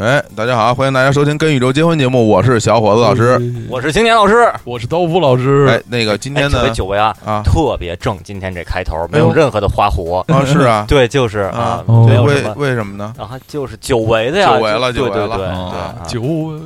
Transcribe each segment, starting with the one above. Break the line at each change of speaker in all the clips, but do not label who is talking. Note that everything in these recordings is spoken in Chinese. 哎，大家好，欢迎大家收听《跟宇宙结婚》节目，我是小伙子老师。
嗯
我是青年老师。
我是刀夫老师。
哎，那个今
哎，
天
特
呢
别，久违啊，
啊
特别正。今天这开头
哎
没有
呦
任何的花活，
啊是 啊，
对，就是
啊
啊，
哦
没
对，
有什
为
么
为什么呢？
啊，就是久违的呀，
久违了，
就
久违
对对对
了，
啊
啊
久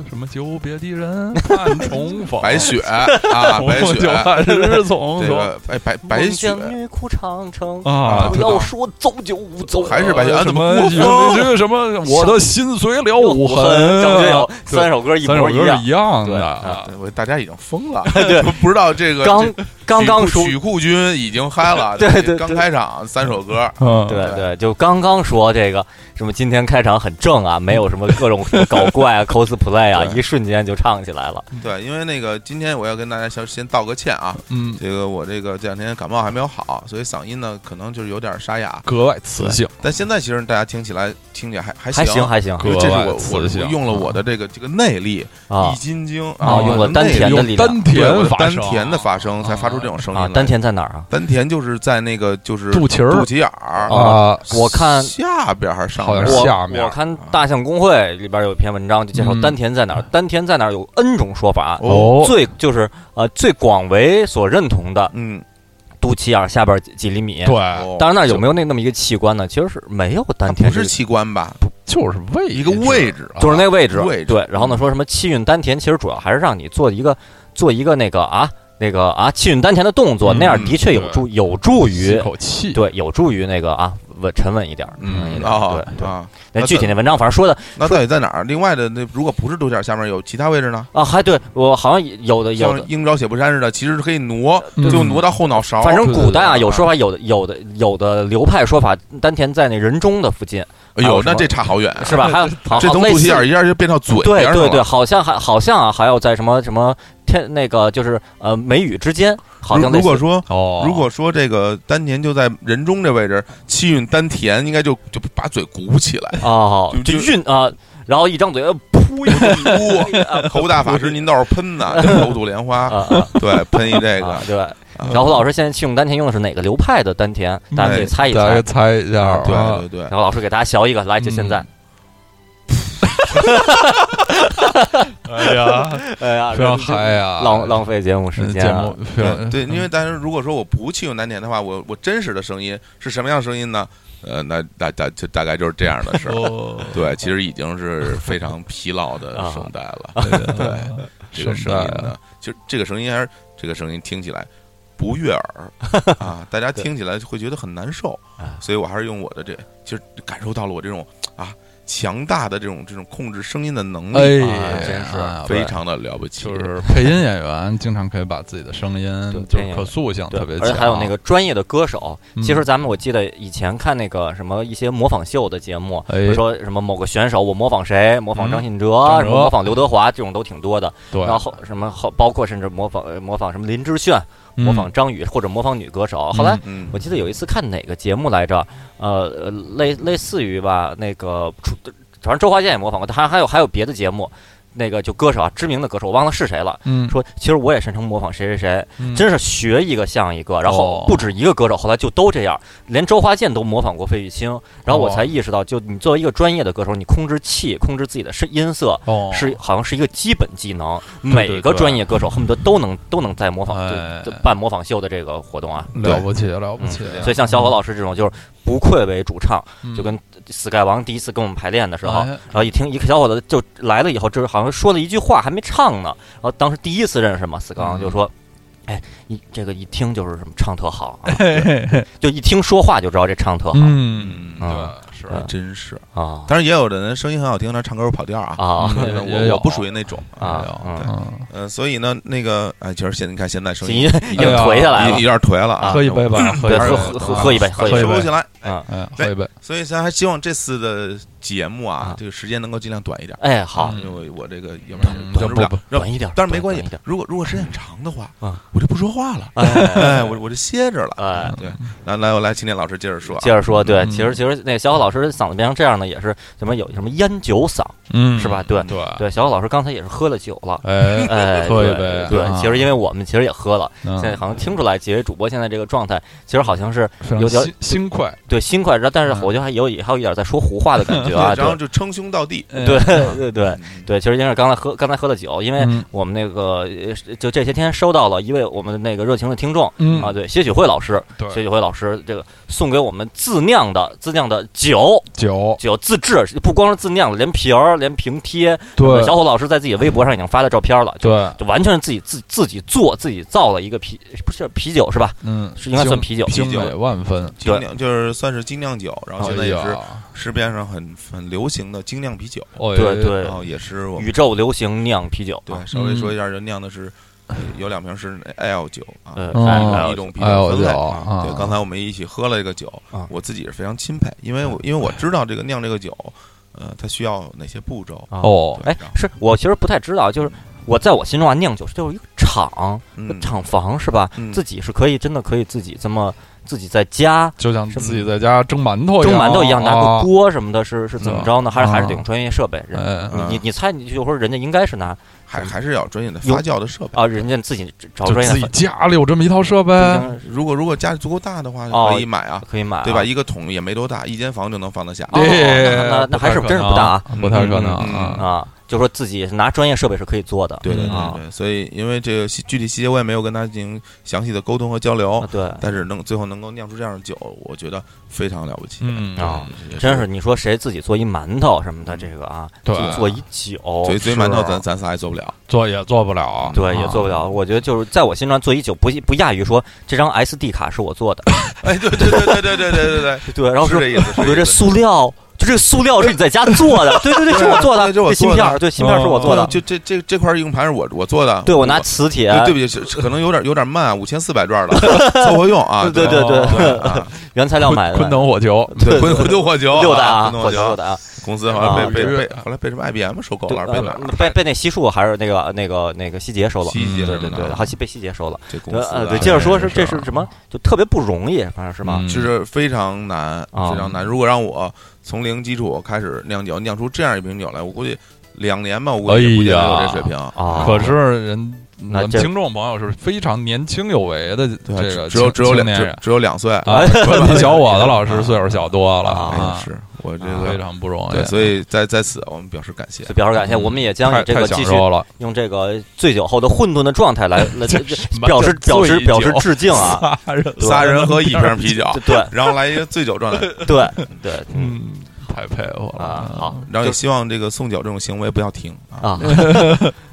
什么久别的人盼重逢，
白雪
哦
啊，
重
白
逢
雪，
久盼日重
这
逢
个哎白
我
白
们
雪
将，越哭长城，
啊
啊
不。要说走就走，
还是白雪
呃
啊
什
怎
么
么
有这个什么，我的心随了
哎
无痕
痕。张学友
啊对
三首歌一
三首
模
歌
一
是
样
一，样
对
的
啊
啊。
对我大家已经疯 了，
对，
不知道这个
刚
这
刚刚说
曲库曲库君已经嗨 了，
对对对
刚开场三首歌，
嗯，
对
对
对，就刚刚说这个什么，今天开场很正啊，没有什么各种什么搞怪啊、cosplay 啊，
对
一瞬间就唱起来了。
对，因为那个今天我要跟大家先先道个歉啊，
嗯，
这个我这个这两天感冒还没有好，所以嗓音呢可能就是有点沙哑，
格外磁性，
但现在其实大家听起来听起来还还
还行
行，
还行
因为
格
这是
外
我我
磁
我
性
用了我的这个这个内力
啊
一斤经
啊，用了单田
田
的
用
力量
丹
对我
田
的
发
丹
声
田的发声才发出这种声音
啊，
来
丹田在哪儿啊？
丹田就是在那个就是
肚脐儿
肚脐眼儿
哦
啊，
我看
下边还是上
好
边
像
儿？
是
我
下面
我看《大象公会》里边有一篇文章，就介绍
嗯
丹田在哪儿。丹田在哪儿有 N 种说法，
哦，
最就是呃最广为所认同的
嗯，哦
肚脐眼儿下边几几厘米。
对，
哎当然那儿
就
有没有那那么一个器官呢？其实是没有
它
丹田
不
这
是
个，
器官吧？
就是位
一个位置啊，
就是那位置。
位置
对，然后
嗯
呢，说什么气运丹田，其实主要还是让你做一个做一个那个啊那个啊气运丹田的动作，
嗯
那样的确有
对
助有助于
吸口气，
对有助于那个啊稳沉稳一点儿，沉稳一
嗯
点儿。
啊
对对，
啊，
那具体那文章反正说的
那到底在哪儿？另外的那如果不是肚脐眼下面有其他位置呢？
啊，还对我好像有的有
像
的，
鹰爪血布衫似的，其实是可以挪，
嗯
就挪到后脑勺。
反正
对对
古代啊
哦对
有说法，有的有的有的流派说法，丹田在那人中的附近
哎
还有
呦，
什么
那这差好远啊，
是吧？还有好
这
好
从
类
肚脐
似
眼儿一下就变到嘴
对
边儿上
对对，
了。
好像还好像啊，还有在什么什么天那个就是呃眉宇之间，好像
如
类
如
似
果说
哦，
如果说这个丹田就在人中这位置，气运丹田应该就就把嘴鼓起来。
哦，
就
就
就
运啊，然后一张嘴呃噗一个
呼，头大法师您倒是喷 呐，这口吐莲花，
啊啊
对，喷一这个
啊，对。然后老师现在气用丹田用的是哪个流派的丹田？大家可以猜一
大家
猜。
猜一下，啊
对对对，
然后老师给大家学一个，来，就现在。
哎呀，
哎呀
非常嗨呀，
浪浪费节目时间
节
啊。
目非常
对，因为但是如果说我不气运丹田的话，我我真实的声音是什么样的声音呢？呃，那大大就大概就是这样的事儿。
哦，
对，其实已经是非常疲劳 的
啊
声带了。
对对对，
这个声音呢，其实这个声音还是这个声音听起来不悦耳啊，大家听起来会觉得很难受
啊，
所以我还是用我的这，其实感受到了我这种啊强大的这种这种控制声音的能力，
哎，
嗯真是
啊
非。常的了不起。
就是配音演员经常可以把自己的声
对
音就
配
是
音演员
可塑性
对
啊特别，强，
而且还有那个专业的歌手。
嗯
其实咱们我记得以前看那个什么一些模仿秀的节目，
哎
比如说什么某个选手，我模仿谁，模仿张信哲，
嗯张哲
什么模仿刘德华，这种都挺多的。
对，
然后什么后包括甚至模仿呃模仿什么林志炫，模仿张宇或者模仿女歌手。后来
嗯
嗯
我记得有一次看哪个节目来着，呃，呃类类似于吧那个除反正周华健也模仿过，还还有还有别的节目。那个就歌手啊，知名的歌手，我忘了是谁了。
嗯，
说其实我也擅长模仿谁谁谁，
嗯
真是学一个像一个，然后
哦
不止一个歌手，后来就都这样，连周华健都模仿过费玉清，然后我
哦
才意识到，就你作为一个专业的歌手，你控制气、控制自己的声音色，
哦嗯
是好像是一个基本技能，
对
每个专业歌手恨不得都能都能在模仿
哎
就就办模仿秀的这个活动啊。
了不起了不起，
所以像小伙老师这种，就是不愧为主唱，
啊嗯
就跟 Sky 王第一次跟我们排练的时候，
哎
然后一听一个小伙子就来了以后，就是好像说了一句话还没唱呢，然后当时第一次认识嘛，死刚
嗯
就说。哎，一这个一听就是什么唱特好、 啊，就一听说话就知道这唱特好、
嗯，
嗯，
啊
对是
嗯
真是。
啊
当然也有的人声音很好听，他唱歌跑调啊。
啊
嗯
我
也
我
有
我不属于那种，
啊！嗯
哎嗯，
呃，所以呢，那个，哎，其实现在你看，现在声
已
音
经已经
哎呀
颓下来
有
了
有，点颓了啊，
喝一杯吧，喝一杯
对，喝喝喝喝一杯，喝一
喝一
杯
杯
收起来。哎
啊！
嗯，喝一杯，
所以咱还希望这次的节目啊
啊，
这个时间能够尽量短一点。
哎，好，
嗯
因为我这个要不然
嗯
控制不了
不不。
然后
短一点，
当然没关系
短一点，
如果如果时间很长的话
嗯，
啊
我就不说话了，
哎
哎，我我就歇着了。
哎，
对，来来，我来，青年老师接着说啊，
接着说，对，
嗯
其实其实那个小伙老师的嗓子变成这样呢，也是什么有什么烟酒嗓，
嗯，
是吧？对
对，
对，小虎老师刚才也是喝了酒了。
哎，
哎，
喝一
对
杯
对，
啊
其实因为我们其实也喝了，
嗯
现在好像听出来，几位主播现在这个状态，其实好像是
非常
有点
心心快，
对心快，然后但是
嗯
我觉得还有还有一点在说胡话的感觉啊，
然后
对
就称兄道弟，
对
对对对
嗯，
对，其实因为刚才喝刚才喝了酒，因为
嗯
我们那个呃就这些天收到了一位我们那个热情的听众
嗯
啊，对，谢许慧老师，
对
谢许慧老师这个送给我们自酿的自酿的酒
酒，
酒自制，不光是自酿的，连瓶儿连瓶贴，
对
小虎老师在自己微博上已经发了照片了，就
对，
就完全是自己自自己做自己造了一个啤，不是啤酒是吧？
嗯，
是应该算啤酒哦
精
啤酒
美万分，
精酿嗯就是算是精酿酒，然后现在也
哎
是
呀
市面上很很流行的精酿啤酒，
哦
对
哎
对
然，后也是我们
宇宙流行酿啤酒，啊
对稍
嗯
微说一下，就酿的是呃有两瓶是 L 酒啊，
呃，
嗯
哎
有
哎
一种啤
哎呦
酒分类
酒
啊。
啊
对，刚才我们一起喝了这个酒
啊，
我自己是非常钦佩，因为我因为我知道这个酿这个酒，呃，它需要哪些步骤。
啊
哦，
对
哎，是我其实不太知道，就是我在我心中啊，酿酒就是一个厂、
嗯，
厂房是吧？
嗯
自己是可以真的可以自己这么自己在家
就像
是吗
自己在家蒸馒头
蒸馒头一样，拿个
啊
锅什么的，是是怎么着呢？还是还是
啊
得用专业设备？人
哎
嗯
你你猜，你就说人家应该是拿
还还是要有专业的发酵的设备。
啊，人家自己找
就
专业
自
的
己
粉
家里有这么一套设备，
冰箱
如果如果家里足够大的话，
哦
可以买啊，
可以买啊，
对吧？一个桶也没多大，一间房就能放得下。
哦那那
哎
那还是
不太可能
真是不大啊
不太可能
嗯嗯
啊。
啊？就说自己拿专业设备是可以做的，
对对
啊
对对，所以因为这个细具体细节我也没有跟他进行详细的沟通和交流
啊，对，
但是能最后能够酿出这样的酒，我觉得非常了不起。
嗯
对
啊，
也
真是你说谁自己做一馒头什么的，这个啊，
对
自己做一酒，
嘴嘴馒头
是啊
咱咱仨也做不了。
做也做不了，啊
对也做不了。我觉得就是在我心中做一酒不不亚于说这张 SD 卡是我做的，
哎，对对对对对对对对对，
对，然后
是
说
这意思。是
我觉得这
意思
塑料，就这塑料是你在家做的，对对对，是我做的，
对这是我
芯
做的
片儿，对芯片儿是我做的，
就这这这块硬盘是我我做的，
啊对我拿磁铁，
对对不起，是可能有点有点慢，五千四百 转了，凑合用啊。
对对
对
对，
啊，
原材料买
昆
的，
灯火球，
对，回回头火球，
六代
回
啊，
头火
火球六
球
代啊，
公司后来
啊
被被
这个
被后来被什么 IBM 收购
对
了，还是被
呃
买了？
被被那西数还是那个那个那个希捷收了，
西捷
对对
嗯
对，好像被希捷收了。
这公
对
司
呃
啊
对，接着说
这
是
个事
这
儿
是什么？就特别不容易，反正是吗？
嗯
就是非常难，
啊
非常难。如果让我从零基础开始酿酒，酿出这样一瓶酒来，我估计两年吧，我估计也不见得有这水平
啊
可是人我
那
们
这
听众朋友是非常年轻有为的
对，
这个
只有
青
只有
哎青
两
年
只
人
只有两岁，
哎
啊，比小我的老师岁数小多了
哎
啊
呀
啊，
是我这
非
个
常不容
对，
易，
所以
哎
在在此我们表示感谢
就。表示感谢，
嗯
我们也将以
太
这
太
个
享
继续
受了，
用这个醉酒后的混沌的状 态来来
这
这
什么
表
叫
示表示
醉
表示
酒
致敬啊！
仨人
仨人喝一瓶啤酒，
对
然后来一个醉酒状态，
对对，嗯
嗯，太佩服了
啊，好，
然后
就
也希望这个送酒这种行为不要停啊！
啊，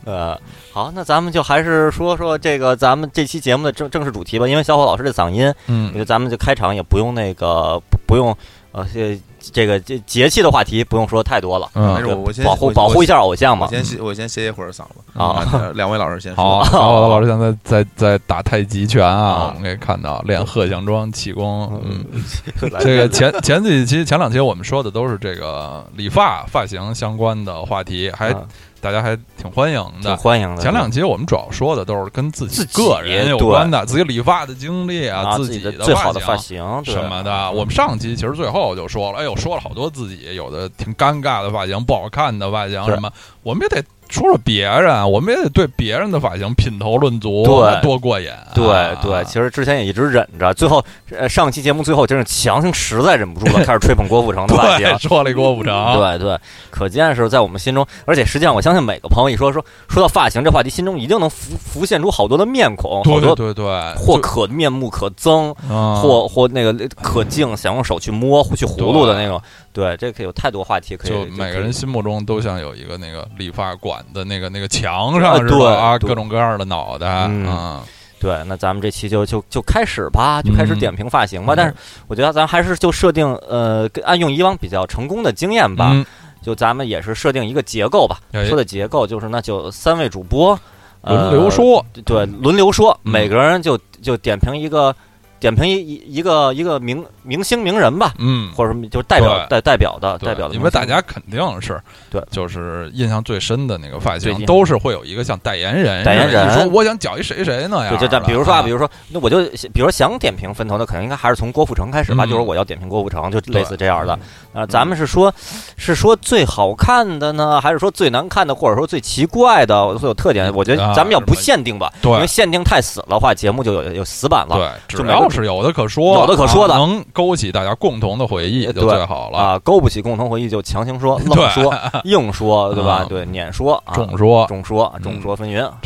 呃，好，那咱们就还是说说这个咱们这期节目的正正式主题吧，因为小伙老师的嗓音，我觉
嗯
得咱们就开场也不用那个不不用呃这这个这节气的话题不用说太多了，
但
嗯
是，我我先
保护
我
保护一下偶像
我
嘛嗯
先歇我先歇一会儿嗓子
啊，
两位老师先说
好，小我的老师现在在在打太极拳啊，
啊
我们可以看到练鹤象桩气功，嗯。
来
这个前前几期、前两期我们说的都是这个理发、发型相关的话题，还、
啊
大家还挺欢迎
挺
的。
欢迎的。
前两期我们主要说的都是跟自己
自己
个人有
对
关的，自己理发的经历
啊，
自
己的
的
最好的
发
发型对
什么的。啊我们上期其实最后就说了，哎呦，说了好多自己有的挺尴尬的发型、不好看的发型
对
什么，我们也得说说别人，我们也得对别人的发型品头论足，
对
多过瘾、啊。
对对，其实之前也一直忍着，最后呃上期节目最后真是强行实在忍不住 了，开始吹捧郭富城的发
对，。
型
啊说了一锅不成。
对对，可见是在我们心中，而且实际上我相信每个朋友一说说说到发型这话题，心中一定能浮浮现出好多的面孔，好
对对
多
对对，
或可面目可憎，
啊
或或那个呃可敬，想用手去摸去葫芦的那种。对，这可以有太多话题可以。
就
可以
每个人心目中都像有一个那个理发馆的那个那个墙
啊
上是
对
吧？啊，
对
各种各样的脑袋
嗯
啊，
对，那咱们这期就就就开始吧，就开始
嗯
点评发型吧。
嗯
但是我觉得咱还是就设定呃，跟按用以往比较成功的经验吧，
嗯，
就咱们也是设定一个结构吧。
哎
说的结构就是，那就三位主播
轮流，说，
呃对，轮流说，
嗯
每个人就就点评一个，点评一一一个一个名明星名人吧，
嗯，
或者说就是代表
对
代代表的
对
啊代表的明星，
因为大家肯定是
对
就是印象最深的那个发
最
型
近
都是会有一个像代言人似的，
代言人
你说我想找一谁谁那样的，
对，就这样，比如说啊，比
如
如说，那我就比如说想点评分头的，可能应该还是从郭富城开始吧，
嗯
就是我要点评郭富城，就类似这样的。呃，咱们是说，是说最好看的呢，还是说最难看的，或者说最奇怪的，最有特点的？我觉得
啊
咱们要
是
不
吧
限定吧，
对
因为限定太死了话，节目就有有死板了。
对，啊
就
只
每个
要是有的可说，
有的可说的
啊能勾起大家共同的回忆
呃
就
对
最好了。
啊，勾不起共同回忆就强行说、
对
愣说、硬说，对吧
嗯？
对，碾说、啊
重说，
众说
嗯
众说纷纭。啊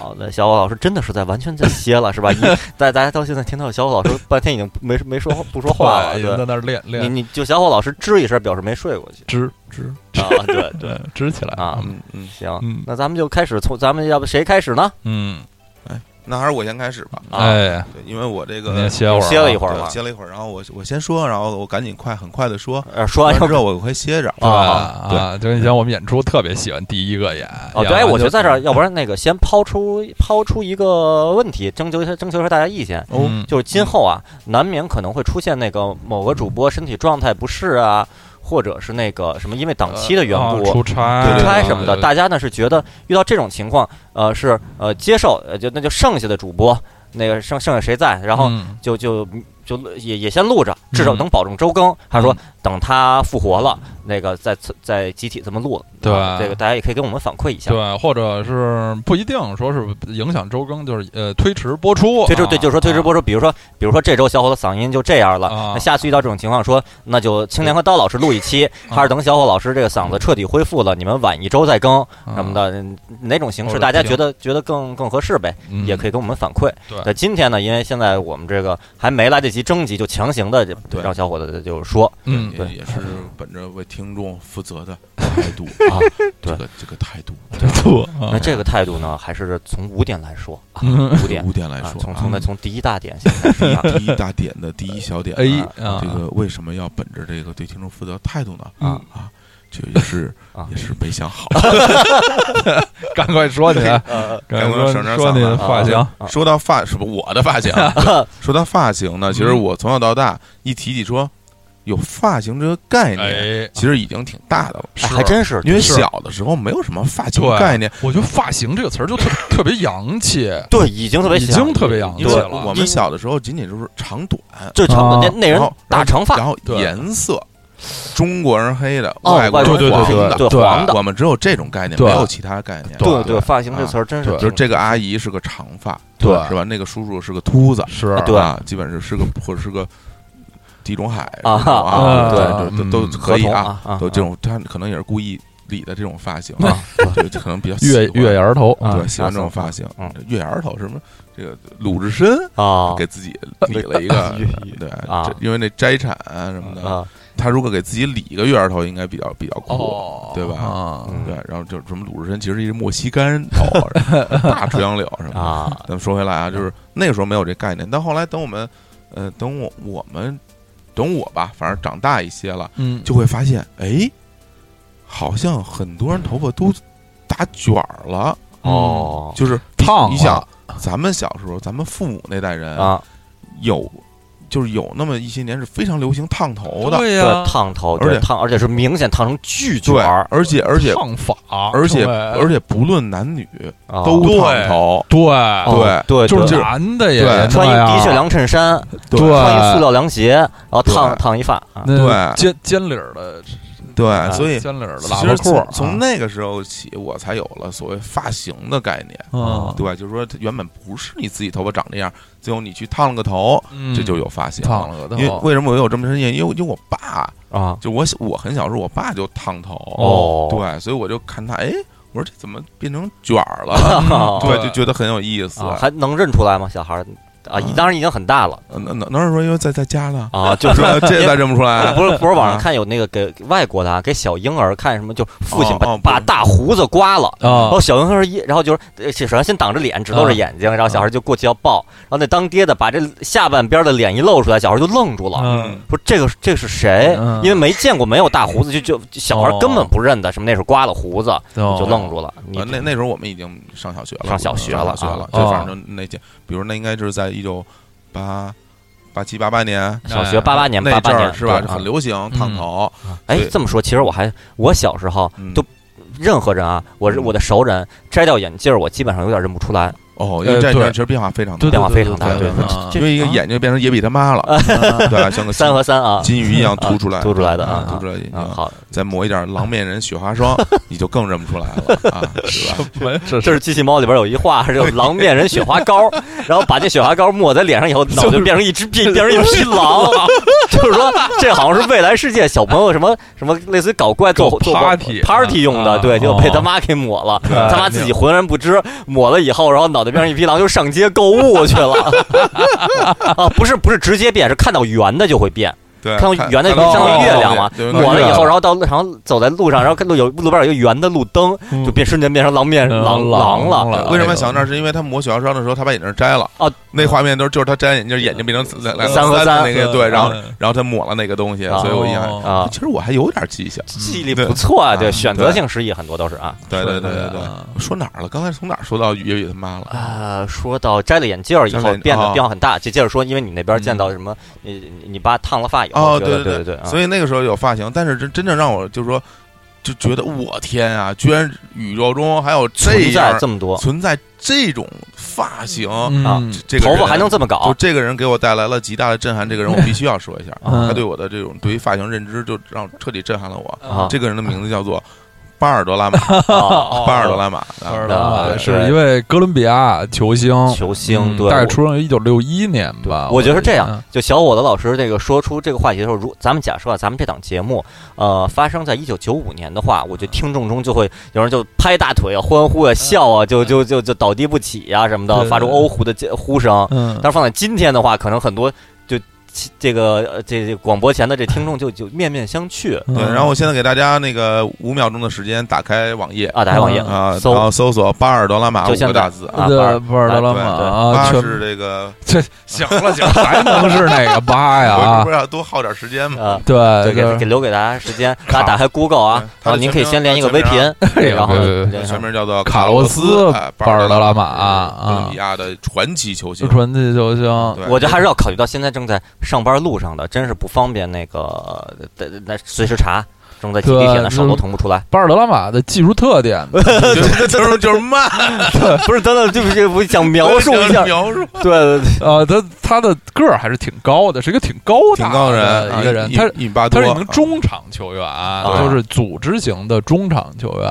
好的，小伙老师真的是在完全在歇了，是吧？一大大家到现在听到小伙老师半天已经没没说不说话了，
对已经在
对，
那儿练
你
练
你就小伙老师吱一声，表示没睡过去
支支
啊，对对
对支起来
啊，
嗯嗯，
行，
嗯
那咱们就开始从咱们要不谁开始呢？
嗯，
那还是我先开始吧，
啊，
哎，
对，因为我这
你也
个
歇会儿啊，
歇了一会儿
对
吧，
歇了一会儿，然后我我先说，然后我赶紧快很快的说，
呃，说完
完
要
之后我快歇着
对
啊
啊，就跟以前我们演出特别喜欢第一个演，
哦，
演
对，
完
我觉得在这儿，
哎就
要不然那个先抛出抛出一个问题，征求一下征求一下大家意见，
哦
嗯
就是今后啊，难免可能会出现那个某个主播身体状态不适啊，或者是那个什么因为档期的缘
啊
故。
出差
出差
啊
什么的，
对
大家呢是觉得遇到这种情况，呃，是呃接受，呃就那就剩下的主播，那个剩剩下谁在，然后
嗯
就就就也也先录着，至少
嗯
能保证周更。他说
嗯
等他复活了，那个再再集体这么录。
对
啊这个大家也可以给我们反馈一下。
对，或者是不一定说是影响周更，就是呃推迟播出，
推迟对，
啊
就是说推迟播出，比如说比如说这周小伙的嗓音就这样了，
啊
那下次遇到这种情况说，那就青年和刀老师录一期，
啊
还是等小伙老师这个嗓子彻底恢复了，你们晚一周再更
啊
什么的，嗯哪种形
或
式
者
大家
听
觉得觉得更更合适呗，
嗯
也可以给我们反馈。
对
那今天呢，因为现在我们这个还没来得及征集，就强行的
对
让小伙子就说
嗯
也
对
也是本着为听众负责 的态度
啊
啊，
对
这个这个态度，
错，
那这个态度呢，还是从五点来说 啊，
嗯
五点
五点来
啊，
说
从
啊
从那从第一大点先开始 啊
第一大点的第一小点
A
啊
啊，
这个为什么要本着这个对听众负责态度呢？
啊
啊，这个也是
啊
也是没想好。
赶快说你，啊
呃
赶
赶快
快
省
说
点嗓
说你
子
的发型，
啊
说到发是不我的发型啊，对说到发型呢，其实我从小到大一提起说有发型这个概念，
哎，
其实已经挺大的了，
哎还真是
因为
是
小的时候没有什么发型
对
概念，
我觉得发型这个词儿就特 特别洋气，
对，已经特别
已
小
经特别洋气
因为
对
了。
我们小的时候仅仅就是长短，
最长的那那
然
人
后
大长发
然后
对
颜色，中国人黑的，
哦
外国
外
人
国人
黄的，
对对对黄的
啊我们只有这种概念，
对
没有其他概念。
对
对
对，发型这词儿真是
对
就
挺
是这个阿姨是个长发，
对
是吧？那个叔叔是个秃子，
是
对
啊，基本是是个或者是个地中海
啊
什么
啊
啊，
对
都都都
嗯
可以
合同
啊，
啊啊
都这种他可能也是故意理的这种发型
啊，
对，就可能比 较喜
月
欢
月牙儿头啊
对喜欢这种发型，月牙儿头什么这个鲁智深
嗯 啊
给自己理了一个
月
对
啊
这因为那摘产什么的，
啊
他如果给自己理一个月牙儿头，应该比较比较酷。
哦，
对吧
啊
嗯
对，然后就是什么鲁智深其实是一莫西干头，大垂杨柳什么的
啊
咱们说回来啊，就是那个时候没有这概念，但后来等我们，呃，等我我们，等我吧，反正长大一些了，
嗯，
就会发现，哎，好像很多人头发都打卷儿了，
哦
就是
烫
你
了
想，咱们小时候，咱们父母那代人
啊，
有就是有那么一些年是非常流行烫头的，
对啊呀
对，烫头，
而
对
且
烫，而且是明显烫成巨卷
对，
儿，
而且而且
烫哎发，
而且
对
而且不论男女
啊
都
对
烫头，
对，
哦对，
就
对
是男的也
对
那
穿一
样
的确凉衬衫，
啊对，
穿一塑料凉鞋，然后烫
对
烫一发啊
那
对
尖尖领儿的，
对，所以
尖领儿的
其
哎喇
实
叭裤
从
儿，
从
啊
那个时候起，我才有了所谓发型的概念，
嗯
对吧？就是说，它原本不是你自己头发长这样，最后你去烫了个头，
嗯
这就有发型
烫
了。
了个
因为
头，
为什么我有这么深印象？因为我因为我爸，
啊
就我小我很小时候，我爸就烫头，
哦
对，所以我就看他，哎，我说这怎么变成卷儿了？
啊
嗯对，
对啊
就觉得很有意思。
还能认出来吗？小孩儿啊，已当然已经很大了
呃能能能说因为在在家呢，
啊，就是
吧？嗯这
因为
再认不出来，
不是不是，网上
啊
看有那个给外国的啊，给小婴儿看什么，就父亲把、
哦哦不
把大胡子刮了。然
啊
后小婴儿一，然后就是呃首先先挡着脸，只露着
嗯
眼睛，然
嗯
后小孩就过去要抱，然后那当爹的把这下半边的脸一露出来，小孩就愣住了，
嗯
说这个这个是谁？
嗯
因为没见过没有大胡子，就就就小孩
哦
根本不认得，什么那是刮了胡子，就
就
愣住了。你
啊，那那时候我们已经上小学了，
上小学
上
了
小学
啊
了，
哦
就反正那届，比如那应该就是在一九八八七八八年
哎
小学八八年
那
八
阵
八
儿
年
是吧？
对
很流行烫头，
啊哎
对，
这么说，其实我还我小时候
嗯
都任何人啊，我是
嗯
我的熟人摘掉眼镜儿，我基本上有点认不出来，
哦，因为
呃
这
对
阵儿其实变化非常大
对，
变化非常大。
对
对
对对对，
这
因为一个
啊
眼睛变成野比他妈了，对，像个
三和三啊，
金鱼一样凸出来，
啊凸出来的
啊
啊，
凸出来的眼睛
啊，好，
再抹一点狼面人雪花 霜，你就更认不出来了啊，是吧？
这
这是机器猫里边有一话，是有狼面人雪花膏，然后把这雪花膏抹在脸上以后，脑就变成一只变变成一匹狼，就是说这好像是未来世界小朋友什么什么类似于搞怪做
搞
做
party
party 用
啊
的，对，就
哦
被他妈给抹了，
对
他妈自己浑然不知，抹了以后，然后脑袋变成一匹狼就上街购物去了， 啊，不是不是直接变，是看到圆的就会变。
对，啊
看到圆的
看到
相当于
哦
月亮嘛
对对
抹
我
了以
对
后，然后到路上走在路上，然后看路有路边有一个圆的路灯，就变瞬间变成狼面
嗯
狼
狼
了。哎
了。
呃为什么想到这儿？是因为他抹雪花霜的时候，他把眼镜摘了
哦，
那画面都是就是他摘眼镜，眼睛变成紫蓝蓝
三和
蓝
三
的那个对，
嗯
然后
嗯
然后他抹了那个东西，
哦
所以我印象。
啊
其？实我还有点记性，
记忆力不错啊，
对
对，
嗯
选择性失忆很多都是啊。
对对对对对。
啊
说哪儿了？刚才从哪儿说到野比他妈了？
啊，说到摘了眼镜儿以
摘了
后
眼
变
哦
得变化很大，就接着说，因为你那边见到什么，你你你爸烫了发以后，
哦，
觉得
对
对对啊，
所以那个时候有发型，但是真真正让我就是说，就觉得我天啊，居然宇宙中还有这
存在
样
这么多，
存在这种发型，
嗯
这个
头发
人
还能这么
就
搞，
这个人给我带来了极大的震撼。这个 人我必须要说一下，
嗯
他对我的这种对于发型认知就让我彻底震撼了我。
嗯
啊
这个人的名字叫做巴尔德拉 玛，
啊
巴尔德拉玛，
哦巴
啊
尔德拉
对
是一位哥伦比亚球星，
哦球星
嗯
对
大概
我
出生于一九六一年吧。
我觉得是这
嗯
样，就小伙子老师这个说出这个话题的时候，如咱们假设啊，咱们这档节目，呃，发生在一九九五年的话，我觉得听众中就会有人就拍大腿啊、欢呼啊、笑啊，就就就就倒地不起啊什么的，
对
发出欧呼的尖呼声。
嗯，
但是放在今天的话，可能很多就其这个呃这这广播前的这听众就就面面相觑
对，
嗯
然后我现在给大家那个五秒钟的时间，打开网页
啊！打开网页
嗯
啊，
搜
然后搜索巴尔德拉玛
就
五
现
个
在
大字啊
啊，
对巴尔德拉
对
玛
对
啊，
巴
全
是这个，
这行了行了， 还能是哪个八呀？
我
啊
不，是要多耗点时间吗？
呃，
对，
对，
就
给
是
给留给大家时间，
卡
大家打开 Google 啊
对，它的
然后您可以
全名
先连一个
全名啊
VPN，
哎呀
然后
对对对
然后
全名叫做
卡洛
洛
斯
哎
巴尔德拉玛
玛
啊
是哥伦比亚的传奇球星
就。传奇球星，
对
我觉得 还是要考虑到现在正在上班路上的，真是不方便那个那那随时查，正在挤地铁
对
呢，手都腾不出 来。
巴尔德拉玛的技术 特点，
就是就是就是慢，
不是，等等，对不起，我想描述一下，
描述
对对对，
呃，他他的个儿还是挺高的，是一个挺高
挺
大
高的
的
人，啊
一个人，他
一米八多，
他
啊
是一名中场球员，就是组织型的中场球员，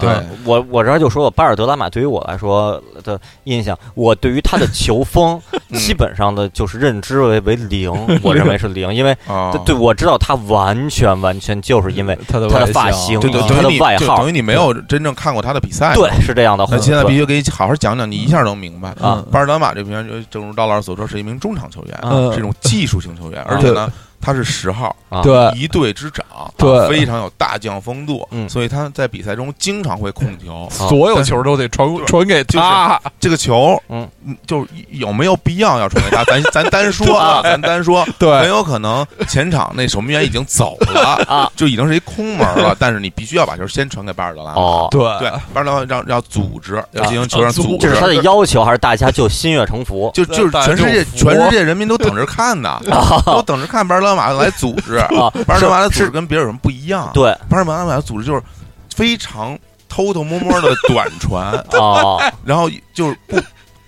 对
嗯
我我这儿就说，巴尔德拉马对于我来说的印象，我对于他的球风
嗯
基本上的就是认知为为零，我认为是零，因为
啊，
对，我知道他完全完全就是因为
他的
他的
外
发
形啊
型
就
以
等
他的
等于你
外
就
号
等于你没有真正看过他的比赛。
对，是这样的，
哎那现在必
对
须给你好好讲讲，你一下能明白。
嗯
啊
巴尔德马这平就正如刀老师所说，是一名中场球员，
啊
嗯
是一种技术型球员，而且呢，他是十号，
啊
对
一队之长，
对
非常有大将风度，
嗯
所以他在比赛中经常会控球。
所有球都得传
对
传给他，
这个球，
嗯，
就是有没有必要要传给他？咱咱单说 啊，咱单说，很
对
有可能前场那守门员已经走了
啊，
就已经是一空门了，但是你必须要把球先传给巴尔德拉。
哦，
对
对，巴尔德拉让要组织，要进行球员
组
组
这
织
是，他的要求，还是大家就心悦 诚服？
就就是全世界全世界人民都等着看 呢，都等着看巴尔德拉马来组织。
啊，
巴尔德马的组
是
织跟别人有什么不一样？
对
巴尔德马的组织就是非常偷偷摸摸 的短传，
哦
然后就是不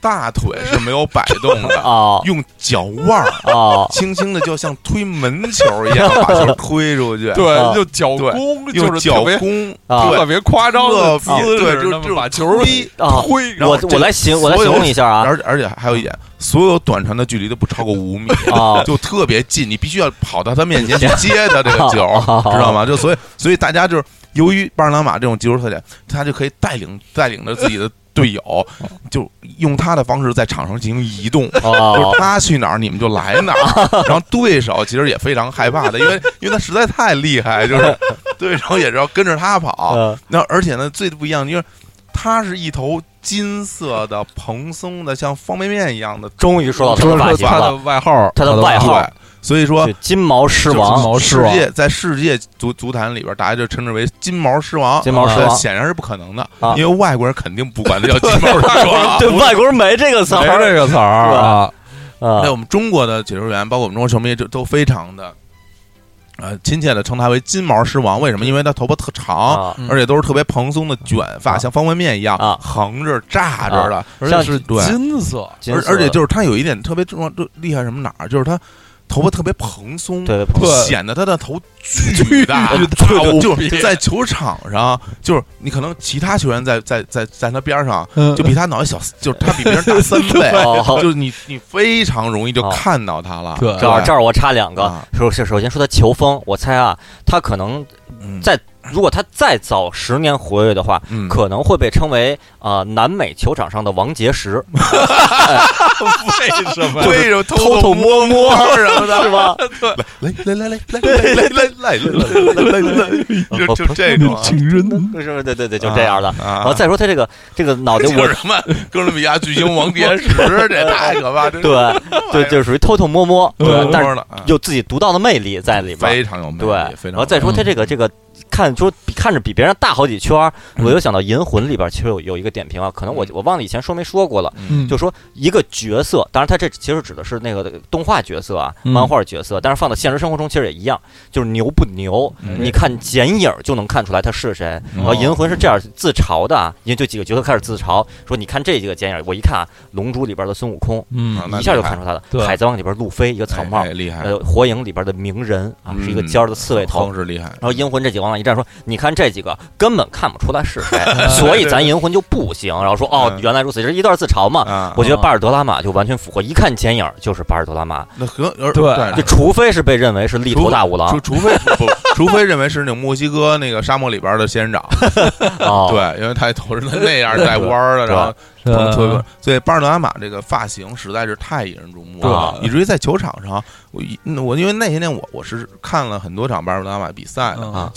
大腿是没有摆动的，
哦
用脚腕儿
哦，
轻轻的就像推门球一样把球推出去，
啊
对，就脚弓，就
用
是
脚
特别
弓，
啊
对
特别夸张的姿势，
对就
那么
就
把球
推
啊
推，然后
我我来形我来形容一下啊
而而且还有一点，所有短传的距离都不超过五米，
啊
就特别近，你必须要跑到他面前去接他这个球
啊，
知道吗？就所以所以大家就是由于巴尔朗马这种技术特点，他就可以带领带领着自己的队友，就用他的方式在场上进行移动。就是
哦
他去哪儿，你们就来哪 儿。然后对手其实也非常害怕的，因为因为他实在太厉害， 就是对手也是要跟着他跑。
呃
那而且呢，最不一样的就是，它是一头金色的蓬松的，像方便面一样的
终于说到他
说
的发
说
型
他的
了，
外号，啊
他的外
对
号，
所以说
就，金毛狮王，
毛狮
世
王
界在世界足足坛里边，大家就称之为金毛狮王。
金毛狮
这
王，
显然是不可能的
啊，
因为
。
外国人肯定不管它叫金毛狮王啊
对外国人没这个词
没
儿
这个词儿啊，
啊
在我们中国的解说员，包括我们中国球迷，就都非常的呃亲切的称他为金毛狮王。为什么？因为他头发特长。
啊
嗯
而且都是特别蓬松的卷发，
啊
像方便面一样
啊
横着炸着的，
而且
像
是
对
金色，
金
而
色
而且就是他有一点特别重要、就厉害什么哪儿，就是他头发特别蓬松，
对对
对
显得他的头巨大，
巨大
就
无
就是
比
在球场上，就是你可能其他球员在在在在他边上，
嗯
就比他脑袋小，就是他比别人大三倍，
哦
就是你你非常容易就看到他了。
对
这儿这儿我插两个
啊，
首首首先说他球风，我猜啊，他可能
嗯
在如果他再早十年活跃的话，
嗯，
可能会被称为啊、呃南美球场上的王杰石，
为什么
对着
偷偷摸摸
什么的，
是吧？
来来来来来来来来来来来来来，就就这种啊
情人？
是对对对，哦就这样的。
啊
然后再说他这个这个脑袋，
就
我
是什么哥伦比亚巨星王 杰石，这太可怕，这
对
哎
对，就是属于偷偷摸摸，
嗯
对
对吧啊但是
是
有自己独到的魅力在里边。
啊非常有魅
对，
力，非常
然后
有
再说他
嗯
这个这个，看说比看着比别人大好几圈儿，我又想到《银魂》里边其实有有一个点评啊，可能我
嗯
我忘了以前说没说过了，
嗯，
就说一个角色，当然他这其实指的是那个动画角色啊，
嗯
漫画角色，但是放到现实生活中其实也一样，就是牛不牛，
嗯
你看剪影儿就能看出来他是谁。
嗯
然后银魂是这样自嘲的啊，因为就几个角色开始自嘲，说你看这几个剪影儿，我一看啊，龙珠里边的孙悟空，
嗯
啊那
一下就
厉害
看出他了
对；
海贼王里边路飞一个草帽
哎哎，厉害，
呃，火影里边的鸣人啊，是一个尖儿的刺猬头
嗯。是厉害，
然后银魂这几个往往一站说，你看这几个根本看不出来是 谁，所以咱银魂就不行。然后说哦
嗯，
原来如此，这是一段自嘲嘛。
啊，
我觉得巴尔德拉玛就完全符合，一看剪影儿就是巴尔德拉玛，
那和而
对
就除非是被认为是力头大五郎
除除非不， 除非认为是那种墨西哥那个沙漠里边的仙人掌，
啊，
对，因为他头是那样带弯儿的，
对
然后
呃
特别，所以巴尔德阿玛这个发型实在是太引人注目
啊
了，
对
以至于在球场上，我一我因为那些年我我是看了很多场巴尔德阿玛比赛
嗯
的，
啊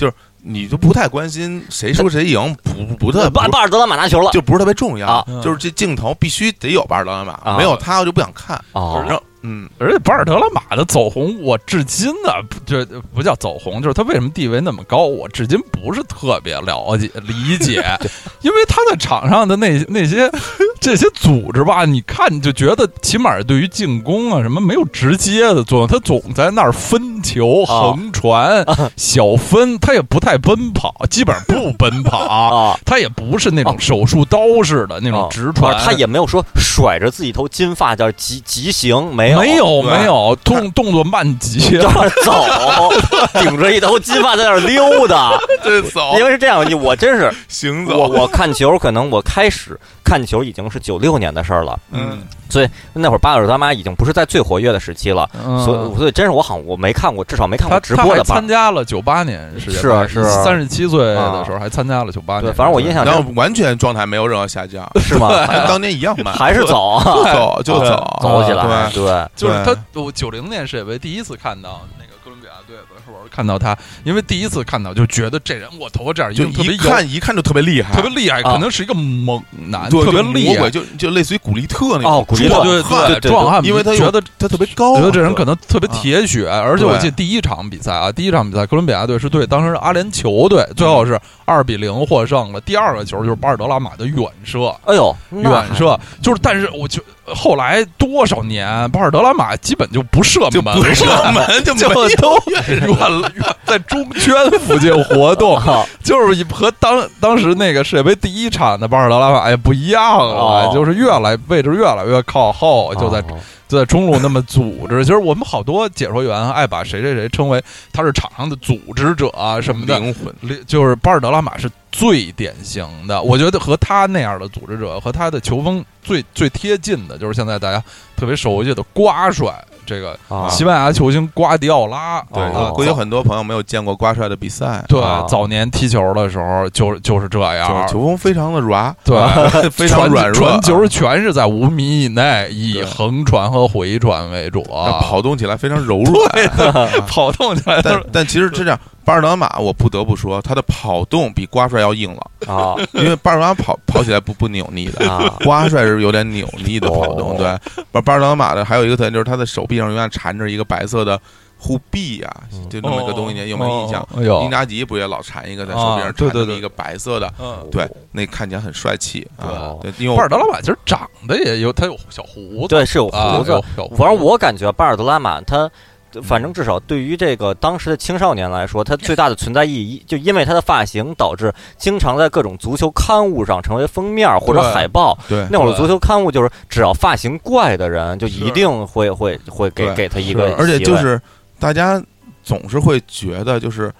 你就不太关心谁输谁赢，不不不特
巴
不
巴尔德拉玛拿球了，
就不是特别重要
啊，
就是这镜头必须得有巴尔德阿玛，
啊
没有他我就不想看。
哦
然后嗯，
而且巴尔德拉马的走红，我至今呢，不这不叫走红，就是他为什么地位那么高，我至今不是特别了解理解，因为他在场上的那那些这些组织吧，你看你就觉得起码对于进攻啊什么没有直接的作用，他总在那儿分球、
啊
横传、小分，他也不太奔跑，基本上不奔跑，
啊，
他也不是那种手术刀似的那种
啊
直传，
他也没有说甩着自己头金发叫急急行，没有
没有
对
没有动动作慢极
这。儿 走，顶着一头金发在那儿溜达。
这走
哦
因为是这样，你我真是
行
我
走，
我看球，可能我开始看球已经是九六年的事儿了，
嗯，
那会儿巴尔德妈已经不是在最活跃的时期了，
嗯
所以所以真是我好像我没看过，至少没看
他
过直播
他还
的吧
参。加了九八年世界
是啊
杯，
是啊
三十七岁的时候还参加了九八年。
对，反正我印象
然后
中
完全状态没有任何下降，
是吗？
还当年一样慢，
还是走啊
就走就走
走起
啊
来，
对
对，
就
对
是他，我九零年世界杯第一次看到那个哥伦比亚队的时候，看到他，因为第一次看到就觉得这人我头发这样
就
定特别
一
有
看一看就特别厉害，
特别厉害，
啊
可能是一个猛男，
对
特别
就
厉
魔鬼
害。
就就类似于古力特那种
哦，古力
壮
特，
对
汉
对对
壮汉，
因为他有
觉得
他特别高啊，
觉得这人可
能
能特别
啊
铁血，而且我
对
记得第一场比赛啊，第一场比赛哥伦比亚队是对当时是阿联酋队，最后是二比零获胜了。第二个球就是巴尔德拉马的远射，
哎呦，那
远射就是，但是我觉得后来多少年，巴尔德拉马基本就不射
就
门
不射
了。
门就
就
没有
都远远在中圈附近活动，
啊
就是和当当时那个世界杯第一场的巴尔德拉马也哎不一样了，
哦
就是越来位置越来越靠后，就在就在中路那么组织。 其实我们好多解说员爱把谁谁谁称为他是场上的组织者啊什么的，
灵魂，
里就是巴尔德拉马是最典型的，我觉得和他那样的组织者和他的球风最最贴近的，就是现在大家特别熟悉的瓜帅，这个
啊
西班牙球星瓜迪奥拉，
对，
哦
我估计有很多朋友没有见过瓜帅的比赛，
对
啊，
早年踢球的时候就是就是这
就是
样，
球风非常的软，
对，
非常
传
软弱
传球全是在五米以内，以
对
横传和回传为主，啊
然后啊跑动起来非常柔软。
跑动起来都
但
是
但其实是这样，巴尔德马我不得不说，他的跑动比瓜帅要硬朗，
啊
因为巴尔德马跑跑起来不不扭腻 的。
啊
瓜帅是有点扭腻的跑动，
哦
对。巴巴尔德马的还有一个特点就是他的手臂上永远缠着一个白色的护臂呀、
嗯
就那么一个东西，你有没哦有印象？？
哎呦
英，扎吉不也老缠一个在手臂
啊
上
对
缠
对
着一个白色的？
嗯，
对，那看起来很帅气啊
哦。
对，因为
巴
我
尔德拉玛其实长得也有，他有小胡子，
对，是有
啊
胡子
有。小胡子
反正我感觉巴尔德拉玛他，反正至少对于这个当时的青少年来说，他最大的存在意义，就因为他的发型导致经常在各种足球刊物上成为封面或者
对
海报。
对
那会儿
对
足球刊物就是只要发型怪的人，就是一定会会会给
对
给他一个
是
席位，
而且就是大家总是会觉得就是，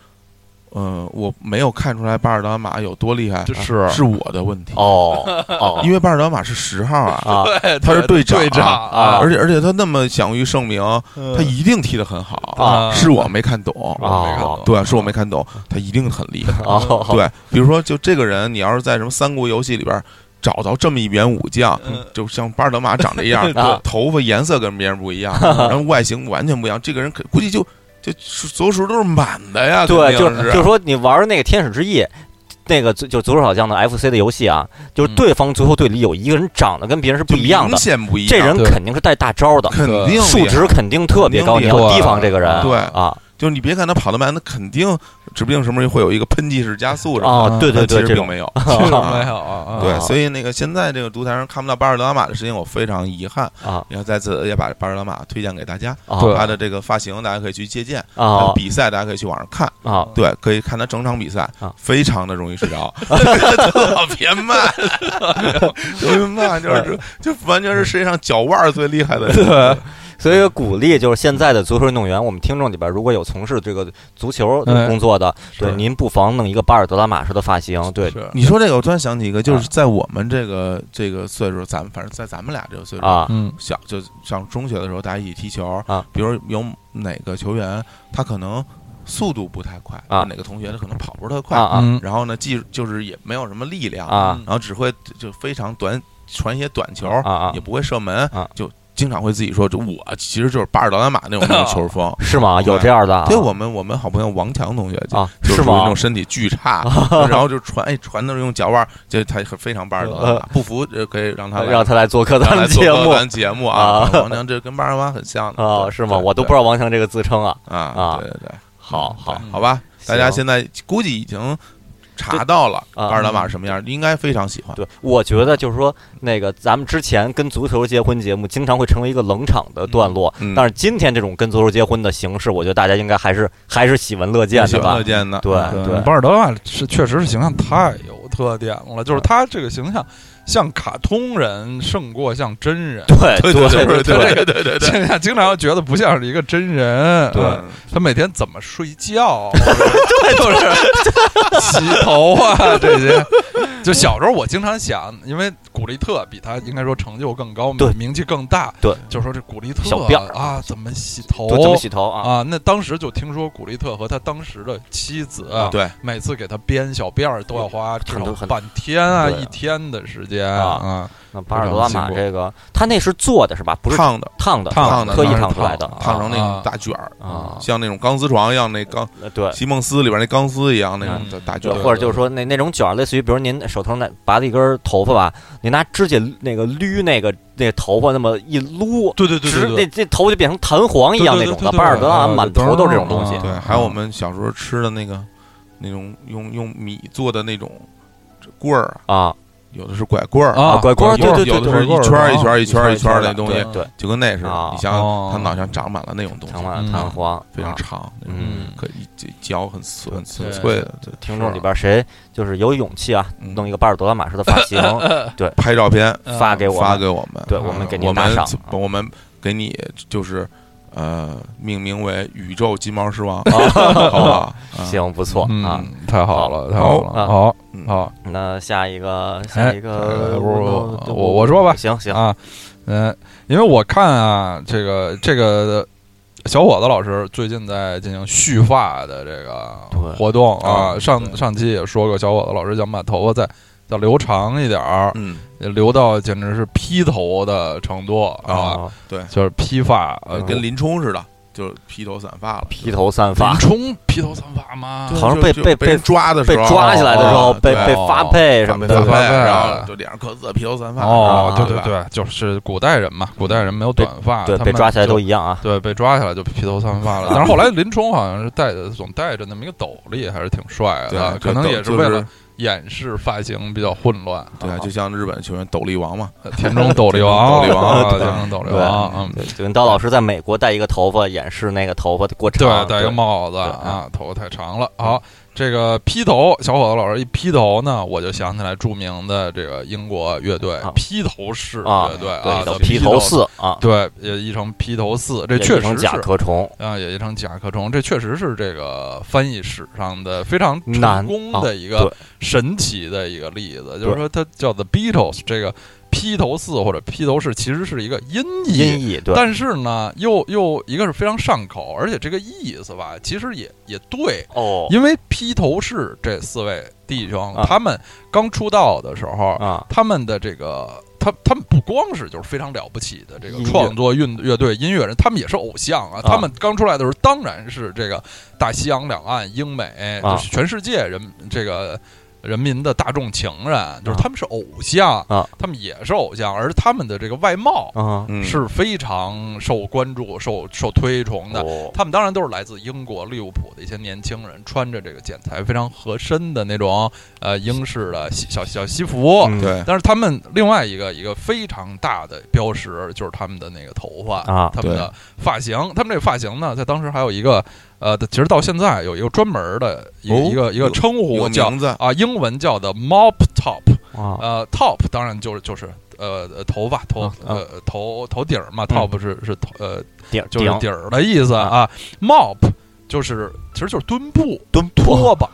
呃，我没有看出来巴尔德马有多厉害，
啊就是
是我的问题，
哦哦，
因为巴尔德马是十号啊，
啊，
对，
他是
哎
队
对
长
队长嗯
啊嗯
而且而且他那么享誉盛名，他一定踢得很好，
啊
是我没看懂，
啊
哦对，是我没看懂，他一定很厉害，
哦，，
对，比如说就这个人，你要是在什么三国游戏里边。找到这么一员武将
嗯，
就像巴尔德马长这样 对头发颜色跟别人不一样，然后外形完全不一样，这个人可估计就就所有时候都是满的呀，
对，
啊肯
就
定
是
是
就是说你玩那个天使之翼。那个足就足球小将的 FC 的游戏啊，就是对方足球队里有一个人长得跟别人是不
嗯就
一样的
明，显不一样，
这人
对
肯定是带大招的，
肯定厉害
数值肯定特别高，
肯
你
定厉
害
要提防这个人。
对
啊
就是你别看他跑得慢，那肯定指不定什么时候会有一个喷气式加速什么
啊，对
的，
对
但
对，
其
这
实并
种
没有，
这个
啊
没有 啊，
对
啊，
所以那个现在这个独裁人看不到巴尔德拉玛的事情，我非常遗憾。
啊
然后再次也把巴尔德拉玛推荐给大家，
啊
对
他的这个发型大家可以去借鉴，他
啊
的比赛大家可以去网上看，
啊！
对，可以看他整场比赛
啊，
非常的容易睡 着，老别慢， 容易慢，就是就完全是世界上脚腕儿最厉害的人，
对，
所以鼓励就是现在的足球运动员，我们听众里边如果有从事这个足球
哎
工作的，对
是
您不妨弄一个巴尔德拉马式的发型，对
是
你说这个，我突然想起一个，
啊
就是在我们这个这个岁数，咱们反正在咱们俩这个岁数，
啊
嗯
小就上中学的时候，大家一起踢球
啊，
比如有哪个球员他可能速度不太快，
啊
哪个同学他可能跑不是特
啊
快，
啊
嗯
然后呢技就是也没有什么力量，
啊
然后只会就非常短传一些短球，
啊啊
也！不会射门
啊，。
就经常会自己说，就我其实就是巴尔德拉马那种那种球风
是吗？有这样的啊？
对我们，我们好朋友王强同学就
啊，
就是属于那
吗
种？身体巨差，然后就传，哎，传的是用脚腕儿，就他很非常巴尔德拉马
呃
不服呃可以让他来
让他来做客
让
咱
他来
们
做
节
客
目
咱节目啊
啊，
王强这跟巴尔德拉马很像的
啊，
对
是吗？
对
我都不知道王强这个自称啊。
对
啊
啊，对对对，
好
嗯
好
对好吧，大家
行
现在估计已经查到了
啊
巴尔德拉马是什么样，应该非常喜欢。
对，我觉得就是说，那个咱们之前跟足球结婚节目经常会成为一个冷场的段落，
嗯
但是今天这种跟足球结婚的形式，我觉得大家应该还是还是喜闻乐见
喜
的
闻
吧
乐？见的，
对
嗯
对
啊巴尔德拉玛是确实是形象太有特点了，就是他这个形象像卡通人胜过像真人，
对
对对对
对对
对对对对
现在经常觉得不像是一个真人，
对
嗯他每天怎么睡觉，对，就是洗头啊这些。就小时候我经常想，因为古力特比他应该说成就更高，
对
名气更大，
对，
就说这古力特
小辫儿
啊，怎么洗头，
对，怎么洗头啊？
啊？那当时就听说古力特和他当时的妻子，
啊
对，
每次给他编小辫儿都要花至
很
少
多很
半天啊，
对
一天的时间
啊
啊，
那巴尔德拉马这个，他那是做的是吧？不是
烫的
烫的，
烫
的
特意
当然
烫出来
烫
的
的
烫
啊。
成那
啊
种大卷儿，
啊
像那种钢丝床一样，那钢
呃对，
席梦思里边那钢丝一样那种
嗯
大大卷
对，
儿。
或者就是说那那种卷儿，类似于比如您手头那拔了一根头发吧，你拿指甲那个捋那个那头发那么一撸，
对对
直那这头就变成弹簧一样那种
对对对对
的，
对
巴尔德拉
啊
满头都是这种东西嗯
啊
对，还有我们小时候吃的那个，那种用用米做的那种棍儿啊，
啊
有的是拐棍儿，
啊拐棍儿
有的
对对
有的
对
是一圈儿一圈儿一圈儿一圈儿
的
那东西，
对，对
就跟那似
啊
的。你想想，他
哦
脑上长满了那种东西，
长满
嗯
了弹簧，
非常
啊
长，那种
嗯，
可以一嚼很碎很
对
很脆的。对
听众里边谁就是有勇气啊，
嗯
弄一个巴尔德拉马式的发型啊
拍照片
嗯
发给我
发
们，
给我们，
对
嗯
我们给您
我
打
们
赏啊
我们给你就是呃命名为宇宙金毛狮 王，
啊
好不好？啊，
行，不错啊。
嗯，太好了，太
好
好了，
啊
好
嗯
好
那下一个，下一
哎
个，
我
那
我我说吧
行行，
啊，嗯，因为我看啊，这个这个小伙子老师最近在进行蓄发的这个
对
活动啊，
啊
上
对
上期也说过，小伙子老师想把头发再再留长一点儿，
嗯，
留到简直是披头的程度啊，
对，
就是披发，呃
嗯跟林冲似的，就披头散发了，
披头散发
林，冲披头散发吗？
就
好像
就
被
就
被
被人
被
抓的时
被
候，
抓
啊
起来的时候
哦
被
对
被发配什么
被
的，
对
发配，
对
然后就脸上刻字，披头散发，
哦，
然后
对
吧
对，就是古代人嘛，古代人没有短发，
啊对，
他
被
们
抓起来
就
都一样啊。
对，被抓起来就披头散发 了。但是后来林冲好像是戴着总戴着那么一个斗笠，还是挺帅
对啊
的，
就
可能
斗
也是
就
为
是
了掩饰发型比较混 乱。
对，
啊
就像日本球员斗笠王嘛，
田中斗笠 王，
田中斗笠王
啊
对
田中斗笠
对
王，嗯，
对，就跟刀老师在美国戴一个头发掩饰那个头发的过
对
长，，
戴一个帽子
对
啊，头发太长了。好，这个披头，小伙子老师一披头呢，我就想起来著名的这个英国乐队
啊
披头士
啊
乐队啊
对，叫，
叫
披头，四啊，
对，也译成披头四，这
也
确
译成
实
甲
是
壳虫，
啊，也译成甲壳虫，这确实是这个翻译史上的非常
难
成功的一
啊
个
对
神奇的一个例子，就是说它叫 The Beatles 这个披头四或者披头士其实是一个音
音
译。
译对，
但是呢，又又一个是非常上口，而且这个意思吧，其实也也对，
哦
因为披头士这四位弟兄，
啊
他们刚出道的时候，
啊，
他们的这个，他他们不光是就是非常了不起的这个
音乐
创作乐乐队音乐人，他们也是偶像啊
啊。
他们刚出来的时候，当然是这个大西洋两岸、英美，
啊
就是全世界人这个人民的大众情人，就是他们是偶像
啊，
他们也是偶像，而他们的这个外貌
嗯，
嗯，
是非常受关注、受受推崇的。
哦
他们当然都是来自英国利物浦的一些年轻人，穿着这个剪裁非常合身的那种呃英式的西小小西服，
嗯
对，
但是他们另外一个一个非常大的标识就是他们的那个头发
啊
他们的发型，他们这个发型呢，在当时还有一个呃，其实到现在有一个专门的一个、
哦
一个一个称
有
呼
个
叫
名字，
啊，英文叫的 mop top，
啊
呃，top 当然就是就是呃呃头发头、
啊啊
呃头头顶儿嘛、t o p 是是头呃
顶
就是
顶
底儿的意思啊 m o p 就是其实就是蹲步
蹲
拖把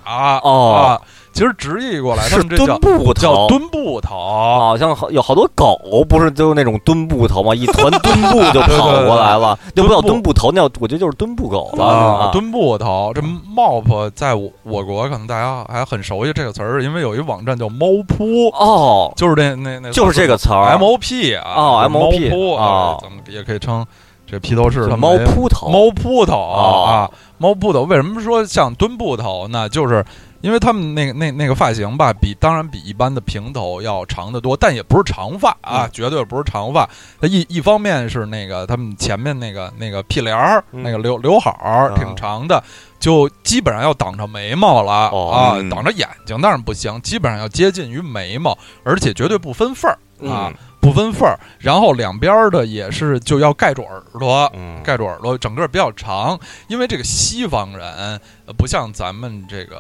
哦
啊，其实直译过来他
是
们这
蹲
叫
步
叫
头。啊
蹲步头。
好像好有好多狗，不是都那种蹲步头吗？一团蹲步就跑过来了，那不叫
蹲
蹲步头，那叫我觉得就是蹲步狗了
啊，
啊
蹲步头，这 mop 在我我国可能大家还很熟悉这个词儿，因为有一网站叫猫扑，
哦，
就是那那那
就是这个词儿
M O P 啊，
哦
猫
MOP
扑啊
哦
咱们也可以称这披头士他们
猫
为
扑头，
猫扑头
哦
啊，猫扑头为什么说像蹲步头呢？就是因为他们那个那那个发型吧，比当然比一般的平头要长得多，但也不是长发
嗯
啊，绝对不是长发。它一一方面是那个他们前面那个那个屁帘儿、
嗯
那个刘刘海儿
啊
挺长的，就基本上要挡着眉毛了、
哦
啊，
嗯
挡着眼睛当然不行，基本上要接近于眉毛，而且绝对不分缝儿啊。
嗯
不分缝儿，然后两边儿的也是就要盖住耳朵，
嗯
盖住耳朵，整个比较长。因为这个西方人呃不像咱们这个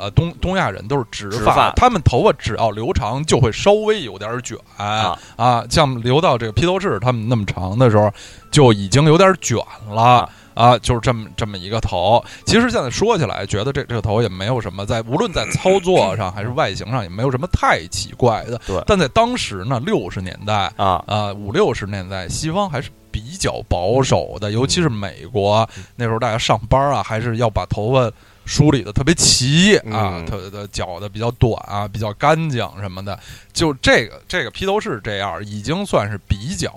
呃东东亚人都是直
直
发，
发
他们头发只要留长就会稍微有点卷
啊
像留到这个披头士他们那么长的时候，就已经有点卷了。啊就是这么这么一个头。其实现在说起来，觉得这这个头也没有什么在，无论在操作上还是外形上，也没有什么太奇怪的。
对
但在当时呢，六十年代，
啊
啊，五六十年代西方还是比较保守
嗯
的，尤其是美国、那时候，大家上班啊，还是要把头发梳理的特别齐啊，
嗯
特的绞的比较短啊，比较干净什么的。就这个这个披头士这样，已经算是比较。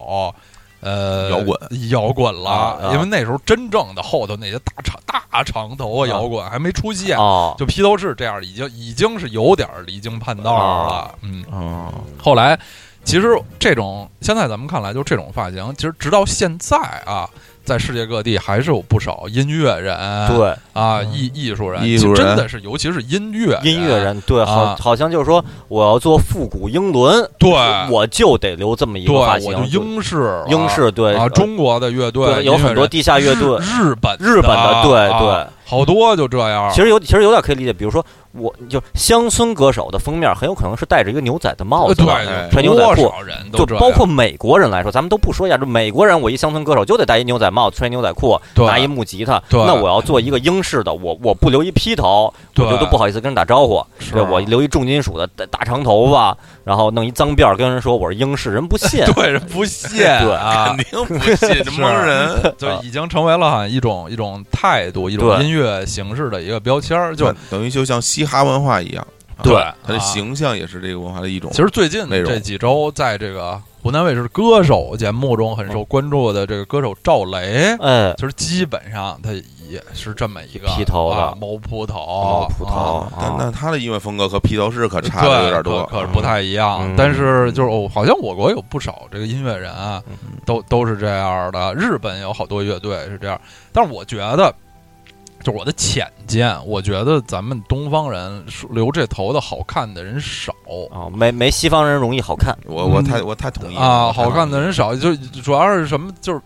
呃，
摇滚
摇滚了，
啊啊
因为那时候真正的后头那些大长大长头发
啊
摇滚还没出现，
哦，
就披头士这样已经已经是有点儿离经叛道了，
啊
嗯。
哦，
后来，其实这种现在咱们看来，就这种发型，其实直到现在啊，在世界各地还是有不少音乐人，
对，
啊，
嗯
艺艺术人，
艺术人
其实真的是，尤其是音乐
音乐，人对，
啊
好，好像就是说我要做复古英伦，
对，
我就得留这么一
对，
个发
我
型，
就英式
英式对
啊，
呃
中国的乐队
对，有很多
音
地下乐队
乐人，日本
日本的对
啊
对
好多就这样，
其实有其实有点可以理解，比如说我就乡村歌手的封面很有可能是戴着一个牛仔的帽
呃
子的，
对，
穿牛仔
多
裤
少人都
就
这样
包括美国人来说，咱们都不说呀，就美国人，我一乡村歌手就得戴一牛仔帽，穿一牛仔裤，
对
拿一木吉他，
对
那我要做一个英式的，我我不留一披头，我
对
就都不好意思跟人打招呼，
是，
对我留一重金属的大大长头发，然后弄一脏辫儿跟人说我是英式，人不信
对人 不信
对
啊
肯，定不 信，这蒙人，
就已经成为了好像一种一种态度，一种
对
音乐形式的一个标签儿，就
等于就像嘻哈文化一样，对
对
他的
啊
形象也是这个文化的一种
其。实最近
内容
这几周，在这个湖南卫视歌手节目中很受关注的这个歌手赵雷，
哎，
其实基本上他也是这么一个
剃头的
啊毛秃头
毛，葡
啊
萄
但
啊，
那他的音乐风格和披头士可差的有
对，
点多，
可可是不太一样
嗯。
但是就是我，好像我国有不少这个音乐人啊，都都是这样的。日本有好多乐队是这样，但是我觉得。就是我的浅见，我觉得咱们东方人留这头的好看的人少
啊，没没西方人容易好看，
我我
嗯
太我太同意了
啊，
我太
好看
同
的
意了
人少，就主要是什么，就是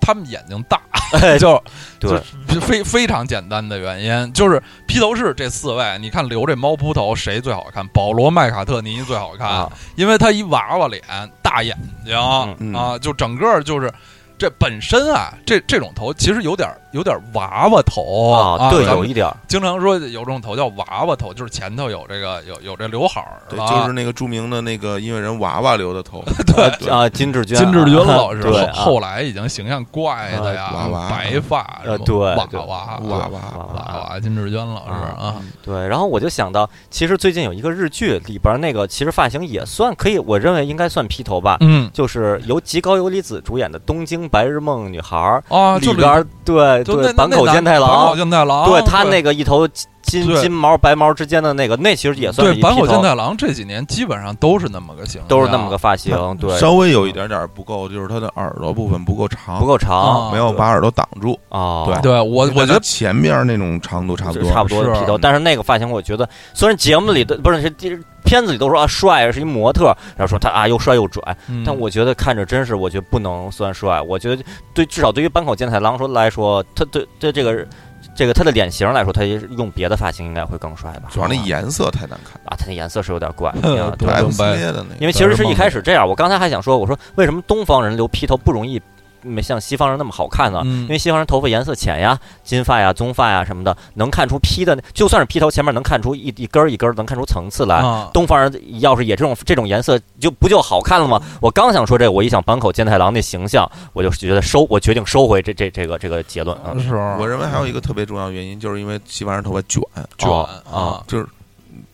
他们眼睛大，
哎
就
对，
就非非常简单的原因，就是披头士这四位，你看留这猫扑头谁最好看？保罗麦卡特尼最好看，
啊，
因为他一娃娃脸，大眼睛、
嗯
啊，就整个就是。这本身啊，这这种头其实有点有点娃娃头
啊，对，
哦咱
有
们
一点儿
经常说有种头叫娃娃头，就是前头有这个有有这刘海儿，
对，
吧
就是那个著名的那个音乐人娃娃留的头，对
啊，金志娟，
金志军 老师
对
后
啊
后来已经形象怪的呀，
啊娃娃
白发什么
呃对对
娃
娃娃娃
娃。
啊
娃娃，金志娟老师
嗯
啊，
对，然后我就想到，其实最近有一个日剧里边儿那个，其实发型也算可以，我认为应该算披头吧，
嗯
就是由吉高由里子主演的《东京白日梦女孩》儿
啊，就
里边儿，对
就那
对，坂口
那
健太
坂
郎
口，健太郎，
对他那个一头金
对
金毛白毛之间的那个，那其实也算是
对
一
坂
披
口健
头，
太郎这几年基本上都是那么个形象，
都是那么个发型，对，
稍微有一点点不够，就是他的耳朵部分不够长，
不够长
啊
没有把耳朵挡住。
啊，
对
对我我觉
但它
得
前面那种长度差不
就
多，
差不多的
是嗯
披头，但是那个发型，我觉得虽然节目里的不是是电片子里都说啊帅是一模特，然后说他啊又帅又拽，
嗯
但我觉得看着真是，我觉得不能算帅。我觉得对，至少对于坂口健太郎说来说，他对对这个这个他的脸型来说，他也是用别的发型应该会更帅吧。
主要那
啊
颜色太难看，
啊，他那颜色是有点 怪，啊
对
对
对 M
明
系
白
列的那
因
个。
为其实是一开始这样。我刚才还想说，我说为什么东方人留披头不容易没像西方人那么好看呢？
嗯
啊因为西方人头发颜色浅呀、金发呀、棕发呀什么的，能看出披的，就算是披头前面能看出一一根儿一根儿，能看出层次来。
啊，
东方人要是也这种这种颜色，就不就好看了吗？我刚想说这个，我一想坂口健太郎那形象，我就觉得收，我决定收回这这这个这个结论啊。
是
我认为还有一个特别重要的原因，就是因为西方人头发卷，
卷
哦
啊
啊，
就是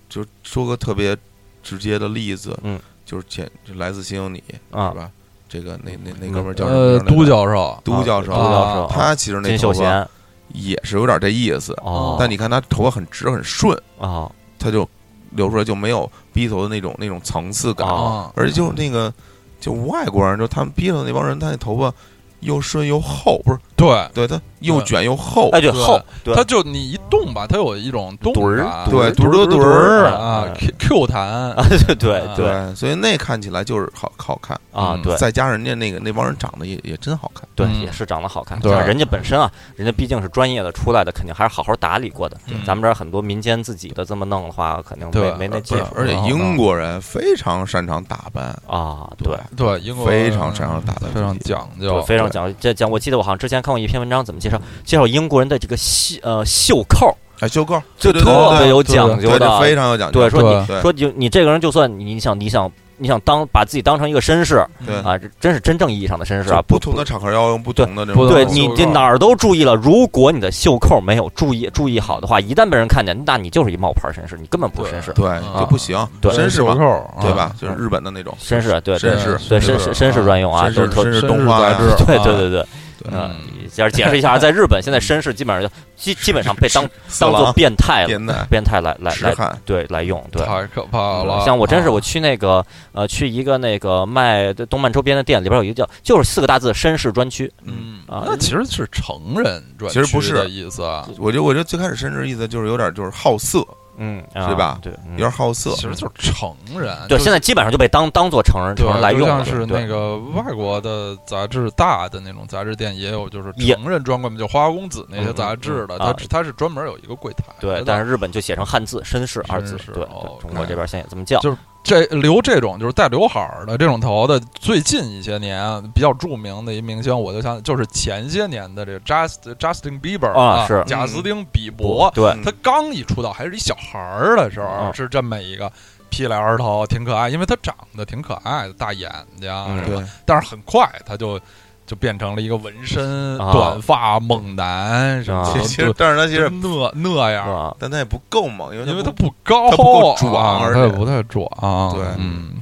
就说个特别直接的例子，
嗯，
就是前就来自星星你是
啊，
吧？这个那那那哥们儿叫什么
呃
名来着？
都教授
嗯都教授
啊都教授，
他其实那
金秀
头发
贤
也是有点这意思，
哦，
但你看他头发很直很顺，
啊
他就留出来就没有逼头的那种那种层次感，
啊
啊，
而且就那个就外国人，就他们逼头那帮人，他那头发又顺又厚，不是
对。
对他又卷又厚，
哎对
对
厚，对
它就你一动吧，它有一种动
墩
感
儿
对
墩
墩儿墩儿
啊，Q Q 弹
啊， 对对对
对，所以那看起来就是好好看，
啊
嗯
对。
再加上人家那个那帮人长得也也真好看，
对，
嗯
也是长得好看。
对
像人家本身啊，人家毕竟是专业的出来的，肯定还是好好打理过的。
嗯
咱们这儿很多民间自己的这么弄的话，肯定
对
没没那技
不是
术
而且
好
英
看
国人非常擅长打扮，
啊。对，
对，英国
非常擅长打扮
非常
自己
讲究
对，，非常讲这讲。我记得我好像之前看过一篇文章，怎么介绍介绍英国人的这个袖呃袖扣，
哎，袖扣
就
对对对
特别
对
有
对
讲
对
究
这非
的。
常有讲究，
对，说
对
你说就你这个人，就算你想你想你想当把自己当成一个绅士
对
嗯
啊，这真是真正意义上的绅士
就
啊，
不同的场合要用不同的这种
不
东
对
西，
能
你
袖
这
扣
哪儿都注意了，如果你的袖扣没有注意注意好的话，一旦被人看见，那你就是一冒牌绅士，你根本不是绅士。
对
啊
就不行，
对
绅士嘛
袖，扣
对吧？就是
嗯
日本的那种
绅士，对对
绅士，
对
绅
绅
士
士绅士专用啊，
绅士
都特
绅士
绅
动
士
画
杂
呀
志，啊
对对对对，
对
嗯
嗯，
要是解释一下，在日本现在绅士基本上就基基本上被 当
色
当做
狼
变态了，
变态
变态来来
痴
来
汉，
对来用，对。嗯
太可怕了。
像我真是
啊
我去那个呃去一个那个卖动漫周边的店，里边有一个叫就是四个大字绅士专区
嗯
嗯
啊
那其实是成人专
其实不
区
是
的意思啊，
我觉得我觉得最开始绅士意思就是有点就是好色，
嗯，啊
是吧
对，
有
嗯
点好色
其，实就是成人。
对，
就
现在基本上就被当当做成人成人
对，啊
来
就
用
像
了，
是那
对
个外国的杂志大的那种杂志店，也有就是
也
成人专柜嘛，就《花花公子》那些杂志的，
嗯嗯嗯
它
啊
它是专门有一个柜台的。
对，但是日本就写成汉字绅士二字
绅士，
对，
哦
对中国这边现在也这么叫
就这留这种就是带刘海儿的这种头的，最近一些年比较著名的一明星，我就想就是前些年的这个 Just Justin Bieber
啊是
贾斯汀比伯，
对
嗯
他刚一出道还是一小孩儿的时候，
嗯
是这么一个披来儿头，挺可爱，因为他长得挺可爱的，大眼睛，
嗯
是吧
对，
但是很快他就就变成了一个纹身、
啊
短发猛男什么
啊
的，
其实，但是他其
就
实，
那那样儿，
吧？
但他也不够猛，因为
因为
他
他不高，
他不够壮
啊
而
他也
且
不太壮，
对
嗯，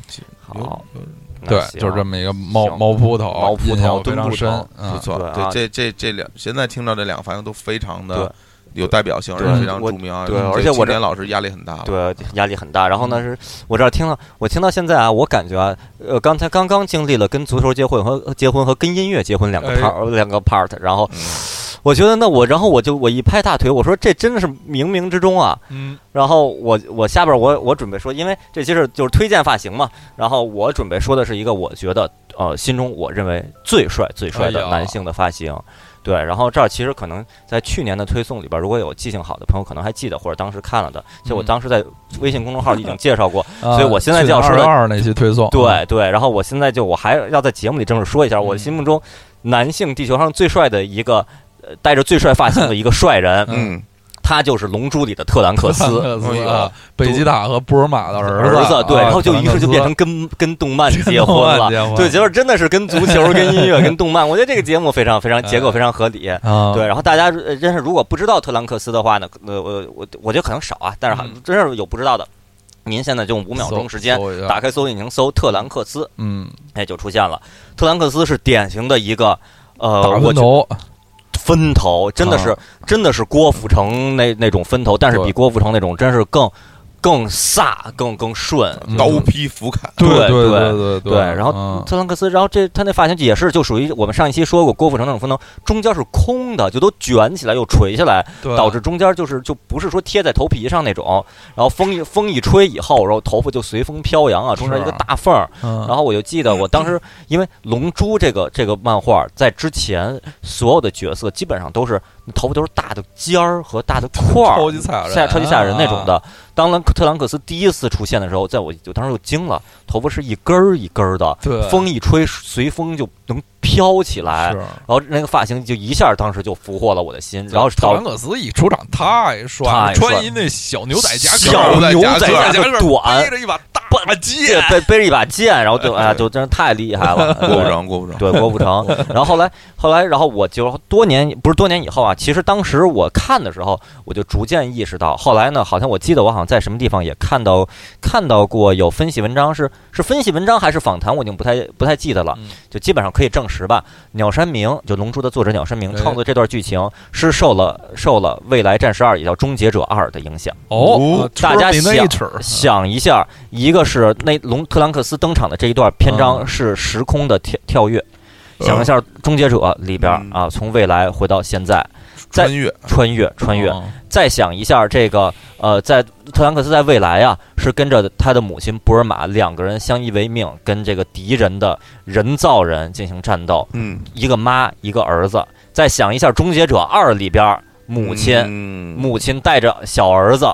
好，那
对，
行
就是这么一个猫
行
猫扑头，
猫扑头
印象非
蹲
常
步
深
头，
不
嗯，
错。
对
对
啊，
这这这两现在听到这两个发型都非常的
对
有代表性，而且
对
非常
我
著名啊。
对
这
而且我
青
这
年老师压力很大了。
啊对，压力很大。然后
嗯
呢，是我这儿听了，我听到现在啊，我感觉啊，呃，刚才刚刚经历了跟足球结婚和结婚和跟音乐结婚两个
哎
part、两个 part，然后
嗯
我觉得那我，然后我就我一拍大腿，我说这真的是冥冥之中啊。
嗯，
然后我我下边我我准备说，因为这期是就是推荐发型嘛，然后我准备说的是一个我觉得呃心中我认为最帅最帅
哎
的
呀
男性的发型。对，然后这儿其实可能在去年的推送里边，如果有记性好的朋友，可能还记得或者当时看了的。就我
嗯
当时在微信公众号已经介绍过，
所
以我现在就要说的
啊二那期推送，
对对。然后我现在就我还要在节目里正式说一下，我
嗯
心目中男性地球上最帅的一个，呃带着最帅发型的一个帅人，
嗯，
他就是《龙珠》里的特兰克
特
斯。
克
哎
斯
呦
啊，北极塔和波尔玛的儿
儿子，对，
啊
然后就
特兰
于
克
是就
斯
变成跟跟动漫
跟
结
动
婚
漫
了，
结婚
对，结果真的是跟足 球、跟音乐、跟动漫，我觉得这个节目非常非常结
嗯
构非常合理。
啊，
对，然后大家呃真是如果不知道特兰克斯的话呢，呃，我我我觉得可能少啊，但是还
嗯
真是有不知道的，您现在就用五秒钟时间
搜，搜一下
打开搜索引擎搜特兰克斯，
嗯，
哎，就出现了。特兰克斯是典型的一个呃，
打
我
分
觉
头，
分头，真的是、
啊
真的是郭富城那那种分头，但是
对
比郭富城那种真是更更飒、更更顺。嗯
刀劈斧砍，
对
对
对
对对
对，然后
嗯
特兰克斯，然后这他那发型也是就属于我们上一期说过郭富城那种分头，中间是空的，就都卷起来又垂下来，
对
导致中间就是就不是说贴在头皮上那种，然后风一风一吹以后，然后头发就随风飘扬啊，中间一个
是
大缝儿，
嗯
然后我就记得我当时，因为《龙珠》这个这个漫画在之前所有的角色基本上都是头发都是大的尖儿和大的块
超
儿，
级赛亚人，
吓超级吓人那种
啊，
的。当兰特兰克斯第一次出现的时候，在我我当时就惊了，头发是一根儿一根儿的，
对，
风一吹随风就能飘起来
是。。
然后那个发型就一下，当时就俘获了我的心。然后
特
到
兰克斯一出场太帅
太
了，
帅
穿一那小牛仔夹克，
小牛仔
夹
克
克
短
背着一把大
这
剑，
背背着一把剑，然后 就啊，就真是太厉害 了。
过不成，过不成。
对，郭 富城。然后后来，后来，然后我就多年不是多年以后啊，其实当时我看的时候，我就逐渐意识到，后来呢，好像我记得我好像在什么地方也看到看到过有分析文章是，是分析文章还是访谈，我已经不太不太记得了
嗯，
就基本上可以证实吧。鸟山明就《龙珠》的作者鸟山明
哎
创作这段剧情是受了受了《未来战士二》也叫《终结者二》的影响。
哦，
嗯大
车
家
里那
想
一尺，
想一下，一个是那龙特兰克斯登场的这一段篇章
嗯
是时空的跳跳跃，想一下《终结者》里边
嗯
啊，从未来回到现在，在
穿越，
穿越穿越。
哦
再想一下这个呃，在特兰克斯在未来啊，是跟着他的母亲布尔玛两个人相依为命，跟这个敌人的人造人进行战斗，
嗯，
一个妈一个儿子。再想一下《终结者二》里边母亲、
嗯，
母亲带着小儿子。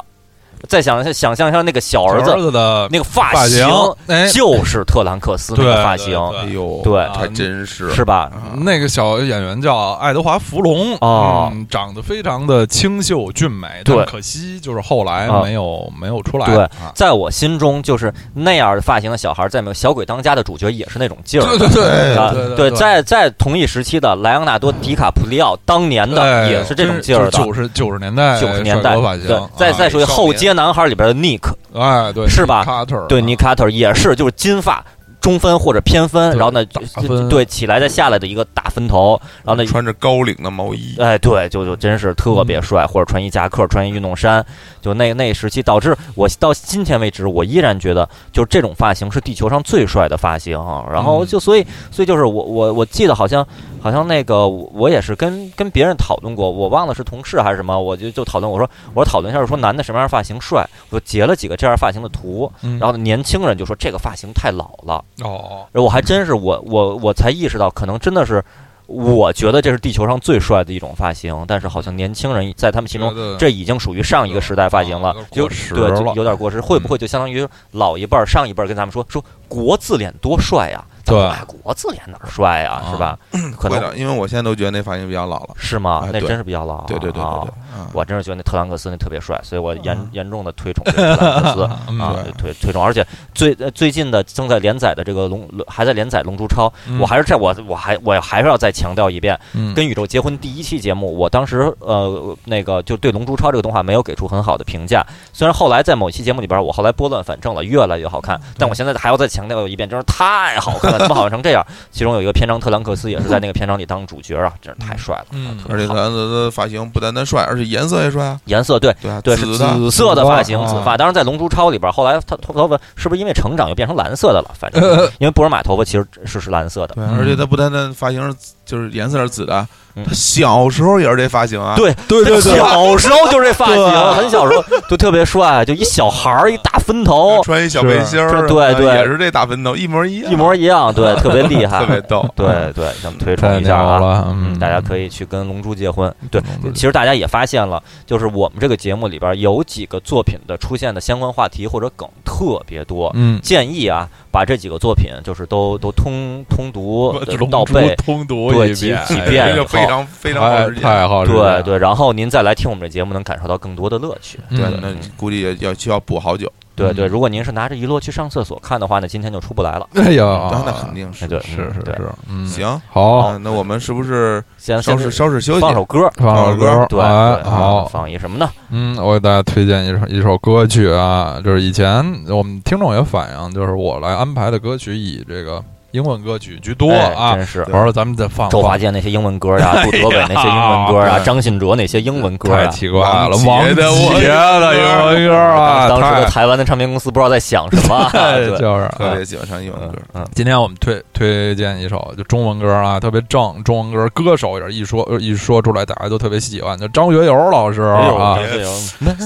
再想一下，想象一下那个小
小
儿子
儿子的
那个发
发
型
型，哎，
就是特兰克斯那
对
个发型，
哎呦，
对
还真是
是吧？
啊
那个小演员叫爱德华·弗隆
哦
嗯长得非常的清秀俊美，
对
但可惜就是后来
啊
没有、没有出来。
对
啊
在我心中，就是那样的发型的小孩，在没有《小鬼当家》的主角也是那种劲儿。
对对对
啊
对
对，在在同一时期的莱昂纳多·迪卡普里奥，当年的
哎
也是这种劲儿的。
九十九十年代
九十年代
帅哥发，型，
对，再再说一个
哎少年
后街男孩里边的 Nick，
啊哎对
是吧
？Carter
对 Nick Carter 也是，就是金发中分或者偏分，
对
然后呢
大分，
对起来再下来的一个大分头，然后呢
穿着高领的毛衣，
哎，对，就就真是特别帅，或者穿一夹克，穿一运动衫，就那那时期，导致我到今天为止，我依然觉得，就这种发型是地球上最帅的发型啊。然后
嗯
就所以所以就是我我我记得好像好像那个我我也是跟跟别人讨论过，我忘了是同事还是什么，我就就讨论我说我说讨论一下说男的什么样发型帅，我就截了几个这样发型的图，
嗯
然后年轻人就说这个发型太老了。
哦，
然后我还真是我我我才意识到，可能真的是，我觉得这是地球上最帅的一种发型，但是好像年轻人在他们心中，
中
这已经属于上一个时代发型了
有点，啊
就
过时
对，就
了
有点过时。会不会就相当于老一辈儿、上一辈儿跟咱们说说国字脸多帅呀、大
对
大国字脸哪儿帅啊，
啊
是吧？可
会
能
的，因为我现在都觉得那发型比较老了。
是吗
哎？
那
对
真是比较老啊。
对对对对对
啊，
嗯
我真是觉得那特兰克斯那特别帅，所以我严
嗯
严重的推崇这个特兰克斯
嗯
啊
对，
推推崇。而且最呃最近的正在连载的这个龙还在连载《龙珠超》，
嗯
我还是在我我还我还是要再强调一遍，
嗯
跟宇宙结婚第一期节目，我当时呃那个就对《龙珠超》这个动画没有给出很好的评价。虽然后来在某期节目里边，我后来拨乱反正了，越来越好看，
嗯
但我现在还要再强调一遍，真是太好看了，怎么好看 成这样？其中有一个篇章，特兰克斯也是在那个篇章里当主角啊，真是太帅了。
嗯
而且他的发型不单单帅，而且颜色也帅啊，
颜色对
对啊，
对是
紫的，
紫色的发型，
紫
紫
的
发。当然在《龙珠超》里边，后来他头头发是不是因为成长又变成蓝色的了？反 正
呃
因为布尔玛头发其实是是蓝色的。
对，
嗯
而且他不单单发型是紫就是颜色是紫的
嗯，
他小时候也是这发型啊，
对
对对对，
小时候就是这发
对
型，很小时候就特别帅，就一小孩儿一大分头，
穿一小背心儿，
哦
啊哎
是对对
也是这大分头，一模一
嗯
样，
一模一样， 对，特别厉害
特，别逗，哎
对对，想推
太
崇一
牛
下啊。
了，
嗯，
嗯，
大家可以去跟龙珠结婚。对
跟龙珠结，婚
其实大家也发现了，就是我们这个节目里边有几个作品的出现的相关话题或者梗特别多。
嗯，
建议啊，把这几个作品就是都都通 通读
我
呃
龙
到
珠
背，
通读
对
一
几
遍，
几
哎
遍
这个非常非常好
太
时间。
太好吃了，
对对，然后您再来听我们这节目，能感受到更多的乐趣。
嗯
对，那估计也要需要补好久，
对对，
嗯
如果您是拿着遗落去上厕所看的话呢，今天就出不来了。
哎呀，
那那肯定
哎
是
对，哦
是
嗯
是
对，
是，嗯，，
行。
好，
嗯那我们是不是
先
稍
先
事稍事休息？
放首歌，
放首歌，
对，
哎，
对
好，
放一什么呢？
嗯，我给大家推荐一首一首歌曲啊，就是以前我们听众也反映，就是我来安排的歌曲以这个英文歌曲居多
哎
啊。
真是
我说咱们再放
周华
放，
健那些英文歌呀，杜德伟那些英文歌
哎
呀，
呀
张信哲那些英文歌啊
太
呀。
奇怪了，王
王杰的
杰的英文歌啊，
当时的
太
台湾的唱片公司不知道在想什么。啊
哎
对，
就是
特
哎
别喜欢唱英文歌
嗯，嗯，
今天我们推推荐一首就中文歌啊，特别正中文歌，歌手也是一说一说出来，大家都特别喜欢，就张学友老师
哎呦
啊，
张学友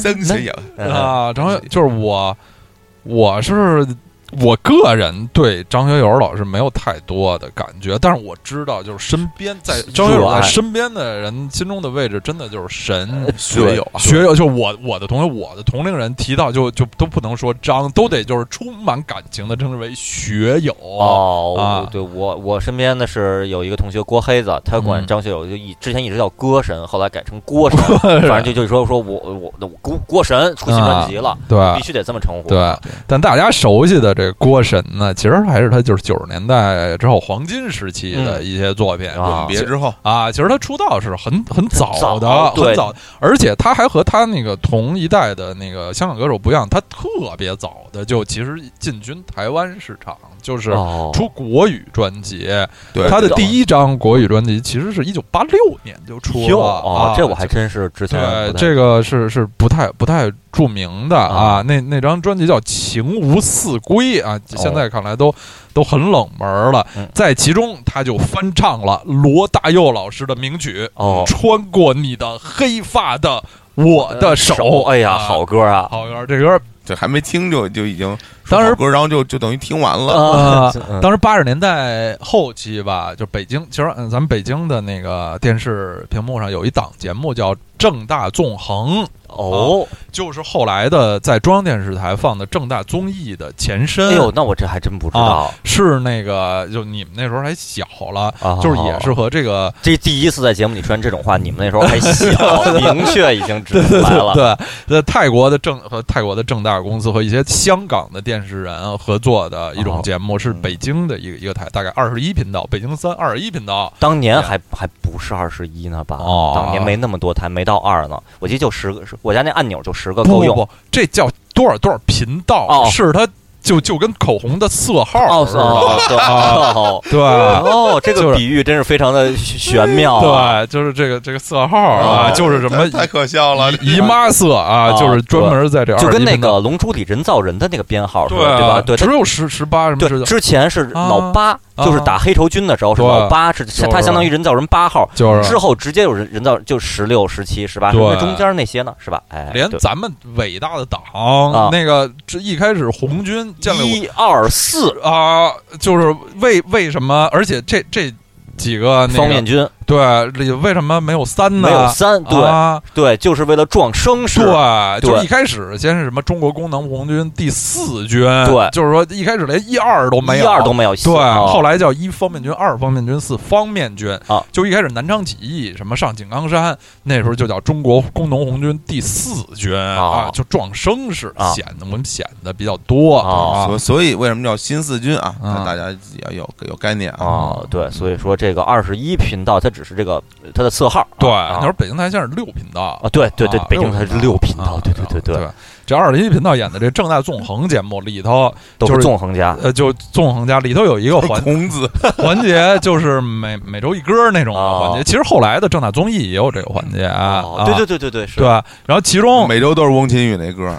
真是有
嗯 嗯
啊，张学就是我，我是我个人对张学友老师没有太多的感觉，但是我知道就是身边在张学友在身边的人心中的位置，真的就是
呃
神。
学友啊，
学友就我我的同学，我的同龄人提到就就都不能说张，都得就是充满感情的称之为学友。
哦
啊，
对我我身边的是有一个同学郭黑子，他管
嗯
张学友就一之前一直叫歌神，后来改成郭神， 反正就就说说我我我郭郭神出新专辑了，
对，
必须得这么称呼。
啊对，但大家熟悉的这郭神呢，其实还是他就是九十年代之后黄金时期的一些作品，
嗯啊
别之后
啊，其实他出道是很很早的，
早哦对
很早，而且他还和他那个同一代的那个香港歌手不一样，他特别早的就其实进军台湾市场，就是
哦，
出国语专辑。
对
他的第一张国语专辑其实是一九八六年就出
哟
了
哦
啊，，
这我还真是之前
对
啊不，太
这个是是不太不太著名的啊。
啊哦
那那张专辑叫《情无四归》啊，现在看来都、都很冷门了。
嗯
在其中，他就翻唱了罗大佑老师的名曲《
哦
穿过你的黑发的我的手》
哎呀，
啊
好歌啊！
好歌，这歌
对还没听就就已经
当时
说好歌，然后就就等于听完了，
啊
呃，当时八十年代后期吧，就北京，其实嗯咱们北京的那个电视屏幕上有一档节目叫《正大纵横》。
哦，
就是后来的在中央电视台放的正大综艺的前身，
哎呦，那我这还真不知道，
是那个就你们那时候还小了，
啊
就是也是和这个
这第一次在节目里说这种话，你们那时候 还小，明确已经指出来了。
对在泰国的正和泰国的正大公司和一些香港的电视人合作的
哦
一种节目，
嗯
是北京的一个一个台，大概二十一频道，北京三二十一频道。
当年还还不是二十一呢吧？
哦
当年没那么多台，没到二呢。我记得就十个，我家那按钮就十个
不
够
不
用。
不，这叫多少多少频道？
哦
是它就就跟口红的色号
哦
似的，
对哦
对。
哦，这
啊就
个
是
比喻真是非常的玄妙啊。
对，就是这个这个色号啊，
哦
就是什么
太太可笑了，
姨妈色啊，
啊
就是专门在这
就跟
21
那
分
个
钟
《龙珠》里人造人的那个编号似
对啊
的，对吧？对，它
只有十十八什么
对，
之
之前是老八，
啊
就是打黑绸军的时候是
对
老八，是
就是
他相当于人造人八号，
就是
之后直接有人人造就十六、十七、十八，
对
那中间那些呢，是吧？哎，
连
对
咱们伟大的党
啊
那个这一开始红军建立
一二四
啊，就是为为什么？而且这这几个那
方
个
面军
对，里为什么没有三呢？
没有三，对、
啊，
对，就是为了壮声势。
对，
对
就是一开始先是什么中国工农红军第四军，
对
就是说一开始连一二都没有，
一二都没有戏。
对，
啊
后来叫一方面军、二方面军、四方面军
啊，
就一开始南昌起义，什么上井冈山，那时候就叫中国工农红军第四军
啊
啊，就壮声势
啊，
显得我们显得比较多
啊
所所以为什么叫新四军啊？
啊
大家自己要有有概念啊。
啊，对，所以说这个二十一频道它只是这个它的色号。
对，
啊
那时候北京台现在是六频道
啊，对对对
啊，
北京它是六频道，对对
对
对对，
这二十一频道演的这正在纵横节目里头，
都
就是
是纵横家。
呃，就纵横家里头有一个 环
孔子
环节就是每每周一歌那种啊
哦
环节。其实后来的正大综艺也有这个环节啊
哦，，对对对对对，是
对。然后其中
每周都是翁勤宇那歌，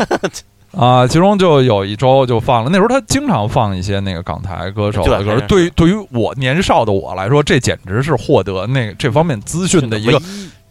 啊，其中就有一周就放了，那时候他经常放一些那个港台歌手的
对
歌
是。
对于对于我年少的我来说，这简直是获得那这方面资讯的一个
唯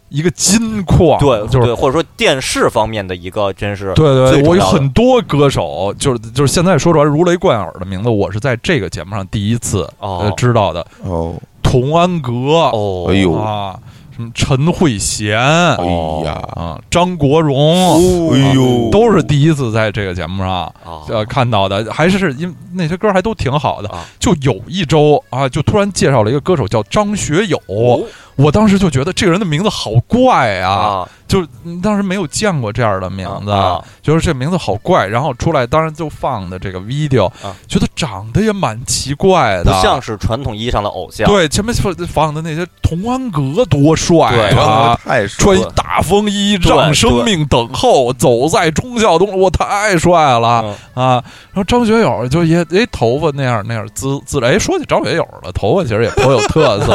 一个金矿，
对
就是
对，或者说电视方面的一个，真是
对
最
对，
重
我有
要的
很多歌手，就是就是现在说出来如雷贯耳的名字，我是在这个节目上第一次、呃
哦
知道的。
哦，
童安格、
哦，
哎呦
啊，什么陈慧 娴、
哎呀，
啊，张国荣，
哦
啊
哎呦，
都是第一次在这个节目上
啊
呃看到的，还是因那些歌还都挺好的
啊。
就有一周啊，就突然介绍了一个歌手叫张学友，
哦
我当时就觉得这个人的名字好怪啊，
啊
就嗯当时没有见过这样的名字。
啊
就是这名字好怪，然后出来当然就放的这个 video，、
啊
觉得长得也蛮奇怪的，
不像是传统意义上的偶像，
啊对前面放的那些童安格多帅
对
啊
啊！
太帅
穿
了
一大风衣，让生命等候，走在忠孝东路，我太帅了、
嗯
啊！然后张学友就也哎，头发那样那样滋滋哎，说起张学友了，头发其实也颇有特 色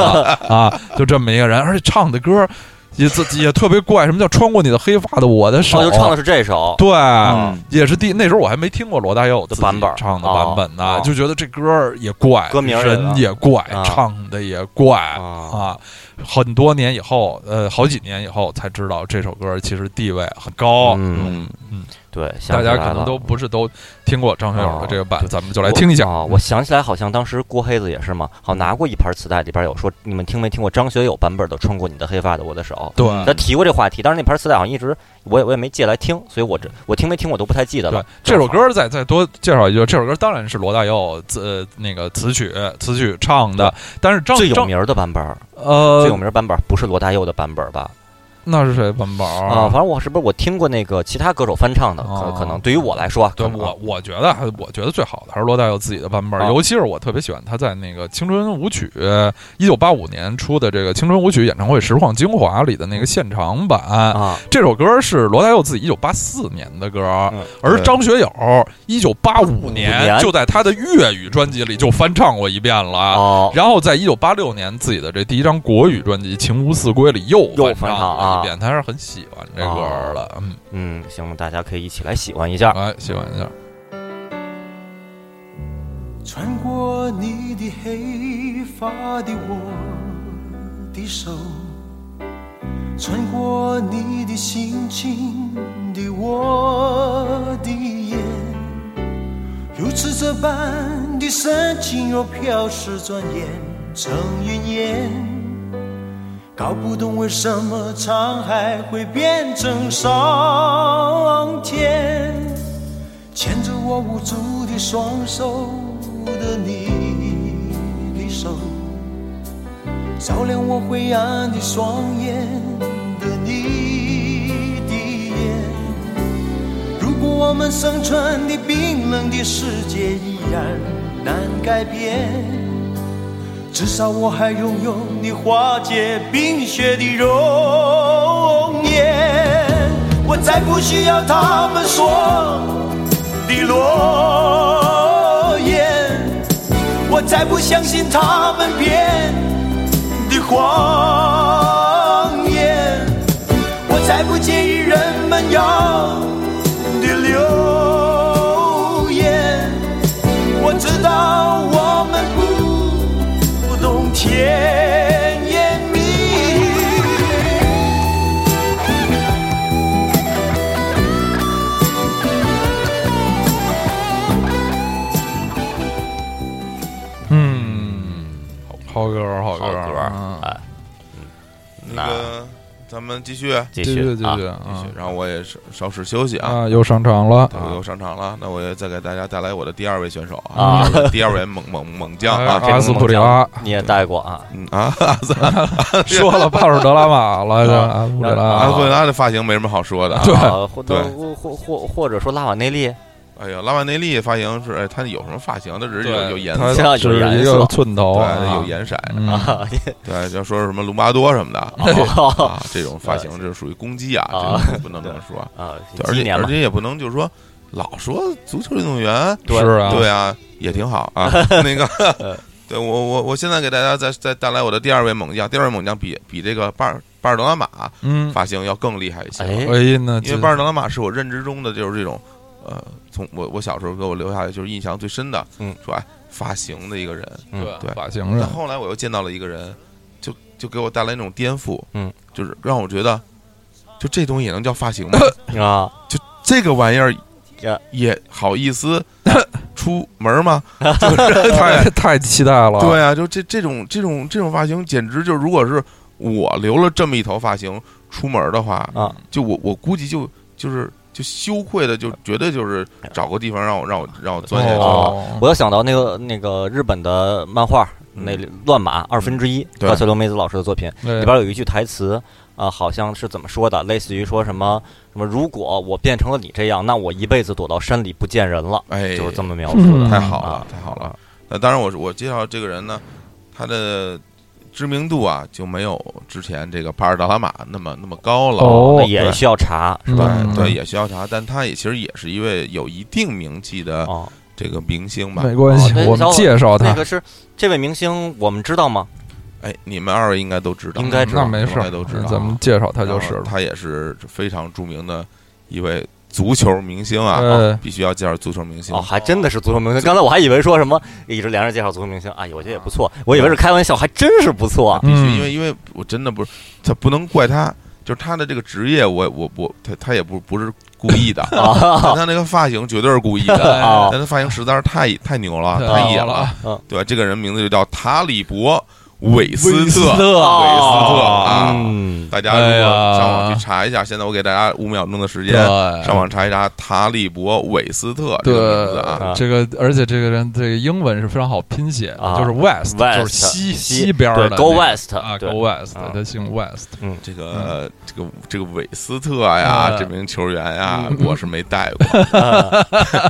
啊，就这么一个人，而且唱的歌也自己也特别怪，什么叫穿过你的黑发的我的手，
哦，就唱的是这首，
对，
嗯
也是第那时候我还没听过罗大佑自己
版本
唱的版本
哦
呢
哦，
就觉得这歌儿也怪，
歌名儿也
人也怪
啊，
唱的也怪
啊
啊。很多年以后，呃，好几年以后才知道这首歌其实地位很高，
嗯，
嗯，
对，
哦
想
大
起
家
来
可能
了
都不是都听过张学友的这个版
哦，
咱们就来听一下
啊、我想起来，好像当时郭黑子也是嘛，好拿过一盘磁带，里边有说你们听没听过张学友版本的《穿过你的黑发的我的手》？
对。
嗯
他提过这话题，但是那盘磁带好像一直我也我也没借来听，所以我这我听没听我都不太记得
对
了。
这首歌再再多介绍一句，这首歌当然是罗大佑词那个词曲词曲唱的，但是张
最有
张
名儿的版本儿，最有
呃
名儿版本儿不是罗大佑的版本儿吧？
那是谁版本
啊，
啊
反？正我是不是我听过那个其他歌手翻唱的？
哦
可可能对于我来说啊，
对
可能
我，我觉得还我觉得最好的还是罗大佑自己的版本，
啊
尤其是我特别喜欢他在那个《青春舞曲》一九八五年出的这个《青春舞曲》演唱会实况精华里的那个现场版。
啊，
这首歌是罗大佑自己一九八四年的歌，
嗯
而张学友一九八五
85年
年就在他的粤语专辑里就翻唱过一遍了。
哦，
然后在一九八六年自己的这第一张国语专辑《情无四归》里又
又
翻
翻唱
了
啊
一遍，他是很喜欢这歌儿的，嗯，
嗯，行，大家可以一起来喜欢一下。
来喜欢一下。
穿过你的黑发的我的手，穿过你的心情的我的眼，如此这般的深情又飘逝，转眼成云烟。搞不懂为什么沧海会变成桑田。牵着我无助的双手的你的手，照亮我灰暗的双眼的你的眼。如果我们生存的冰冷的世界依然难改变，至少我还拥有你化解冰雪的容颜。我再不需要他们说。的诺言，我再不相信他们编的谎言，我再不介意人们要的流言，我知道我们不懂甜言蜜语。
嗯，好歌儿，好歌
好歌
儿，
儿
嗯
哎，
那个咱们继续继
继
对对
续
对
啊，
对
续
啊，
然后我也稍稍事休息啊，
啊，又上场了
我又上场了，那我也再给大家带来我的第二位选手
啊，
第二位猛猛猛将
哎
啊，
这个
阿斯普里拉
你也带过啊，
嗯啊， 阿斯
说了帕尔德拉马了，这阿斯普里
啊
阿斯
拉
普里拉的发型没什么好说的啊，
对
啊，或
对
或或或或者说拉瓦内利，
哎呀，拉万内利发型是，哎，他有什么发型？他只是有
对
有颜
他
色，
色
只是一
有颜
个
色
寸头
对，
啊，
有颜色，哎
嗯
啊，
对，要说什么隆巴多什么的
哦
啊，这种发型这属于攻击啊，
啊
这个不能这么说，
啊，
对而
今
且
年
而
嘛，
且也不能就是说老说足球运动员，
对
是啊，
对啊，也挺好啊，那个。对我我我现在给大家再再带来我的第二位猛将，第二位猛将比比这个巴尔巴尔德拉马啊
嗯，
发型要更厉害一些，
哎
哎那
因为巴尔德拉马是我认知中的就是这种，呃，从我我小时候给我留下的就是印象最深的，
嗯，
说哎发型的一个人。对
发型
但
人，
后来我又见到了一个人，就就给我带来那种颠覆，
嗯，
就是让我觉得，就这东西也能叫发型吗？
哎
啊，
这个玩意儿
呀
也好意 思出门吗？
太太期待了，哦
对啊，就这这种这种这种发型，简直就如果是我留了这么一头发型出门的话，
啊，
就我我估计就就是就羞愧的，就绝对就是找个地方让我让我让我钻下去。
哦，
我又想到那个那个日本的漫画，那里乱马二分之一，
嗯对
高桥留美子老师的作品
对
里边有一句台词啊、好像是怎么说的，类似于说什么什么，如果我变成了你这样，那我一辈子躲到山里不见人了，
哎，
就是这么描述的。
嗯
太好了
啊，
太好了。那当然我，我介绍这个人呢，他的知名度啊就没有之前这个帕尔达拉马那么那么高了。啊
哦
那
对
也需要查是吧？
对
嗯
对，也需要查，但他也其实也是一位有一定名气的
哦，
这个明星吧。
没关系
哦，对
我们介绍
那
他，
个是这位明星，我们知道吗？
哎，你们二位应该都知道，
应该知
那
道
没
应
事
该，都知道。啊
咱们介绍他就是
然后
了，
他也是非常著名的一位足球明星啊，
对
必须要介绍足球明星
哦，。还真的是足球明星。刚才我还以为说什么一直连着介绍足球明星，哎，我觉得也不
嗯
错，我以为是开玩笑，还真是不 错。
啊必须，
嗯
因为因为我真的不是，他不能怪他，就是他的这个职业，我我我他他也不不是故意的，啊但他那个发型绝对是故意的，
哦
但他发型实在是太太牛了，
太
太野
好了
啊了，对吧？这个人名字就叫塔里博·韦斯特，
特，
啊
嗯，
大家如
哎
果
呀
上网去查一下，现在我给大家五秒钟的时间，
对
上网查一查塔利博·韦斯特这个名字啊，
啊
这个而且这个人这个英文是非常好拼写的，
啊
就是 West，
West，
就是西
西
西边
对
的那
，Go
个
West，
啊
对
，Go West，
啊
他姓 West，
这个这个这个韦斯特呀，
嗯
这名球员呀，我是没带过，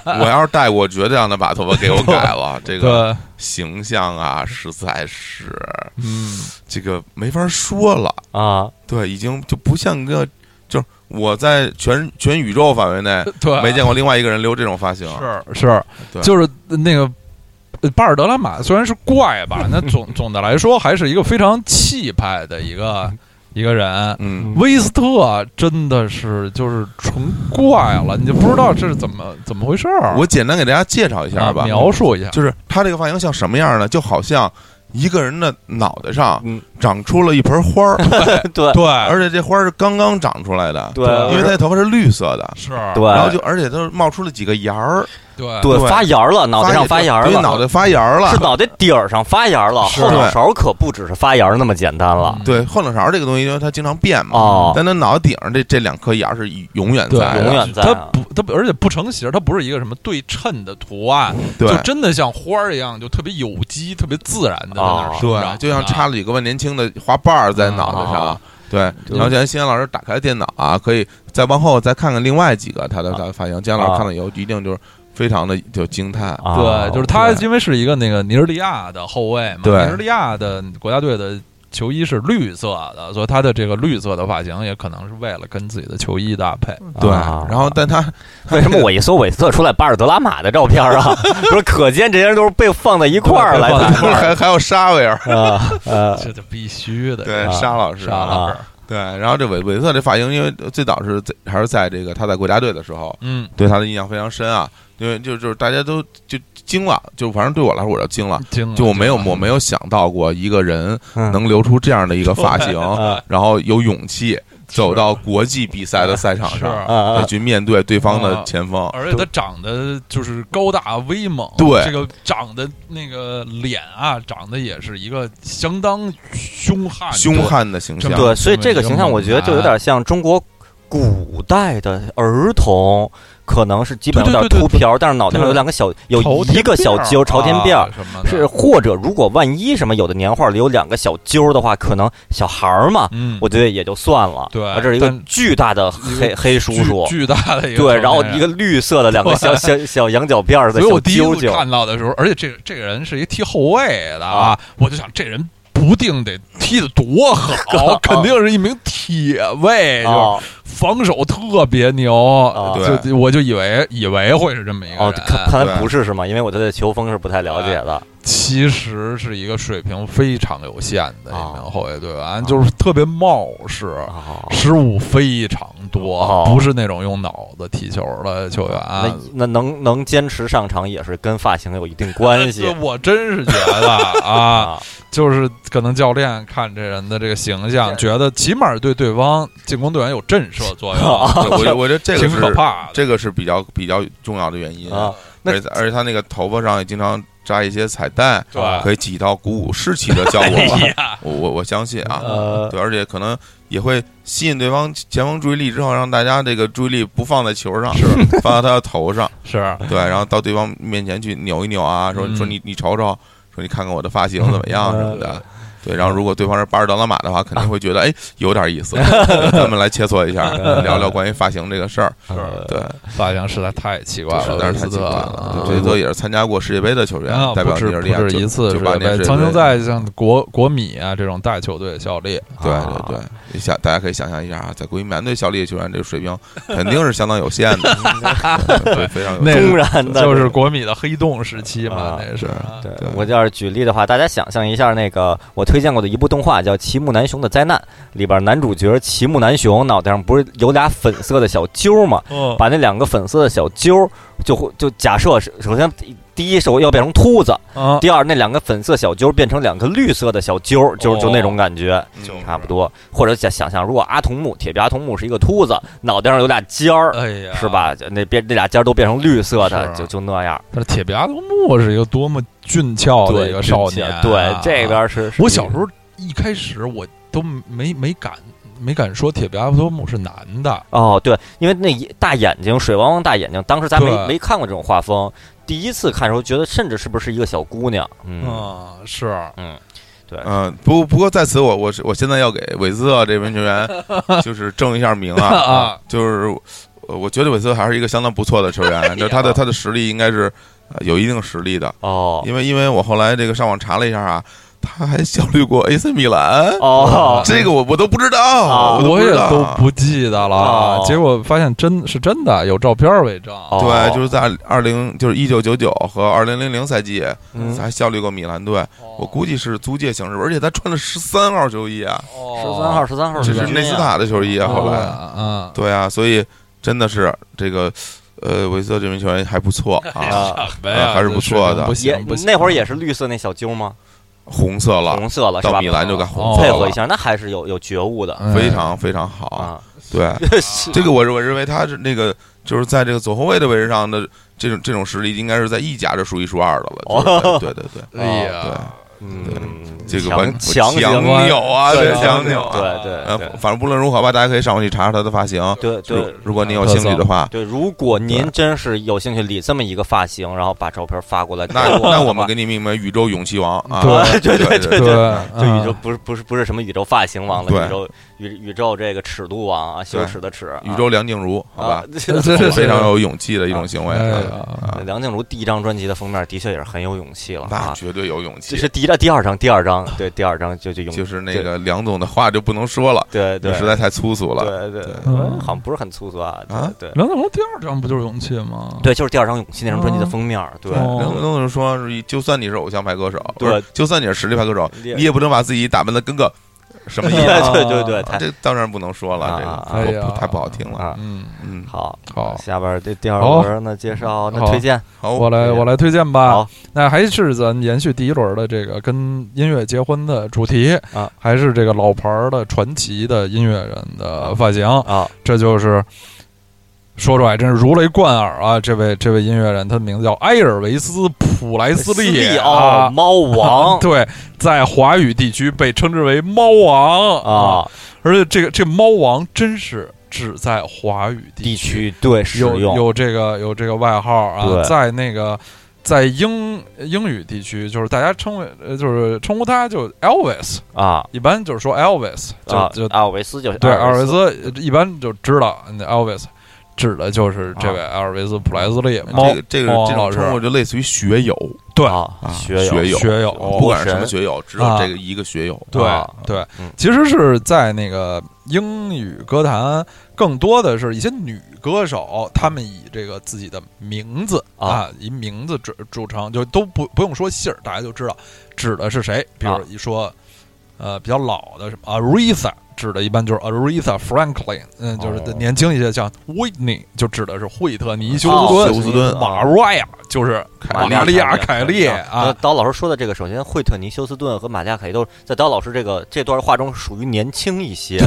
我要是带过，绝对让他把头发给我改 了，这个
对，
形象啊，实在是
嗯，
这个没法说了，
啊，
对，已经就不像个，就是我在全全宇宙范围内
对，
没见过另外一个人留这种发型，
是是
对，
就是那个呃巴尔德拉马虽然是怪 吧，那总总的来说还是一个非常气派的一个一个人。
嗯，
威斯特真的是就是纯怪了，你就不知道这是怎么怎么回事儿。
我简单给大家介绍一下
啊
吧，
描述一下，
就是他这个发型像什么样呢？就好像一个人的脑袋上
嗯
长出了一盆花儿，
对
对，
而且这花儿是刚刚长出来的，
对
因为他头发是绿色的，
是，
对，
然后就而且它冒出了几个芽儿，
对
对
对
发芽儿了，脑袋上发芽儿
对，
了，
脑袋发芽儿了
是。脑袋顶儿上发芽儿了，
是嗯
后脑勺可不只是发芽儿那么简单了。
对，后脑勺这个东西，因为它经常变嘛，
哦
但它脑袋顶上这这两颗芽儿是永远
对，
在的，
永远在
它
啊
不，它不而且不成形，它不是一个什么对称的图案，
对
就真的像花儿一样，就特别有机、特别自然的在那儿
哦
生长
对，就像
啊
插了几个万年青的花瓣儿在脑袋上
哦。
对，然后现在新阳老师打开电脑啊，可以再往后再看看另外几个他的他的发型。新阳老师看了以后，一定就是非常的就惊叹。
啊
对，就是他，
对
因为是一个那个尼日利亚的后卫嘛，
对
尼日利亚的国家队的球衣是绿色的，所以他的这个绿色的发型也可能是为了跟自己的球衣搭配。
对，
啊
然后但他
为什么我一搜韦斯特出来巴尔德拉马的照片啊？ 就是可见这些人都是被放在一块儿来
对
谈
还还有沙维尔，
的啊呃
这就必须的，
对
啊
沙老师
沙
啊，
拉
啊
尔，
对，然后这韦韦特这发型，因为最早是在还是在这个他在国家队的时候，
嗯，
对他的印象非常深啊，因为就就是大家都就惊了，就反正对我来说我就惊了，
惊了
就我没有
惊了
我没有想到过一个人
嗯
能留出这样的一个发型，
啊
然后有勇气，走到国际比赛的赛场
是
上，
啊啊
再去面对对方的
啊
前锋。
而且他长得就是高大威猛，
对
这个长得那个脸啊，长得也是一个相当凶悍的、
凶悍的形象，
对
嗯对，所以这个形象我觉得就有点像中国古代的儿童，可能是基本有点
对对对
秃
对对
瓢，但是脑袋上有两个小，有
朝天辫儿啊，啊
一个小揪朝天辫儿。
什么的
是，或者如果万一什么有的年画里有两个小揪儿的话，可能小孩儿嘛，
嗯，
我觉得也就算了。
对
啊这是一个
但
巨大的黑黑叔
巨
叔，
巨大的一个
对，
成
然后
年
一
人
个绿色的两个小 小小羊角辫儿
所
的
以
小
我第一
揪
次
揪，
看到的时候，而且这个这个人是一踢后卫的啊
啊，
我就想这人不定得踢得多 好，肯定是一名铁卫，就是
哦
防守特别牛。
啊
就我就以为以为会是这么一个
哦，
人，啊
看看来
对
不是是吗？因为我对球风是不太了解的。
其实是一个水平非常有限的一
啊
名后卫队员，就是特别冒失。
哦，
失误非常多，
哦
不是那种用脑子踢球的球员。
那那能能坚持上场也是跟发型有一定 关系
这呃我真是觉得啊，
啊。
就是可能教练看这人的这个形象，
对
觉得起码对对方进攻队员有震慑作
对
用，
我觉得我觉得这个
挺
是
可怕的。
这个是比较比较重要的原因
啊那
而且而且他那个头发上也经常扎一些彩带，
对哎
可以起到鼓舞士气的效果 吧。我我我相信啊，
呃，
对，而且可能也会吸引对方前锋注意力之后，让大家这个注意力不放在球上，是放到他的头上，
是
对，然后到对方面前去扭一扭啊，说
嗯
说你你瞅瞅，说你看看我的发型怎么样什么
嗯
的。 对，然后如果对方是巴尔德拉马的话，肯定会觉得哎有点 意思，对咱们来切磋一下，聊聊关于发型这个事儿。
呃
是，
对，
发型实在太奇怪了，
实在是
维斯
太奇
特
怪
啊
了。这都也是参加过世界杯的球员
啊，
代表
不
尼
止
日利亚
不止一次
九
世
八
界
年
杯，
世界杯
曾经在像国国米啊这种大球队效力，
对
啊
对对，你想大家可以想象一下啊，在国民队效力的球员，这个水平肯定是相当有限 的，嗯对，非常有
那
限。
公然的
就是国米的黑洞时期嘛
啊，
那是啊
对
对
我要是举例的话，大家想象一下那个我推荐过的一部动画叫《齐木楠雄的灾难》，里边男主角齐木楠雄脑袋上不是有俩粉色的小揪儿吗？
嗯
把那两个粉色的小揪儿就会就假设是首先第一是我要变成秃子，
啊，
第二那两个粉色小揪儿变成两个绿色的小
哦
揪儿，就是就那种感觉。
嗯
差不多，或者想想象，如果阿童木铁臂阿童木是一个秃子，脑袋上有俩尖儿，
哎呀，
是？吧？就那边那俩尖儿都变成绿色的，
是啊
就就那样。
但是铁臂阿童木是一个多么俊俏的
对，
一个少年啊，
对，这边是
我小时候一开始我都没没敢没敢说铁臂阿多姆是男的，
哦，对，因为那一大眼睛水汪汪大眼睛，当时咱没
对
没看过这种画风，第一次看的时候觉得，甚至是不是一个小姑娘？嗯，
嗯，是
啊嗯，不不过在此我我是我现在要给韦斯特这名球员就是正一下名啊，
啊，
就是呃我觉得韦斯特还是一个相当不错的球员，就是他的他的实力应该是呃有一定实力的，
哦
因为因为我后来这个上网查了一下啊，他还效力过 AC 米兰，
哦，
这个我我都不知道，
啊
都
我
不
也
知道
都不记得了
哦。
结果发现真是真的，有照片为证。
哦
对，就是在二零就是一九九九和二零零零赛季
嗯
才效力过米兰队，
哦
我估计是租借形式，而且他穿的十三号球衣啊，
十三号，十三号
就是是内斯塔的球衣啊，
哦
后来
啊，
对啊，所以真的是这个呃韦斯特这名球员还不 错啊，
啊，
没有
啊还是不错的
不
也
行不行，
那会儿也是绿色那小揪吗？
红色了，
红色了是
到
吧？
米兰就该红
哦
色
配合
了
一，下，那还是有有觉悟的
嗯
非常非常好。
啊。
对，这个我是我认为他是那个就是在这个左后卫的位置上的这种这种实力，应该是在意甲是数一数二的了。就是对对 对对
哎
对
呀，
嗯，
这个完
哦强强
强
行
关
扭啊，
对
对
强
强扭
扭
啊。
对对
呃，
对
反正不论如何吧，大家可以上网去查查他的发型。
对对
如如果您有兴趣的 话，
对，如果您真是有兴趣理这么一个发型，然后把照片发过来给
那
我，
那我 们给你命名为宇宙勇气王啊！
对对
对
对
对
对
对，
就宇
嗯
宙不是不是不是什么宇宙发型王了，
对
宇宙宇宇宙这个尺度王啊，羞耻的耻，啊
宇宙梁静茹，好
啊
吧，，
这 这
非常有勇气的一种行为。
哎
啊
呀，
啊
梁静茹第一张专辑的封面的确也是很有勇气了
那
啊，
绝对有勇
这
气
是。第一张第二张第二张对第二张就就勇气
就是那个梁总的话就不能说了，
对对
实在太粗俗了。
对对对
嗯，
好像不是很粗俗啊，
啊
对对
梁子龙第二张不就是勇气吗？
对，就是第二张《勇气》那张专辑的封面，对
哦
梁梁总说是，就算你是偶像派歌手，
对
不是就算你是实力派歌手，
也
你也不能把自己打扮的跟个什么意
对
思？
对对对，太
这当然不能说了，这
啊
个
哎
说
呀
不太不好啊听了。
啊，
嗯，
嗯，
好
好
下边这第二
好啊
轮呢，介绍那
好
推荐
好，
我来我来推荐吧
好。
那还是咱延续第一轮的这个跟音乐结婚的主题
啊，
还是这个老牌儿的传奇的音乐人的发型，
啊，
这就是。说出来真是如雷贯耳啊！这位这位音乐人，他的名字叫埃尔维斯·普莱斯利
利哦
啊
奥猫王
对，在华语地区被称之为“猫王”
啊，
而且这个这猫王真是只在华语
地
区
区对使
有
用
有这个有这个外号啊，
对
在那个在英英语地区，就是大家称为呃就是称呼他就 Elvis，
啊
一般就是说 Elvis，就、
啊，
就
阿尔维斯就是
对
阿
阿
尔
尔
维
维
斯
斯一般就知道那 Elvis 指的就是这位
啊
阿尔维斯普莱斯利猫
这个这个
猫王
这
老
种
师
称呼就类似于学友，
对
啊
啊
学友
学友
学友
不管是什么
神
学友，只有
哦啊
这个一个学友。
对、
啊
对
嗯，
其实是在那个英语歌坛，更多的是一些女歌手，她们以这个自己的名字
啊
啊，以名字著著称，就都不不用说姓儿，大家就知道指的是谁。比如
啊
一说，呃，比较老的什么 Aretha。指的一般就是啊 Aretha Franklin，嗯，就是
哦
年轻一些，像 Whitney 就指的是惠特尼休
哦
斯
休
顿，
斯顿
玛瑞亚就是
玛
玛
利
利亚
凯
凯莉
呃
啊，
刀老师说的这个，首先惠特尼休斯顿和玛利亚凯莉都是在刀老师这个这段话中属于年轻 一些的，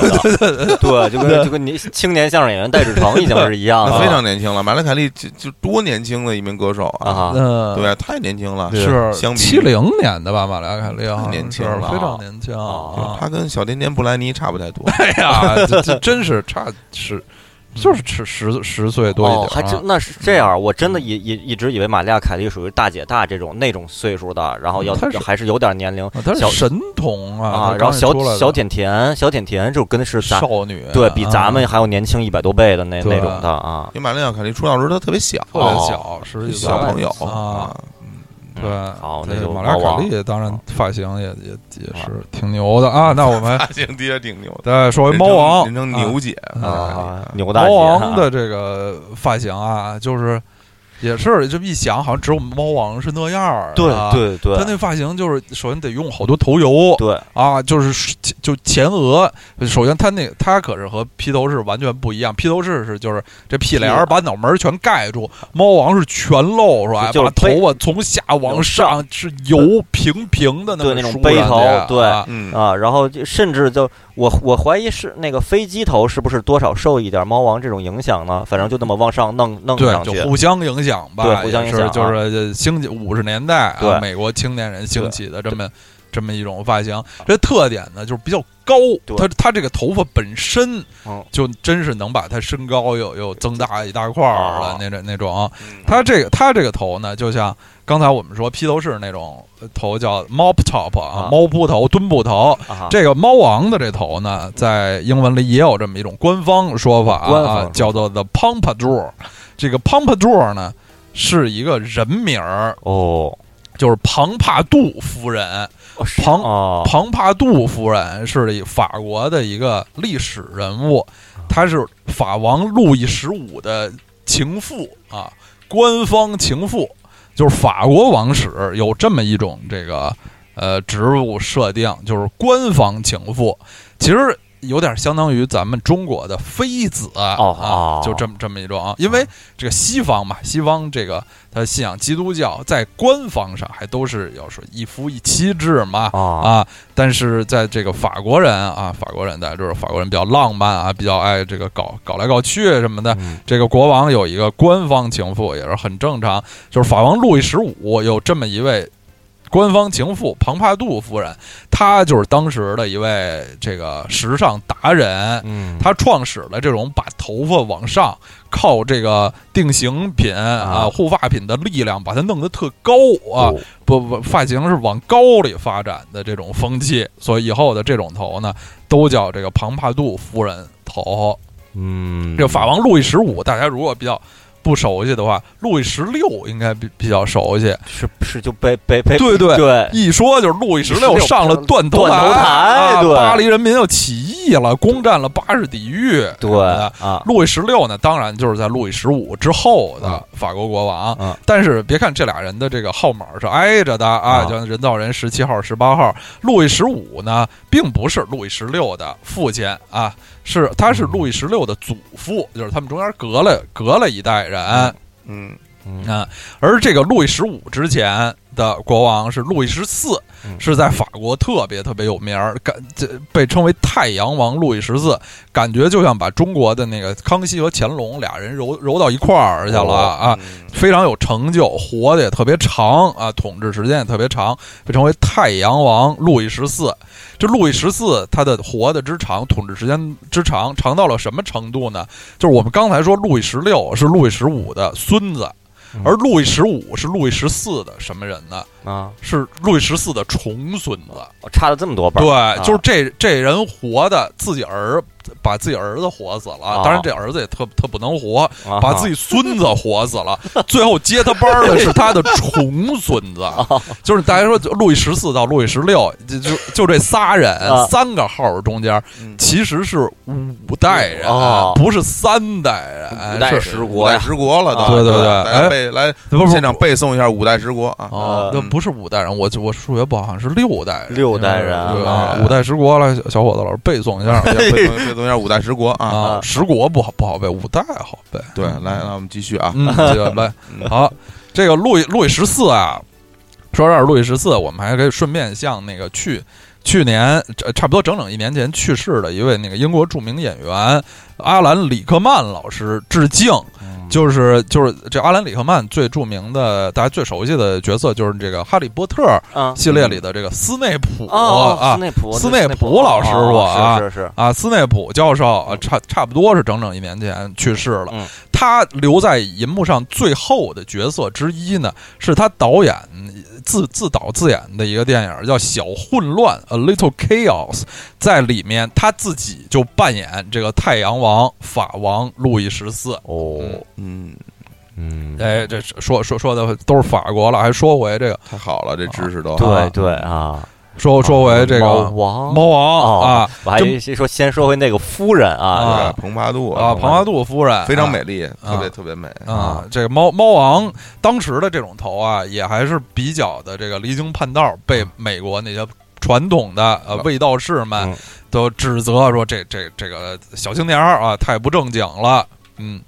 对，就跟就跟年青年相声演员戴志诚已经是一样啊
那
的，
非常年轻了，马丽凯莉就就多年轻的一名歌手啊！
啊哈
嗯，
对，太年轻了。
是
相比
七零年的吧，马良凯利好像
年轻
是
了
非常年轻
啊
他跟小甜甜布兰妮差不太 多。
哎呀，这这真是差十，就是十十十岁多一点
哦
儿，啊，
还真那是这样，我真的一一一直以为玛利亚凯莉属于大姐大这种那种岁数的，然后要
嗯她是
还是有点年龄
啊他
小
是神童啊，
啊
他，
然后
刚
小
出来的
小甜甜，小甜甜就跟是咱
少女，
对比咱们
啊
还要年轻一百多倍的那那
对
种的啊
因为马丽亚凯莉出道的时候，她特别小，
特别
哦
小，十几岁
小朋友
啊，。 对，
好啊
对
那就
马良
猫
凯
王
利当然发型也也也是挺牛的啊。那我们
发型爹挺牛的，
再说回猫王，
人称
啊
牛姐
啊，
啊
牛大
猫
姐
王
啊
的这个发型啊，就是也是这么一想，好像只有猫王是那样儿、啊。
对对对，
他那发型就是，首先得用好多头油
对
啊，就是就前额。首先，他那他可是和披头士完全不一样，披头士是就是这屁帘
是
儿把脑门儿全盖住，猫王是全露出来，
就
把
是
头
背
发从下往上是油平平的那
对
么
那种
梳
背
上
头
去啊
对
嗯，
啊，然后就甚至就我我怀疑是那个飞机头是不是多少受一点猫王这种影响呢？反正就那么往上弄弄上
对，就
去，
互相影响吧，
对互相影
也
响
是
啊
就是呃兴起五十年代啊
对，
美国青年人兴起的这么这么一种发型，这特点呢就是比较高
对，
它它这个头发本身
嗯
就真是能把它身高又又增大一大块儿
啊嗯
了那种那种，它这个它这个头呢，就像刚才我们说披头士那种呃头叫 mop top 啊，
啊
猫扑头、墩布头。
啊
这个猫王的这头呢，在英文里也有这么一种官方说法
官方说
啊
法，
叫做 the pompadour。这个 pompadour 呢是一个人名儿，
哦，
就是庞帕杜夫人。
哦是
庞
哦
庞帕杜夫人是一法国的一个历史人物，
啊
她是法王路易十五的情妇啊，官方情妇，就是法国王室有这么一种这个呃职务设定，就是官方情妇，其实有点相当于咱们中国的妃子
哦哦
啊，就这么这么一种，因为这个西方嘛，西方这个他信仰基督教，在官方上还都是要说一夫一妻制嘛，
啊
啊，但是在这个法国人啊，法国人大家知道，法国人比较浪漫啊，比较爱这个搞搞来搞去什么的。
嗯
这个国王有一个官方情妇也是很正常，就是法王路易十五有这么一位官方情妇庞帕杜夫人，她就是当时的一位这个时尚达人。
嗯
她创始了这种把头发往上靠这个定型品啊、
啊
护发品的力量，把它弄得特高啊，
哦
不不，发型是往高里发展的这种风气，所以以后的这种头呢，都叫这个庞帕杜夫人头。
嗯
这个法王路易十五，大家如果比较不熟悉的话，路易十六应该比比较熟悉。
是是就被被被
对对
对
一说就是路易十
路
六
易十六
上了断头
断头台
啊
对
巴黎人民又起义了，攻占了巴士底狱。
对
啊
啊，
路易十六呢，当然就是在路易十五之后的法国国王。
嗯
但是别看这俩人的这个号码是挨着的啊，
啊
就人造人十七号、十八号。路易十五呢，并不是路易十六的父亲啊，是他是路易十六的祖父，就是他们中间隔了隔了一代人。
嗯，
嗯
啊，而这个路易十五之前的国王是路易十四
嗯，
是在法国特别特别有名儿，感这被称为太阳王路易十四，感觉就像把中国的那个康熙和乾隆俩人揉揉到一块儿去了啊。
嗯
非常有成就，活得也特别长啊，统治时间也特别长，被称为太阳王路易十四。这路易十四他的活的之长，统治时间之长，长到了什么程度呢？就是我们刚才说，路易十六是路易十五的孙子
嗯，
而路易十五是路易十四的什么人呢？
啊，
是路易十四的重孙子。
我差了这么多辈儿，
对，就是这这人活的自己儿，把自己儿子活死了。
啊
当然，这儿子也特特不能活，
啊
把自己孙子活死了，最后接他班儿的是他的重孙子，
哦
就是大家说就路易十四到路易十六，就就就这仨人
啊，
三个号儿中间
嗯
其实是五代人
哦，
不是三代
五
人，
代
哎是
十
五
国
代
呀，
十国了，
啊
都
对对对
大家
哎
背来
不是不是
现场背诵一下五代十国啊，
哦，那
嗯
不是五代人，我就我数学不好，好像是六代人，
六代人
对
啊
啊，五代十国了，小小伙子老师背诵一 下
背诵背诵一下五代十国啊，
啊，十国不好不好背，五代好背，
对，来，那我们继续啊，
嗯，这个来
嗯
好，这个路易路易十四啊，说到这儿路易十四，我们还可以顺便向那个去去年呃差不多整整一年前去世的一位那个英国著名演员阿兰里克曼老师致敬。
嗯
嗯就是就是这阿兰里克曼最著名的，大家最熟悉的角色就是这个《哈利波特》
啊
系列里的这个斯内普
哦，
啊
斯内普，
斯
内
内普老师傅啊
是是是，
啊，斯内普教授啊，差差不多是整整一年前去世了。
嗯
他留在银幕上最后的角色之一呢，是他导演自自导自演的一个电影叫《小混乱》（A Little Chaos）。在里面，他自己就扮演这个太阳王法王路易十四。
哦，
嗯，
嗯，
哎，这是说说说的都是法国了，还说回这个，
太好了，这知识都
对对啊，
说说回这
猫
个
王
猫王
哦
啊，
我还
这
一说先说回那个夫人啊，
对蓬帕杜
啊，庞巴杜夫人
非常
啊
美丽，特别特别美，
啊，这个猫猫王当时的这种头啊，也还是比较的这个离经叛道，被美国那些传统的呃
嗯
卫道士们
嗯
都指责说这这这个小青年儿啊太不正经了。嗯，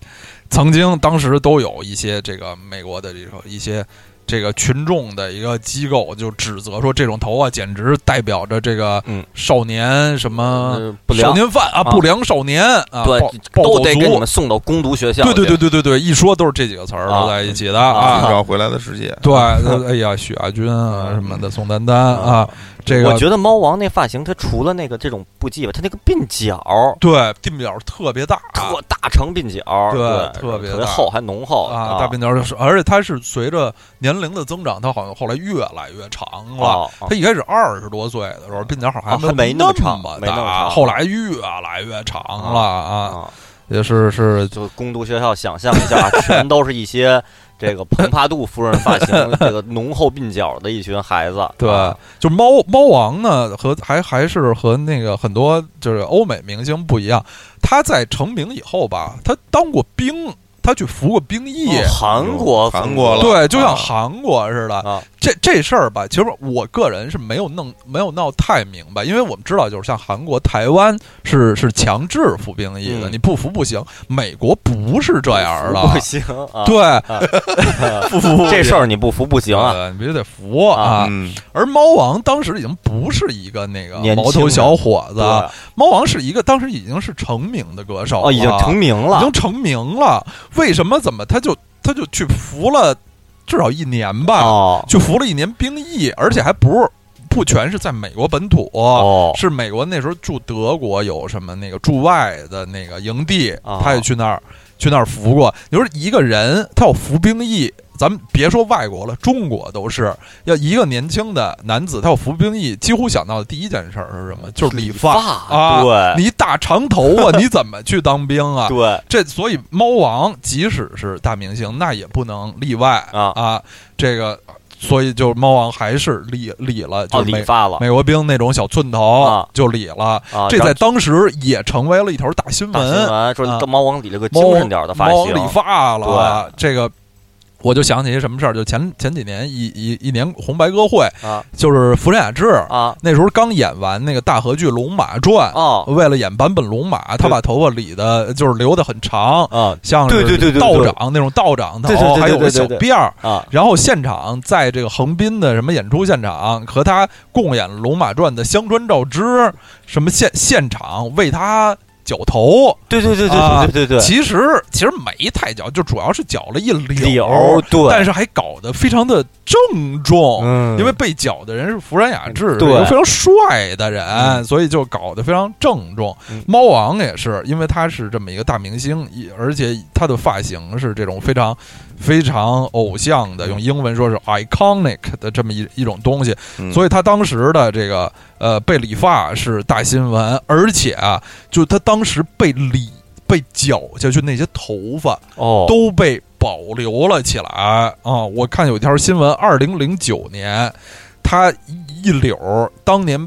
曾经当时都有一些这个美国的这个一些。这个群众的一个机构就指责说，这种头啊，简直代表着这个
嗯
少年什么
呃不
少
良
年犯啊，
啊
不良少年啊，
对
暴暴
都
走
得给你
族
们送到攻读学校去，
对对对对对对，一说都是这几个词儿
啊
都在一起的
寻
啊。
啊
找回来的世界，
对，呃哎呀，许亚军啊什么的，宋丹丹啊，这
我
个
觉得猫王那发型，它除了那个这种不羁吧，它那个鬓角儿
对鬓角特别大啊
特大长鬓角儿，
对
对，
特别
别特厚，还浓厚
啊，大鬓角就是，而且它是随着年龄的增长，它好像后来越来越长了。
哦哦
它一开始二十多岁的时候，鬓角好像
哦还没
那
那么长没那
大，
么长
后来越来越长了啊，
啊，
也是是
呃就攻读学校，想象一 下，全都是一些这个蓬帕杜夫人发型，这个浓厚鬓角的一群孩子，
对
啊，
就猫猫王呢，和还还是和那个很多就是欧美明星不一样，他在成名以后吧，他当过兵，他去服过兵役。
哦韩国
韩
风
国了
对，就像
啊
韩国似的，
哦啊，
这这事儿吧，其实我个人是没有弄没有闹太明白，因为我们知道，就是像韩国、台湾是是强制服兵役的，
嗯
你不服不行。美国不是这样的，
不行啊，
对，
不服 这事儿你不服不行啊，
呃你必须得服
啊
啊。
嗯，
而猫王当时已经不是一个那个
年轻
毛头
人
小伙子，
对
猫王是一个当时已经是成名的歌手了
哦，已经成名
已
了
经，成名了。为什么？怎么他就他就去服了至少一年吧？
哦
去服了一年兵役，而且还不是不全是在美国本土，
哦
是美国那时候驻德国有什么那个驻外的那个营地，
哦
他也去那儿去那儿服过。你说一个人他要服兵役，咱们别说外国了，中国都是要一个年轻的男子，他有服兵役，几乎想到的第一件事儿是什么？就是理发啊！
对
你大长头 啊，你怎么去当兵啊？
对，哦
这所以猫王即使是大明星，那也不能例外
啊
这个，所以就猫王还是理理了，就
哦，
是美、
理发了
美国兵那种小寸头
啊
就理了，
啊，
这在
然后
当时也成为了一条大新
大新
闻。
闻
啊
说猫王理了个
猫
精神点儿的发
猫
型
理，发了啊，这个。我就想起一什么事儿，就前前几年一一一年红白歌会，
啊
就是福山雅治、
啊
那时候刚演完那个大合剧《龙马传》
哦
为了演版本龙马，他把头发理的就是留的很长，
啊
像是
对对对对对
道长那种道长头
对对对，对
还有个小
对对对
辫儿。
啊
然后现场在这个横滨的什么演出现场，和他共演《龙马传》的香川照之，什么现现场为他绞头，
对对对
啊
对对对对对，
其实其实没太绞，就主要是绞了一绺，
柳对，
但是还搞得非常的郑重。
嗯
哦因为被绞的人是福山雅治，
对
是一个非常帅的人，所以就搞得非常郑重。
嗯
猫王也是，因为他是这么一个大明星，也而且他的发型是这种非常非常偶像的，用英文说是 iconic 的这么一一种东西，
嗯
所以他当时的这个呃被理发是大新闻，而且啊，就他当时被理被绞下去那些头发，
哦
都被保留了起来啊！我看有一条新闻，二零零九年，他一绺儿当年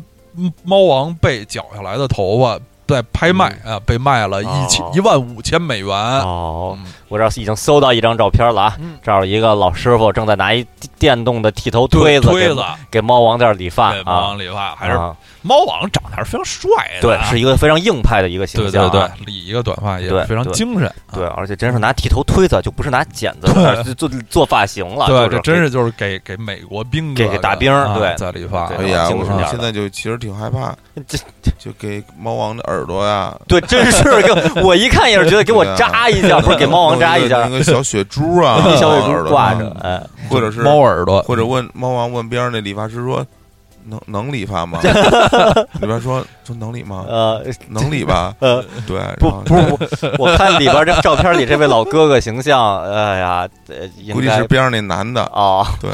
猫王被绞下来的头发在拍卖啊，被卖了一千
哦
一万五千美元。
哦，
嗯
我这儿已经搜到一张照片了啊
嗯，
这儿有一个老师傅正在拿一电动的剃头推子
推
给
子
给猫王在这儿理发
对猫
啊，
王理发还是
啊
猫王长得还是非常帅的，啊
对，是一个非常硬派的一个
对
形象
对
啊，
对，理一个短发也
对
非常
对
精神啊。
对，而且真是拿剃头推子，就不是拿剪子就 做做发型了，
对，
就
这真是就是给给美国兵
给
哥
给大
的
兵儿
啊
对
在理发啊
对
哎呀，
精
我
神点儿的
现在就其实挺害怕，
这
就给猫王的耳朵呀，
对，真是给我一看也是觉得给我扎一 啊下，不是给猫王扎一下
弄，个小血珠啊，
一小尾
猫王耳
珠
朵
挂
上
着，哎，
或者是
猫耳朵，
或者问猫王问边上那理发师说。能能理发 吗？理发说说能理吗？
呃
能理吧？
呃，
对，
不
然后
不是我，我看里边这照片里这位老哥哥形象，哎呀，呃应
估计是
该
边上那男的，
哦，
对，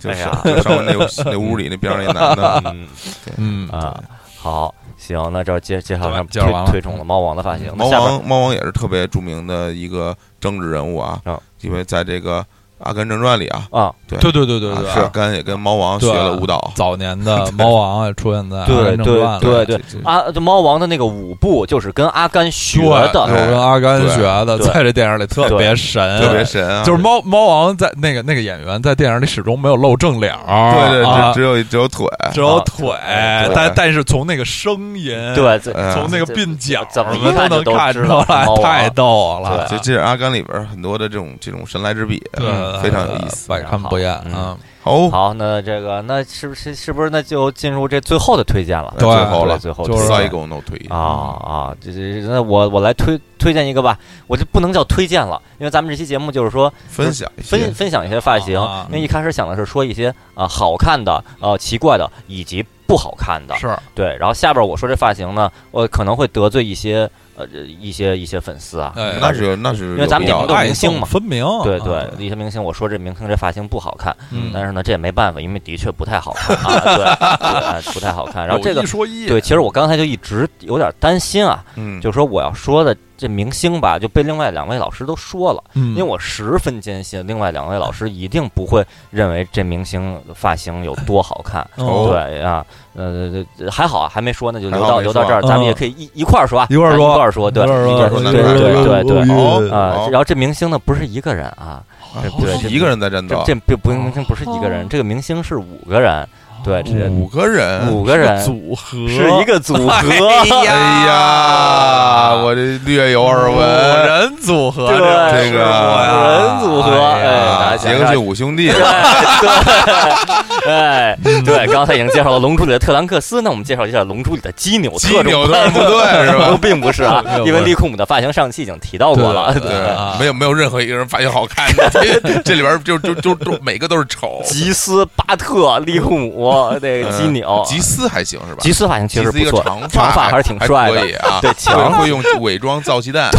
就
哎
是
呀
就上回那屋那屋里那边上那 男的，
嗯
嗯，
啊，好，行，那这介介绍上
对介绍完了
推推崇了猫王的发型，那
猫
下边
王，猫王也是特别著名的一个政治人物啊
啊，
因为在这个《阿甘正传》里啊，
啊，
对对对对对，
阿甘也跟猫王学了舞蹈，
早年的猫王啊，出现在《
对
阿甘正传》里，
对对啊，这猫王的那个舞步就是跟阿甘学
对
的，
对
我跟阿甘学的，
对
在这电影里特别
呃
神，
特别。神啊，
就是猫猫王在那个那个演员在电影里始终没有露正脸儿，
对对，
啊
只只有只有腿，
只有腿，
对
但但是从那个声音，，
对，这
哎呀
从那个
这
鬓角，
怎么
我们
一看
都能
就都
看
知
出
道
来
是猫，王
太逗了，
就这是阿甘里边很多的这种这种神来之笔，
对
嗯，非常有意思。
百看不厌
嗯
啊。
好，
好，那这个那是不是是不是那就进入这最后的推荐了？
最
对
后了，
最后
就是
赛狗弄腿
啊啊，这这那我我来推推荐一个吧，我这不能叫推荐了，因为咱们这期节目就是说
分享一些
分分享一些发型
啊，
因为一开始想的是说一些啊好看的、呃奇怪的以及不好看的，
是，哎
对。然后下边我说这发型呢，我可能会得罪一些呃一些一些粉丝啊，
哎
那是那是
因为咱们
有必要
两个都
的
是明星嘛
爱憎分明，
对
啊
对，一些明星我说这明星这发型不好看，
嗯
但是呢这也没办法，因为的确不太好 看啊，对对，哎不太好看。然后这
有
个
一说一，
对，其实我刚才就一直有点担心啊，
嗯，
就是说我要说的这明星吧，就被另外两位老师都说了，
因
因为我十分坚信另外两位老师一定不会认为这明星发型有多好看。
哦
对啊，呃，还好啊，还没说呢，就
还
留
好
到
没
留到
说
这儿，咱们
嗯
也可以一一块儿说啊，
一块儿
咱
说
一块儿说，对
一块儿说
对
一块
对
儿说
对对对对
哦
啊
好。
然后这明星呢，不是一个人啊，
哎
对
不是
这
一个人在战
这
斗，
这不不，明星不是一个人，这个明星是五个人，对，这
五个人，
五个人
组合
是一个 组合，
哎
啊
呀，我这略有耳
五
闻。啊
人组合，
对，
这个
人组合，
啊
哎，
杰克逊五兄弟，
对，哎， 对，刚才已经介绍了《龙珠》里的特兰克斯，那我们介绍一下《龙珠》里的基纽
基
特种
纽特部队 是吧？
并不是啊
并不，是
因为利库姆的发型上期已经提到过了，
对，没有没有任何一个人发型好看，这 这里边就就就就每个都是丑。嗯
吉斯、巴特、利库姆那个基纽，
吉斯还行是吧？
吉斯发型其实
吉斯一
不
个
错，
长
长
发
发还是挺帅
可以
的，
啊。
对，
有人
强。
会用伪装造鸡蛋，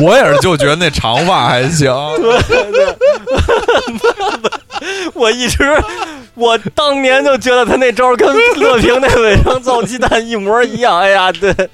我也是就觉得那长发还行，
哦我一直，我当年就觉得他那招跟乐平那尾声造鸡蛋一模一样。哎呀，对，哎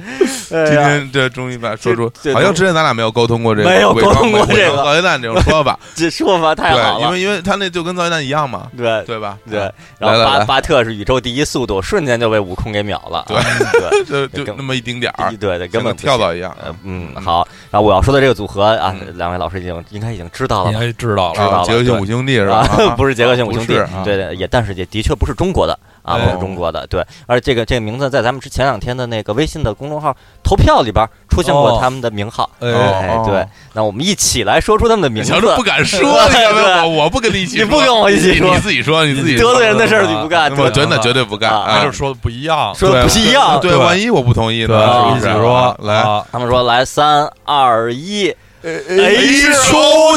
今
呀，
天这终于把说出
这，这
好像之前咱俩没有沟通过这个
没有
伪装
沟通过
伪
这
装
个
造鸡蛋这种说法，
这说法 太好
对，因
了。
为因为他那就跟造鸡蛋一样嘛，
对
对吧？
对，然
来
后
来
巴
来
巴特是宇宙第一速度，瞬间就被悟空给秒了。
对
对
就就
根
那么一丁点儿
对，对对，根本
像跳
不行。
蚤一样。啊
呃嗯，好。然后我要说的这个组合啊，
嗯
两位老师已经应该已经知道了
你
吧？
还哎知道
知道
了。
啊，
了
结合性
对
五兄弟是吧？
啊，不是杰克逊五
不
兄弟
是啊，
对对，也但是也的确不是中国的啊，
哎
不是中国的，对。而这个这个名字在咱们之前两天的那个微信的公众号投票里边出现过
哦
他们的名号，
哎
哎
哦，
对。那我们一起来说出他们的名字
小，时候不 敢说，你
对
看
对
我我不跟你一起
你
说，
不跟我一起说
你自己说，你自己
得罪人的事儿你不
啊
干，
我
对
真的绝对不干，
啊
啊
那就说的不一样，
说的不一样。
对，
对
万一我不同意
对，
呢？是
一
不
起
是？
说
来，
啊
他们说来三二一
哎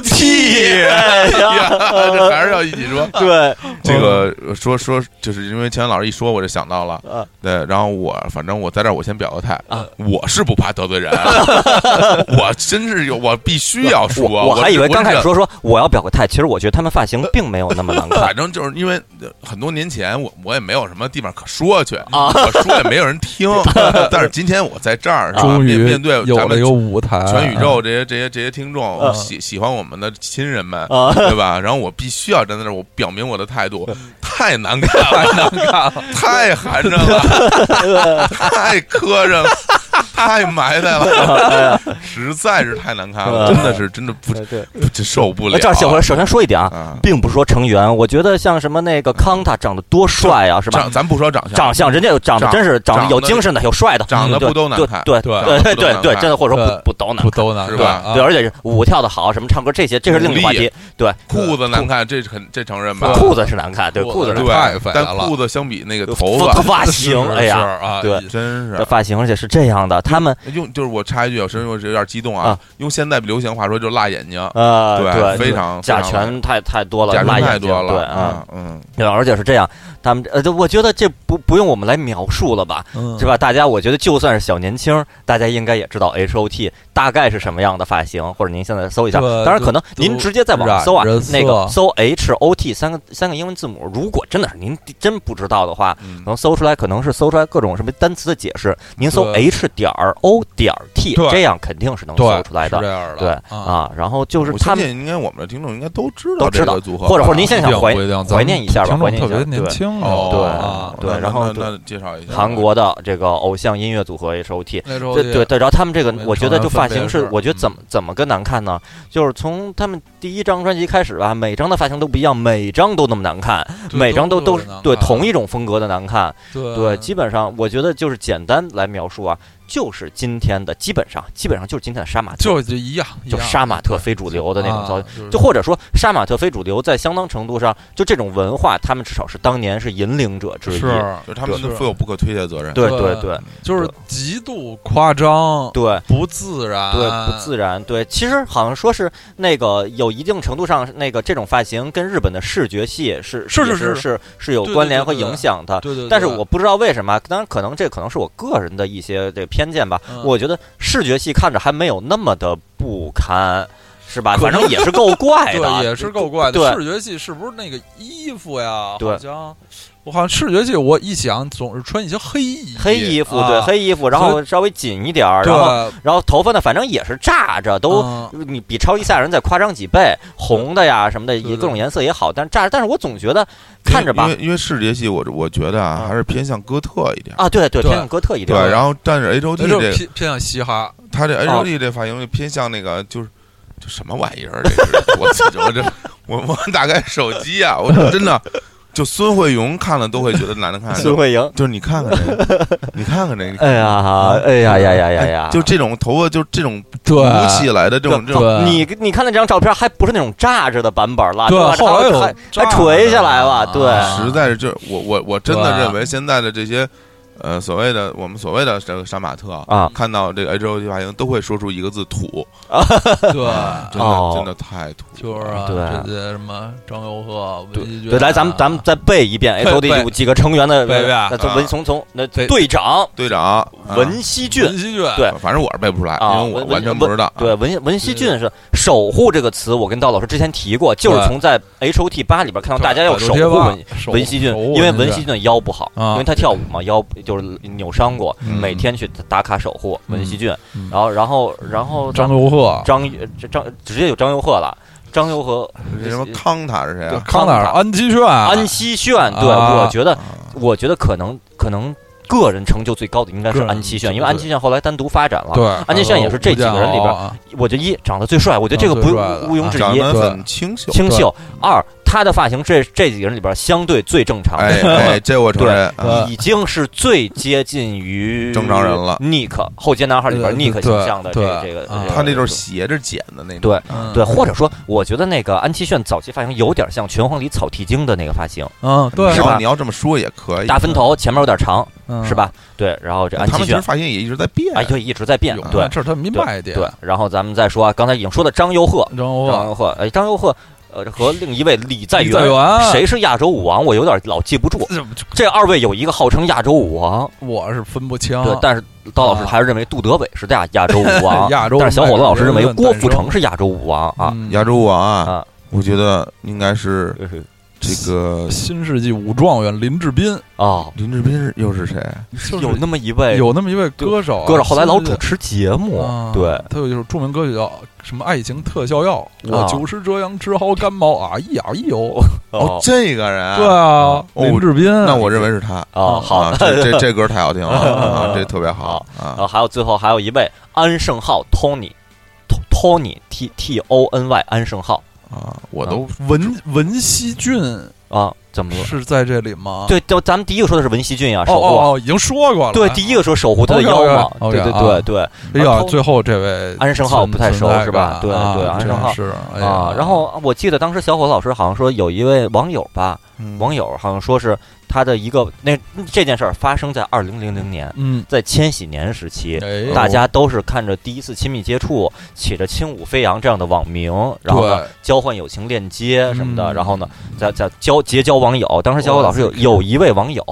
T，
哎 呀，
这还是要一起说。
对，
这个说说，就是因为钱老师一说，我就想到了。
啊
对，然后我反正我在这儿，我先表个态
啊，
我是不怕得罪 人，我真是有，我必须要说。
我
啊我呃
还以为刚开始
我这
说说我要表个态，其实我觉得他们发型并没有那么难 看
反正就是因为呃很多年前我我也没有什么地方可说去，
啊
我说也没有人听。 但是今天我在这儿，
啊
是吧
终于
面面对
有
咱
了
们
一个舞台，啊
全宇宙这些这些这些听众
嗯
喜喜欢我们的亲人们，
啊。
对吧？然后我必须要站在那儿，我表明我的态
嗯
度， 太难看了，
太难看了，
太寒碜了， 太磕碜了。太埋汰了，实在是太难看了，真的是真的不
哎对，哎
不这受不了。
这儿小辉首先说一点啊，
啊，
并不是说成员，我觉得像什么那个康塔长得多帅啊，是吧
长？咱不说长相，
长相人家有长得
长
真是长
长
得有
得
精神的，有帅的，
长得
嗯对
不都难看
对
对
长
对对
得不都
对
难
对，
看呃
真的或者说
对
不不都难
不
看，
都难
是
看
对
吧
啊
对，而且是舞跳的好，什么唱歌这些，这是另一个话题。对，
裤子难看，这肯这承认吧？
裤子是难看，对
裤
裤
子
子
是
是
对，
难看太肥
但
了
裤子相比那个
对
头发，
头发型
是，
哎呀，
是啊，
对
真
这
是
发型，而且是这样的，他们
用就是我插一句，有时候我有点激动啊
啊，
用现在流行话说就是辣眼睛，
呃，
对，
对，
非常
甲
非常
醛太太多了，
甲
辣
醛
眼
太
睛
多
对
了
啊。
啊，嗯，
对，而且是这样，他们呃，就我觉得这不不用我们来描述了吧，
嗯
是吧？大家，我觉得就算是小年轻儿，大家应该也知道 H O T 大概是什么样的发型，或者您现在搜一下。
对
当然，可能
都
您直接在网上搜啊
染着，色
那个搜 H O T 三个三个英文字母，如果真的是您真不知道的话，
嗯
能搜出来，可能是搜出来各种什么单词的解释。您搜
对
H 点儿 O 点儿 T，
对
这样肯定是能
对
搜出来
是这
的。
样的，
对
啊，
啊，然后就是
我
他
相
们
信应该我们的听众应该都知道
都
这
知
个
道，
组合吧，
或者或者您现
不
在
一定
想怀
不一定咱
怀念一下吧，
听众
怀念一
特
下，
别年
对。
轻啊
哦
啊，
对
那
然后
那那那介绍一下
韩国的这个偶像音乐组合 H O T，
那时候
对对对，然后他们这个
哦啊我，们
我觉得
成嗯
就
员
发
分别
型是
是，
我觉得怎么怎么个难看呢？就是从他们第一张专辑开始吧，每张的发型都不一样，每张都那么难看，
对
每张都都是
特别难
对
看
同一种风格的难看。
啊对
对，基本上我觉得就是简单来描述啊，就是今天的基本上基本上就是今天的杀马特，
就就一样，啊
就杀马特非主流的那种造型。
型
就或者说杀马特非主流，在相当程度上，就这种文化，他们至少是当年是引领者之一。
是
就是他们
对
都负有不可推卸的责任，
对
对
对对
就是极度夸张，
对，
不自然，
对，不自然。对，其实好像说是那个有一定程度上，那个这种发型跟日本的视觉系是
是
也
是
是
是
是是有
对对
关
对
联和
对对
影响的。
对对对，
但是我不知道为什么，当然可能这可能是我个人的一些这个偏见吧。
嗯
我觉得视觉系看着还没有那么的不堪，是吧？
可
反正也是够怪 的，啊
对也是够怪的。
对
视觉系是不是那个衣服呀？
对
好像我好像视觉系，我一想总是穿一些黑衣
黑衣服，
啊
对黑衣服，然
所
后稍微紧一点儿，
对啊
然后然后头发呢，反正也是炸着，都
嗯
你比超级赛亚人再夸张几倍，红的呀什么的，
对
也
对
各种颜色也好，但是炸，但是我总觉得
因为
看着吧
因，为因为视觉系我我觉得啊
啊
还是偏向哥特一点，
啊，对对，
对
偏向哥特一
对
点，
吧，然后但是 H O T
那就
这
偏偏向嘻哈，
他这 H O T 这发型就偏向那个就是。这什么玩意儿？这是我自己我这我我打开手机啊！我真的就孙慧荣看了都会觉得难看。
孙慧 莹，
就是你看看这个，你看看这个，你看
哎呀，哎呀呀呀呀呀，
哎就这种头发，就这种
对
鼓起来的这种这种，
对
你你看那张照片，还不是那种炸着的版本了，
对
吧
后来有
还
炸
还垂下来了，
的
对
啊
实在是就是我我我真的
对
认为现在的这些，呃，所谓的我们所谓的这个杀马特
啊，
看到这个 H O T 发型都会说出一个字土，
对。
真的
哦
真的太土了，
就是啊，
对
这些什么张佑赫、
对
文熙啊
对，来，咱们咱们再背一遍
背
H O D
背
几个成员的，
背背
那从
啊
文从从那
背
队长
队长啊
文熙俊，
文熙俊，
对
反正我是背不出来，因
啊
为我
文
完全不知道。
对，文文熙俊是“守护”这个词，我跟道老师之前提过，就是
对
从在 H O T 八里边看到大家要
百
守
度贴
护
吧
文
守
文熙俊
守护，
因为
文
文
熙
熙俊的腰不好，
啊
因为他跳舞嘛，腰就是扭伤过，
嗯
每天去打卡守护文熙俊
嗯嗯。
然后，然后，然后
张佑赫，
张张张直接有张佑赫了，张佑赫呃
这什么康塔是谁啊？
康纳尔
康
安基炫，
安熙炫，对
啊
我觉得，我觉得可能可能个人成就最高的应该
个
是
人
安熙炫，
成就
因为安熙炫后来单独发展了。
对，
安基炫也是这几个人里边
啊
我觉得一长得最帅，我觉得这个
啊
不
最帅的
毋庸置
长
疑，
得
对
很清秀，
清秀。二，他的发型这这几个人里边相对最正常，
哎哎，这我承认。
对
啊
已经是最接近于
正常人了
Nick 后街男孩里边
对
Nick 形象的这个
对
这个，
啊
他那就是斜着剪的那种。
对
嗯
对，或者说，我觉得那个安七炫早期发型有点像拳皇里草剃精的那个发型，
嗯，对嗯
你
是吧
要你要这么说也可以，啊
大分头前面有点长，是？吧？对，然后这安
哎他
七
们其实
炫，
发型也一直在变。
哎，对，一直在变
有，
对
这是他明白一点。
对。然后咱们再说啊，刚才已经说的张佑赫，
张佑
张
赫
佑赫，哎，张佑赫，呃，和另一位李在
李在
元。
元，
谁是亚洲舞王？我有点老记不住。
这
这二位有一个号称亚洲舞王，
我是分不清。
对，但是刀老师还是认为杜德伟是亚亚洲舞王，
啊 亚洲，
但是小伙子老师认为郭富城是亚洲舞王啊。
嗯
亚洲舞王啊
啊，
我觉得应该是这个
新世纪武状元林志斌，
哦，
林志斌是又是谁？啊
就是
有那么一位
有那么一位歌手啊，
哥着后来老主
新世纪
持节目
啊，
对，
他有一首著名歌曲叫什么《爱情特效药》，我
啊
就是这样治好感冒啊，一咬一油。
哦，
哦
这个人啊
对啊
哦，
林志斌，啊
那我认为是他。
哦好
啊，这这这歌太 好听了啊，这特别好
然
啊
呃后还有最后还有一位安胜浩 Tony。Tony T T O N Y 安胜浩
啊！我都
文文熙俊
啊，怎么了？
是在这里吗？
对，就咱们第一个说的是文熙俊啊，
哦
守护，
哦哦，已经说过了。
对，第一个说守护他的腰嘛，
OK，OK，OK，
对对
啊
对对，
哎呀，
偷
最后这位
安生浩
存
不太熟
存在
是吧
感
对
啊
对安
真
生浩
是哎呀
啊，然后我记得当时小伙子老师好像说有一位网友吧，
嗯
网友好像说是他的一个那这件事儿发生在二零零零年，
嗯，
在千禧年时期，
哎
大家都是看着第一次亲密接触，起着“轻舞飞扬”这样的网名，然后呢
对
交换友情链接什么
嗯
的，然后呢再再交结交网友。当时小伙老师有有一位网友，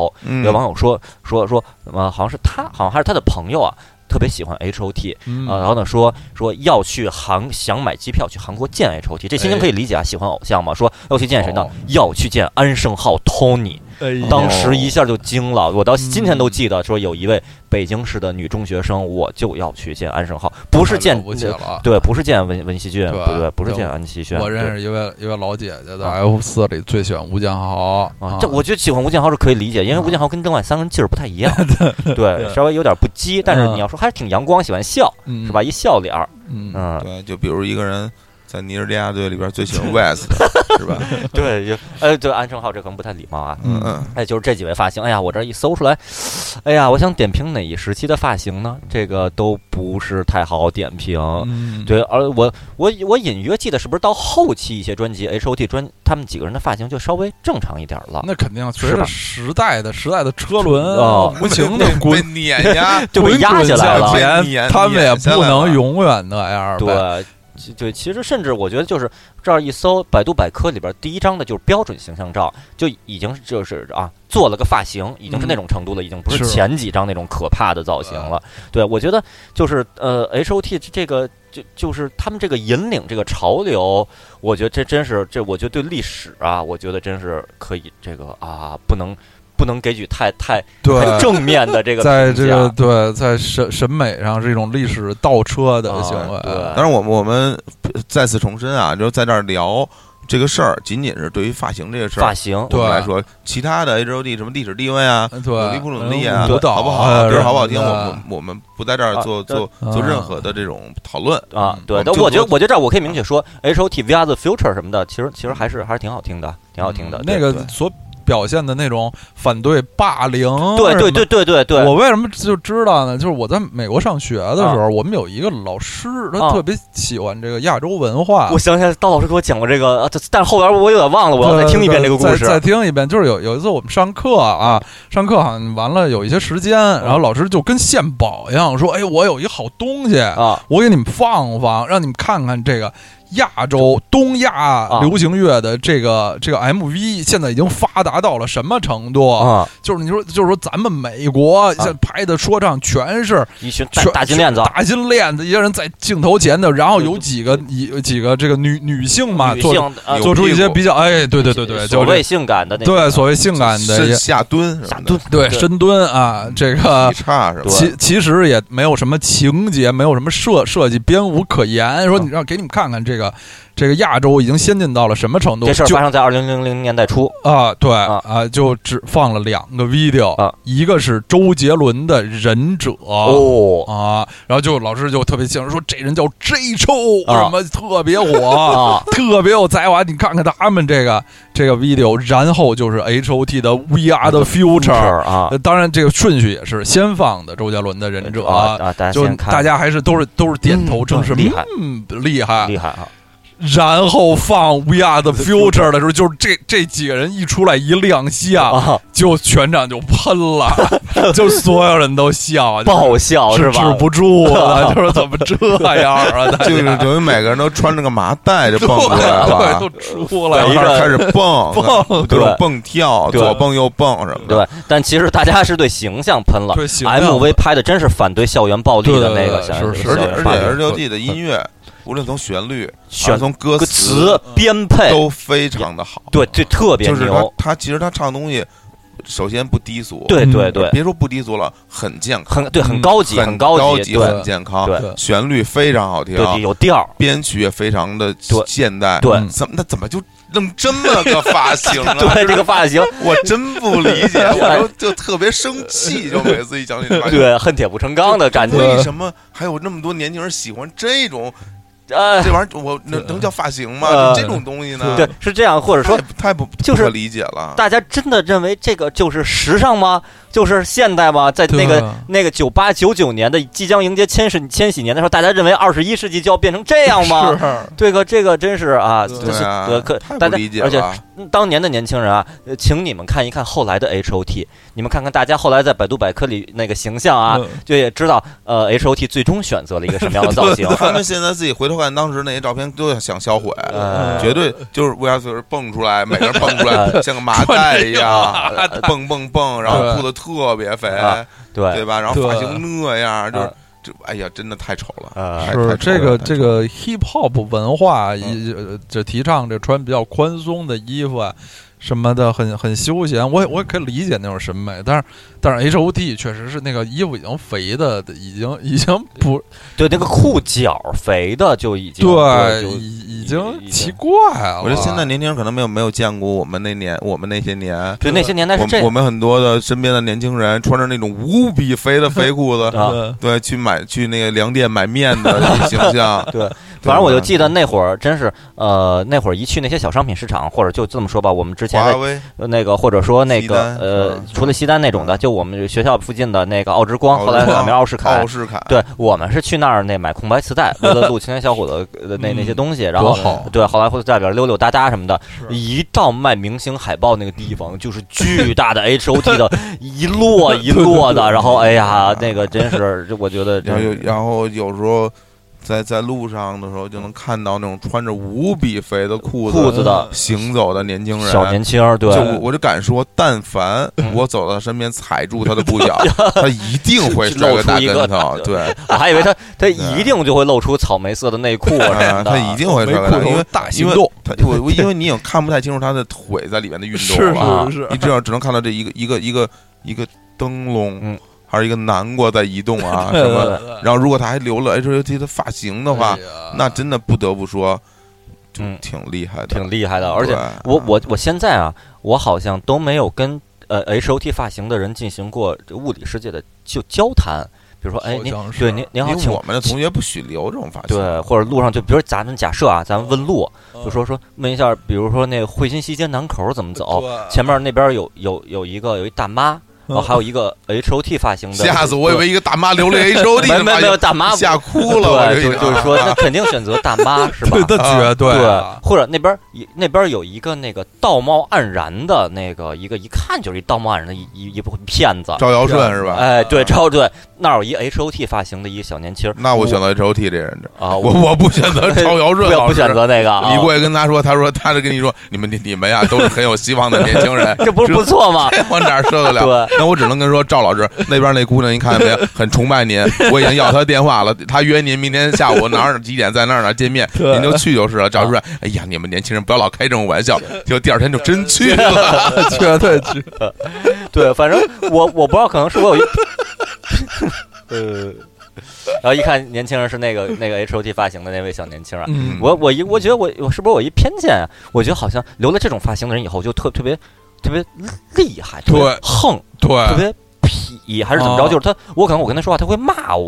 嗯
嗯
嗯
有网友说说说呃好像是他，好像还是他的朋友啊，特别喜欢 H O T，
嗯
啊，然后呢说说要去韩，想买机票去韩国见 H O T，这心情
哎
可以理解啊，喜欢偶像嘛，说要去见谁呢
哦？
要去见安胜浩 Tony，
哎呀
当时一下就惊了，我到今天都
嗯
记得，说有一位北京市的女中学生，我就要去见安胜浩，不是见
太了不起了。
对，不是见文文熙俊，
对
不对，不是
对
见安熙轩，
我认
对
识一位一位老姐姐，在
啊
F 四里最喜欢吴建豪
啊，这我觉得喜欢吴建豪是可以理解，因
嗯
为吴建豪跟另外三个人劲儿不太 一样，对，稍微有点不羁，但是
嗯
你要说还是挺阳光，喜欢笑是
是
吧？？一笑脸儿，
嗯，嗯
嗯，
对，就比如一个人在尼日利亚队里边最喜 欢 West 是吧？
对，就呃，对，安胜浩这可能不太礼貌啊，
嗯嗯，
哎，就是这几位发型，哎呀，我这一搜出来，哎呀，我想点评哪一时期的发型呢？这个都不是太好点评。
嗯，
对，而我我我隐约记得，是不是到后期一些专辑 H O T 专，他们几个人的发型就稍微正常一点了，
那肯定随
是
着
吧
时代的时代的车轮啊
哦
无情 的
被
滚
碾压，
就被压下来
滚滚向
了。
被碾
前，他们也
碾下来
不能
了
永远那样呗。
对，其对，其实甚至我觉得就是这儿一搜，百度百科里边第一张的就是标准形象照，就已经是就是啊，做了个发型，已经是那种程度了，已经不是
嗯是
前几张那种可怕的造型了。对，我觉得就是呃，H O T 这个就就是他们这个引领这个潮流，我觉得这真是这，我觉得对历史啊，我觉得真是可以这个啊，不能不能给予太太太
对，
正面的这个
在这
评
个
价。
对在审审美上是一种历史倒车的行为。
啊对
当然，我们我们再次重申啊，就是在这儿聊这个事儿，仅仅是对于发型这个事
发
儿
型，
我们
对
来说，其他的 H O D 什么历史地位啊，
对，
努力不努力啊，
舞蹈
好不好
啊
啊，歌儿好不好听，
什
我
么的
们我们不在这儿
啊
做
对
做做
啊
任何的这种讨论。
啊
嗯，
我
对，但
就
我觉得
说
我觉得这儿我可以明确说，H O T V R the Future 什么的，其实其实还是还是挺好听的，挺好听的。
嗯
对
那个所表现的那种反对霸凌，
对对对。对对对，
我为什么就知道呢？就是我在美国上学的时候，我们有一个老师，他
啊
特别喜欢这个亚洲文化。
我想起来，刀老师给我讲过这个，啊这但是后边我有点忘了，我要再听一遍这个故
对对
事。
再再听一遍。就是有有一次我们上课啊，上课好像完了有一些时间，
嗯
然后老师就跟献宝一样说：“哎，我有一好东西，
啊
我给你们放放，让你们看看这个亚洲东
啊
亚流行乐的这个这个 MV 现在已经发达到了什么程度？
啊，
就是你说，就是说咱们美国现在拍的说唱全是
一群大
全
大金链子，
大金链子，一些人在镜头前的，然后有
对
几个以几个这个女女性嘛，
女
做
性啊
有
做出一些
屁股
比较哎，对对对对，
所
就
谓
是
性感的那种
对所谓性感的
深
也
下蹲什么的，
下蹲，
对深蹲啊，这个
劈叉什么的，
其其实也没有什么情节，没有什么设设计编舞可言。
嗯
说你让给你们看看这个这个亚洲已经先进到了什么程度？
这事儿
就
发生在二零零零年代初，
啊，对
啊
啊，就只放了两个 video，
啊
一个是周杰伦的《忍者》
哦
啊，然后就老师就特别兴奋说这人叫 J 抽，
啊
什么特别火，
啊
特别有才华。你看看他们这个这个 video，然后就是 H O T 的 We Are the Future。
儿啊
呃当然，这个顺序也是先放的周杰伦的《忍者》
啊啊，大家
就
先看
大家还是都是都是点头称是，
嗯厉害
嗯，厉害
厉。害啊，
然后放《We Are the Future》的时候，就是这这几个人一出来一亮相，
啊
就全场就喷了，就所有人都笑，啊就
爆笑
是
吧
止？不住了，就是怎么这样啊？大
就是
家
等于每个人都穿着个麻袋就
对
蹦出来了， 哎
对，都出
然
来
后
一
了。
个
开始蹦
蹦
各
对
种蹦跳，
对
左蹦右蹦什么的。
对，但其实大家是对形象喷了
对形象
，MV 拍的真是反对校园暴力的
对对
那个
对
校
是
园，
是
而
校
且
园
而
暴
且
力
R G O D 的音乐，无论从旋律还
选
是从歌
个词编配，
都非常的好。
对，这特别
就是他
牛，
他其实他唱的东西，首先不低俗，
对
嗯
对对，
别说不低俗了，很健康，
很对很
嗯
高级，很
很
高级，
级，
对
很健康，
对
对
旋律非常好听，啊
对，有调儿，
编曲也非常的
对
现代，
对
嗯
怎么他怎么就弄这么个发型啊？
对这个发型，
我真不理解，我就就特别生气，就每次一想起这发型。
对恨铁不成钢的感觉，
为什么还有那么多年轻人喜欢这种
呃
这，玩意 儿？我能能叫发型吗？
呃
就这种东西呢？
对，是这样，或者
太
说
不，太不
就是
不可理解了。
大家真的认为这个就是时尚吗？就是现代吗？在那
对啊
个那个九八九九年的即将迎接千世千禧年的时候，大家认为二十一世纪就要变成这样吗？
是
对个这个真是啊，
对
就是
啊
呃可
太
大
不
家
理解，
而且
了。
当年的年轻人啊，呃请你们看一看后来的 H O T，你们看看大家后来在百度百科里那个形象啊，
嗯
就也知道呃 H O T 最终选择了一个什么样的造型。
他们现在自己回头看当时那些照片，都想销毁，
呃
绝对就是乌鸦嘴儿蹦出来，每个人蹦出来像个麻袋一样，蹦蹦蹦，然后
对
裤子特别肥，
呃啊
对
对，
吧？然后发
对
型那样，就是
啊
这，哎呀，真的太丑了。
呃
太
是这个这，
太丑了
个 hip hop 文化，一呃这提倡这穿比较宽松的衣服啊，什么的，很很休闲。我也我也可以理解那种审美，但是但是 H O T 确实是那个衣服已经肥的，已经已经不
对那个裤脚肥的就已经
对，
就
已
已
已
已
经
经
奇怪了。
我觉
啊
得现在年轻人可能没有没有见过我们那年我们那些年。
就那些年代是
我
这
们
样
我们很多的身边的年轻人穿着那种无比肥的肥裤子，
啊。
对
对，去买去那个粮店买面的 形象，
对，反正我就记得
对
那会儿，真是，呃，那会儿一去那些小商品市场，或者就这么说吧，我们之前
华
在
为
呃那个，或者说那
西
个
单
呃
嗯，
除了西单那种的，就我们学校附近的那个奥之光，
奥之
后来改
光
名奥士凯
奥。士凯，
对，我们是去那儿那买空白磁带，为了录青年小伙子的那那些东西， 然
多
后
好，
对，后来会在里边溜溜达达什么的。一到卖明星海报那个地方，就是巨大 的 H O T 的一摞一摞的，然后哎呀，那个真是，这我觉得
然后有
真是
然后有时候在在路上的时候就能看到那种穿着无比肥的裤
裤子的
行走的年轻人。
小年轻儿，对嗯
就，我我就敢说，但凡我走到他身边踩住他的裤 脚，他一定会摔
露出
大
一
跟
个
头。 对，
我还以为他他一定就会露出草莓色的内裤啊什么
啊，
的，
他一定会
没
摔个大跟
裤
头，因
头
为
大
因
行
为
动，
他我我因为你也看不太清楚他的腿在里面的运动
是
了，
是是
啊
你，只有只能看到这一个一个一个一个灯笼，
嗯
还是一个南瓜在移动啊
对
什么
对
对
对
然后如果他还留了哎 H O T 的发型的话
哎，呀
那真的不得不说，就
嗯
挺厉害的，
挺厉害的。而且
对
我我我现在啊，我好像都没有跟呃 H O T 发型的人进行过物理世界的就交谈，比如说哎
好
您
像是
对您您
因
好
为
请
我们的同学不许留这种发型，
对，或者路上就比如咱们假设
嗯
啊，咱们问路，就说说问一下，比如说那汇新西街南口怎么走，
对
前面那边有有有一个有一大妈。然后还有一个 H O T 发型的，
嗯吓死我！以为一个大妈流泪 H O D
没
的
没
发
没有
型，
大妈，
吓哭了。我
对，就就是说，那肯定选择大妈是吧？
对，那绝对啊，
或者那边儿一那边儿有一个那个道貌岸然的那个一个，一看就是一道貌岸然的一一一骗子。
赵尧舜是吧？
哎，对，超对，那儿有一 H O T 发型的一个小年轻儿。
那我选择 H O T 这人，
啊，
我
我
我不选择赵尧
不
舜
要
老
不
师。
选择那个啊
李。贵跟他说，他说他就跟你说，你们你你们呀都是很有希望的年轻 人，
这不是不 错吗？
我哪受得了？
对
那我只能跟说赵老师那边那姑娘，您看见没有？很崇拜 您，我已经要她电话了，她约您明天下午哪儿几点在那儿哪儿见面，
对
您就去就是
啊
了。赵主任，哎呀，你们年轻人不要老开这种玩笑，就第二天就真去 了。
绝对绝对
对，反正我我不知道，可能是我有一， 呃，然后一看年轻人是那个那个 H O T 发型的那位小年轻啊，
嗯
我我一我觉得我我是不是我一偏见啊？我觉得好像留了这种发型的人以后就特特别特别厉害，特别
对
横，特
对，
别痞，还是怎么着？
哦
就是他，我可能我跟他说话，他会 骂我，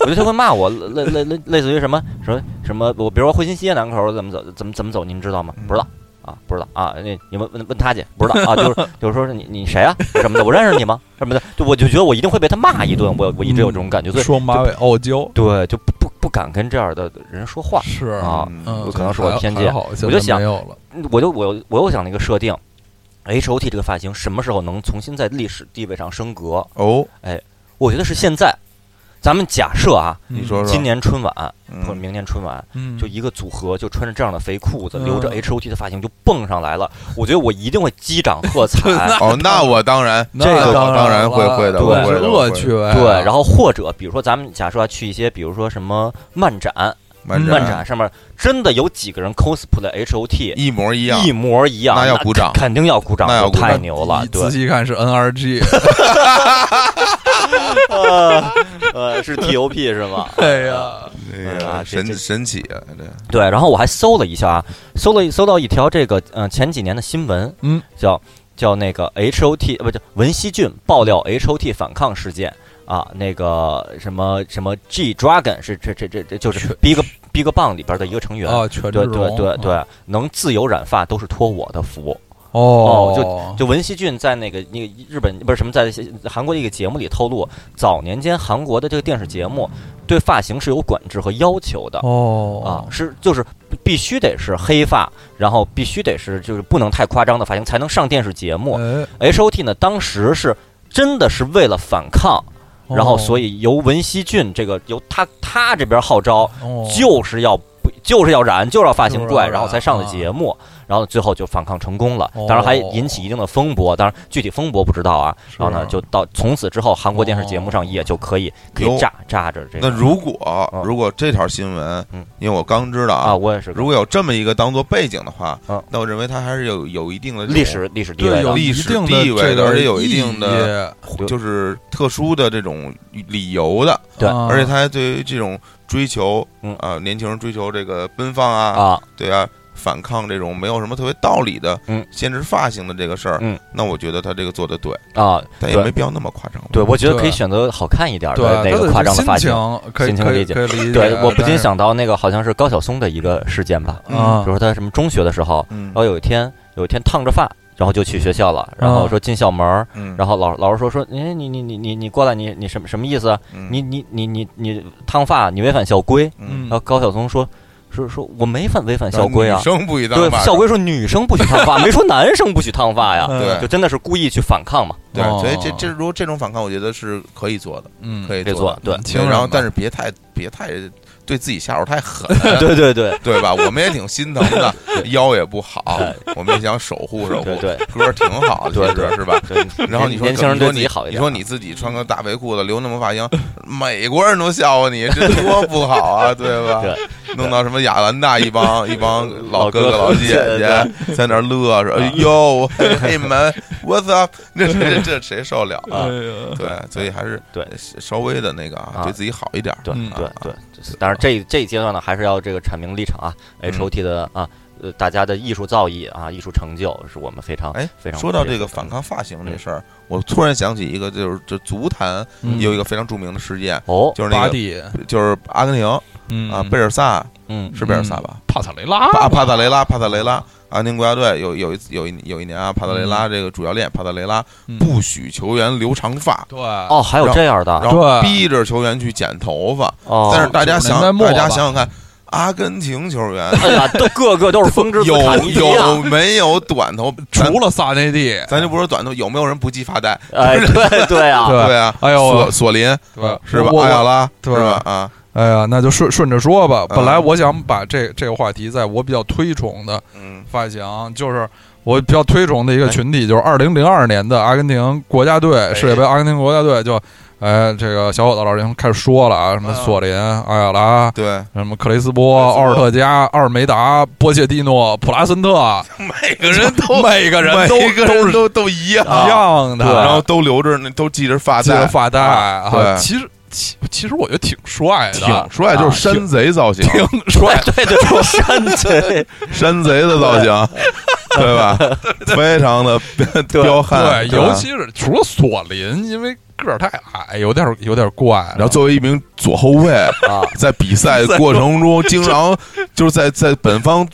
我觉得他会骂我，类类类类似于什么什么什么，我比如说回新西南口怎么走，怎么怎么走，你们知道吗？
嗯
不知道。啊，不知道啊，那你们问问他去，不知道啊，就是就是说是你你谁啊什么的，我认识你吗？什么的，就我就觉得我一定会被他骂一顿，我我一直有这种感觉，所以
双马尾傲娇
对就不不不敢跟这样的人说话，
是
啊
嗯，
可能是我的偏见
还好现在
我就想
没有了，
我就我又我又想了一个设定，H O T 这个发型什么时候能重新在历史地位上升格？
哦，
我觉得是现在。咱们假设啊，
你说说
今，年春晚
嗯
或者明年春晚，
嗯
就一个组合就穿着这样的肥裤子，
嗯。
留着 H O T 的发型就蹦上来了，我觉得我一定会击掌喝彩
哦，那我当然，
那
这个
当然
了
会会的
对
会会
是
的
恶
会
趣味啊，
对，然后或者比如说咱们假设啊去一些，比如说什么漫展，
漫
漫展上面真的有几个人 cosplay H O T，
一模一样，
一模一样，
那要
肯
鼓掌
肯定要鼓掌，
那要鼓掌
太牛了，
你
对
仔，细看是 NRG，
呃 呃，是 T O P 是吗？
哎呀，
哎
嗯啊
呀，
这这
神神奇啊！这
对，然后我还搜了一下啊，搜了搜到一条这个嗯、呃前几年的新闻，
嗯，
叫叫那个 H O T 呃不叫文熙俊爆料 H O T 反抗事件啊，那个什么什么 G Dragon 是这这这这就是 Big Big Bang 里边的一个成员。
啊，全
对
智
对
龙
对对，能自由染发都是托我的福。
哦，
就文熙俊在那个那个日本不是什么，在韩国的一个节目里透露，早年间韩国的这个电视节目对发型是有管制和要求的。啊
哦，
是就是必须得是黑发，然后必须得是就是不能太夸张的发型才能上电视节目。
哎
H O T 呢，当时是真的是为了反抗，
哦
然后所以由文熙俊这个由他他这边号召，
哦
就是要不就是要染，就是要发型
就是要
怪，
染嗯
然后才上的节目，然后最后就反抗成功了
哦，
当然还引起一定的风波，当然具体风波不知道啊。
是
然后呢，就到从此之后，韩国电视节目上也就可以
哦
可
哟
以炸炸着这个。
那如果
嗯
如果这条新闻
嗯，
因为我刚知道
啊，我也是
如果有这么一个当做背景的话
嗯，
那我认为它还是有有一定的这种
历史历史地
对
位的
有
历
一
史
定
地位
这
的
个
而且有一
意
定的
有
就是特殊的这种理由的，
义
对
啊
而且它对于这种追求
嗯
啊，年轻人追求这个奔放啊，
啊，
对啊，反抗这种没有什么特别道理的
嗯
限制发型的这个事儿
嗯，
那我觉得他这个做的对，
啊，
但也
对
没必要那么夸张吧。
对，我觉得可以
对
选择好看一点儿
对
的那
他
个
的
夸张的发
心
型。
情啊可以
心情
可以
理解
可以理解，
对，我不
但
禁
是
想嗯到那个好像是高晓松的一个事件吧，比
啊
如，说他什么中学的时候，
嗯
然后有一天有一天烫着发，然后就去学校了，然后
啊
说进校门儿，
嗯，
然后老老师说说，哎，你你你你你过来，你你什么什么意思啊？
嗯
你你你你你烫发，你违反校规。
嗯
嗯
然后高晓松说说说我没犯违反校规啊
女，生不许当
对，
爸爸
校规说女生不许烫发，没说男生不许烫发呀，
嗯
对
就真的是故意去反抗嘛，
对，
哦
所以这这如果这种反抗，我觉得是可以做的，
嗯
可以
没
做
错
的，，
对，
轻
对然后
人
但
嘛
是别太别太对自己下手太狠，
对 对对。
对吧？我们也挺心疼 的，腰也不好，我们也想守护守护
对，对
歌儿挺好的，
对
其实是吧？
对，
然后你说
年轻人
你说你
对自己好一
你
点啊
说你自己穿个大肥裤子，留那么发型，美国人都笑话你，这多不好啊，对吧？弄到什么亚兰大一帮一帮老哥哥
老哥
老姐
对啊
姐在那儿乐说：“哎呦，嘿们，what's up？” 这这这谁受得了啊？
哎呀
对，所以还是
对
稍微的那个啊，
啊
对自己好一点。
对
嗯
对对，就是当然这这一阶段呢，还是要这个阐明立场啊
嗯
，H O T 的啊，呃，大家的艺术造诣啊，艺术成就是我们非常
哎
非常
说到
佩服
这个
的
反抗发型这事儿，我突然想起一个，就是这足坛
嗯
有一个非常著名的事件，
哦，
就是那
巴
个
蒂
就是阿根廷
嗯
啊，贝尔萨
嗯
是贝尔萨吧？
帕萨雷拉
帕帕萨雷拉，帕萨雷拉，阿根廷国家队有有一有一有一年啊，帕萨雷拉这个主教练帕萨雷拉
嗯
不许球员留长发，
对
哦，还有这样的
然后
对
逼着球员去剪头发。
哦，
但是大家
90
想
年代，末
大家
吧
想想看，阿根廷球 员
哎呀，都个个都是风之子
有
塔尼迪啊
有没有短头？咱
除了萨内蒂，
咱就不说短头，有没有人不系发带？
哎，对对啊，
对
对啊，
哎呦
索索林
对
是吧？哎
我我
阿亚拉
对
是吧？啊，
哎呀，那就顺顺着说吧。
嗯
本来我想把这这个话题，在我比较推崇的
嗯
发型，就是我比较推崇的一个群体，就是二零零二年的阿根廷国家队世界杯，阿根廷国家队就，哎，这个小伙子老师已经开始说了啊，什么
嗯
索林、阿亚拉。
对，
什么克雷
克雷斯
斯波、
波
奥尔特加、奥尔梅达、波切蒂诺、普拉森特，
每个人都
每个人都
每个
都
人
是
都都一样，
一样的，
对
然后都留着那都系着发
系
带
着，发带
啊对
啊。其实其其实我觉得挺帅的，
挺帅，就是山贼造型，
挺帅的，
对对对，山 贼，
山贼的造型，对吧？非常的彪悍，
对，
吧
尤其是除了索林，因为个儿太矮，有点有点怪。
然 后作为一名左后卫
啊，
在比赛过程中，经常就是在在本方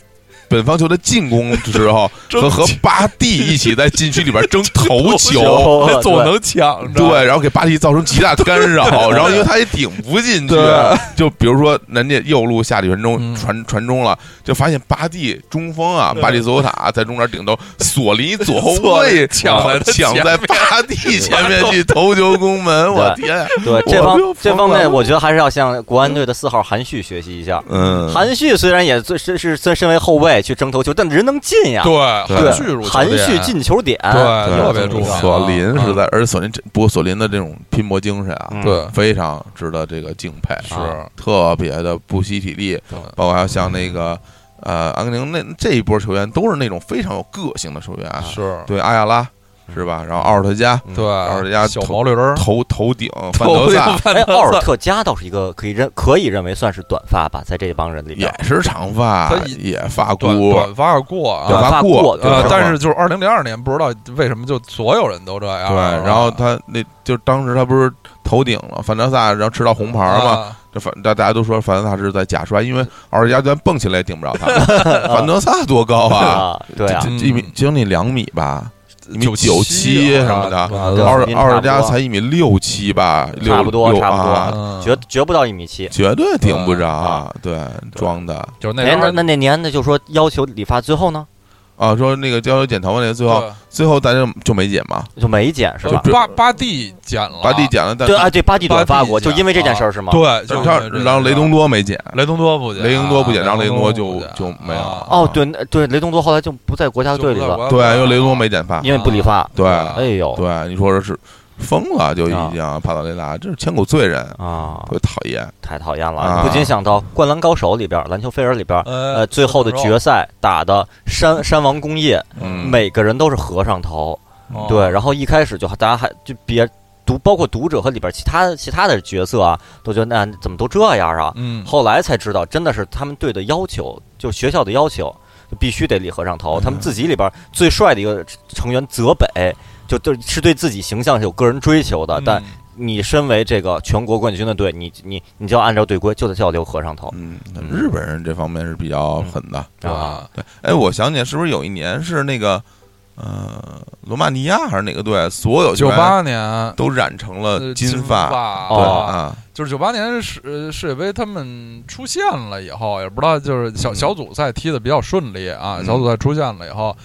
本方球的进攻的时候，
争
和和巴蒂一起在禁区里边争头球，
球
那总能抢着。
对，然后给巴蒂造成极大干 扰，然后因为他也顶不进去
对，
就比如说人家右路下底传中
嗯
传传中了，就发现巴蒂中锋啊，巴蒂索塔在中间顶头，索林左 后卫啊
抢在他
抢
前
在巴蒂前面去头球攻门，我 天，
对这
我
方
就
这
疯
方面，
了
我觉得还是要向国安队的四号韩旭学习一下。
嗯，
韩旭虽然也最是是身身为后卫去争头球，但人能进呀，
对，
对
韩旭入球
韩
点
旭，进球点，哎
对，
对
啊特别重要。嗯
索林实在，而且索林这不过索林的这种拼搏精神啊，
嗯
对
非常值得这个敬佩，
是
啊特别的不惜体力
对，
包括还有像那个呃阿根廷那这一波球员都是那种非常有个性的球员啊，
是，嗯
对阿亚拉是吧？然后奥尔特加
对，
嗯后人家
小
头
毛驴儿，
头头顶范德萨
范
哎，
德
奥尔
萨
特加倒是一个可以认可以认为算是短发吧，在这帮人里
也
边，
是长发
他，
也发
短
箍，
短发过
短
啊。
发
发
过对
呃
呃，
短发
但是就是二零零二年，不知道为什么就所有人都这样
对，
了。啊
然后他那就当时他不是头顶了范德萨，然后吃到红牌嘛，
啊，
这反大大家都说范德萨是在假摔，因为奥尔加咱蹦起来也顶不着他。 范德萨多高啊？
啊，对啊
这，
嗯
这一米只有你两米吧，一米九
97
七什么的。
啊
对
奥尔
您差
奥
不多
尔加才一米六七吧，六
差不多
六
差不多
啊
嗯
绝绝不到一米七。
绝对顶不着
啊
啊，对，装的
就是那
哎，那
时
那那年那就说要求理发，最后呢
啊。说那个交流剪头发那个，最
候
后最后大家就没剪嘛，
就没剪是
对，
吧？
巴巴蒂剪了，
把地剪了，但
对啊，对，巴蒂
巴
短发
蒂
过，就
剪
因为这件事儿是吗？
对，就
但
是
他
这个
然后雷东多没剪，
雷东多不减，啊
雷东多不减然后雷东多就
不减
就没有啊
啊
哦，对那对，雷东多后来就不在国家队里了，
对，因为雷东多没剪发，
因为不理发。
对
啊
哎呦，
对，你说这是疯了就已经，帕特雷拉这是千古罪人，
啊
特，别讨厌。
太讨厌了！
啊
不禁想到《灌篮高手》里边，《篮球飞人》里边，
呃
呃，最后的决
赛，
赛打的山山王工业，
嗯，
每个人都是和尚头，
哦
对，然后一开始就大家还就别读，包括读者和里边其他其他的角色啊，都觉得那怎么都这样啊？
嗯，
后来才知道，真的是他们队的要求，就学校的要求，就必须得理和尚头。他们自己里边最帅的一个成员泽北，就就是对自己形象是有个人追求
嗯
的，啊但你身为这个全国冠军的队，你你你就要按照队规，就得就要留和尚头
嗯
嗯，
日本人这方面是比较狠的。
嗯
啊！
啊，
哎，我想起来，是不是有一年是那个呃罗马尼亚还是哪个队，所有球
九
员
八年
都染成了
呃金
发？对
哦，
啊，
就是九八年世呃世界杯他们出现了以后，也不知道就是小
嗯
小组赛踢的比较顺利啊，
嗯
小组赛出现了以后。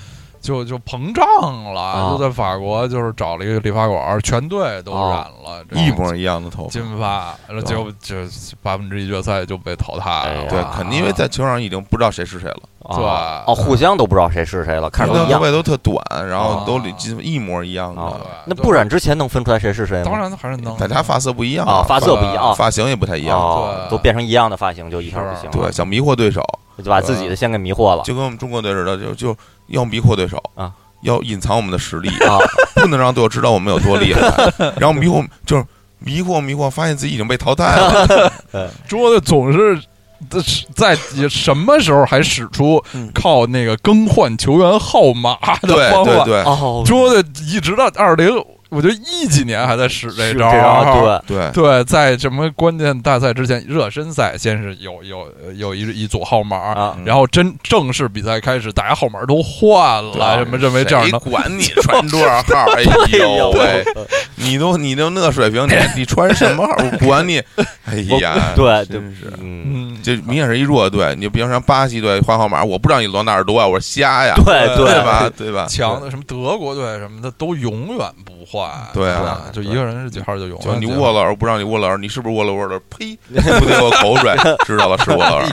就就膨胀了，
啊
就在法国，就是找了一个理发馆，全队都染了，这
一模一样的头发。
金发，然后结果就八分之一决赛就被淘汰
哎
了。
呀
对，肯定因为在球场已经不知道谁是谁了，
啊
对
哦，互相都不知道谁是谁了，看着
那
都一
头
样
发都特短，然后都
啊
金一模一样
啊
的，。
那不染之前能分出来谁是谁吗？
当然还是能，
大家发色不一样
啊，发色不一样，
发型也不太一样。
哦
对
都变成一样的发型就一下不行
对，
了，
想迷惑对手，
就把自己的先给迷惑了
就跟我们中国队似的，就就要迷惑对手
啊，
要隐藏我们的实 力，
啊！
不能让队友知道我们有多厉 害，然后迷惑就是迷惑迷惑，发现自己已经被淘汰 了。
中国队总是呃是在什么时候还使出
嗯
靠那个更换球员号码的
对
方
对
法？
对，
哦，
中国队一直到二零我觉得一几年还在使这
是
招
这
儿，
招对，
对，
对，在什么关键大赛之前，热身赛先是有有有一一组号码儿，
啊
然后真正式比赛开始，大家号码儿都换了，什么认为这样
谁
能
管你穿多少号？哎呦 喂，你都你都那水平，你你穿什么号？我管 你！哎呀，
对对
真是，
嗯，
嗯，
这明显是一弱队。你比方说巴西队换号码，我不知道你罗纳尔多啊，我是瞎呀，
对
对
对
吧？啊对吧？
强的什么德国队什么的都永远不换，
对啊
吧就
对
一个人是几号就啊永
就
远
你
几号
沃老师不让你沃老师，你是不是沃老师？呸！不得我口水，知道了是沃
哎
老师。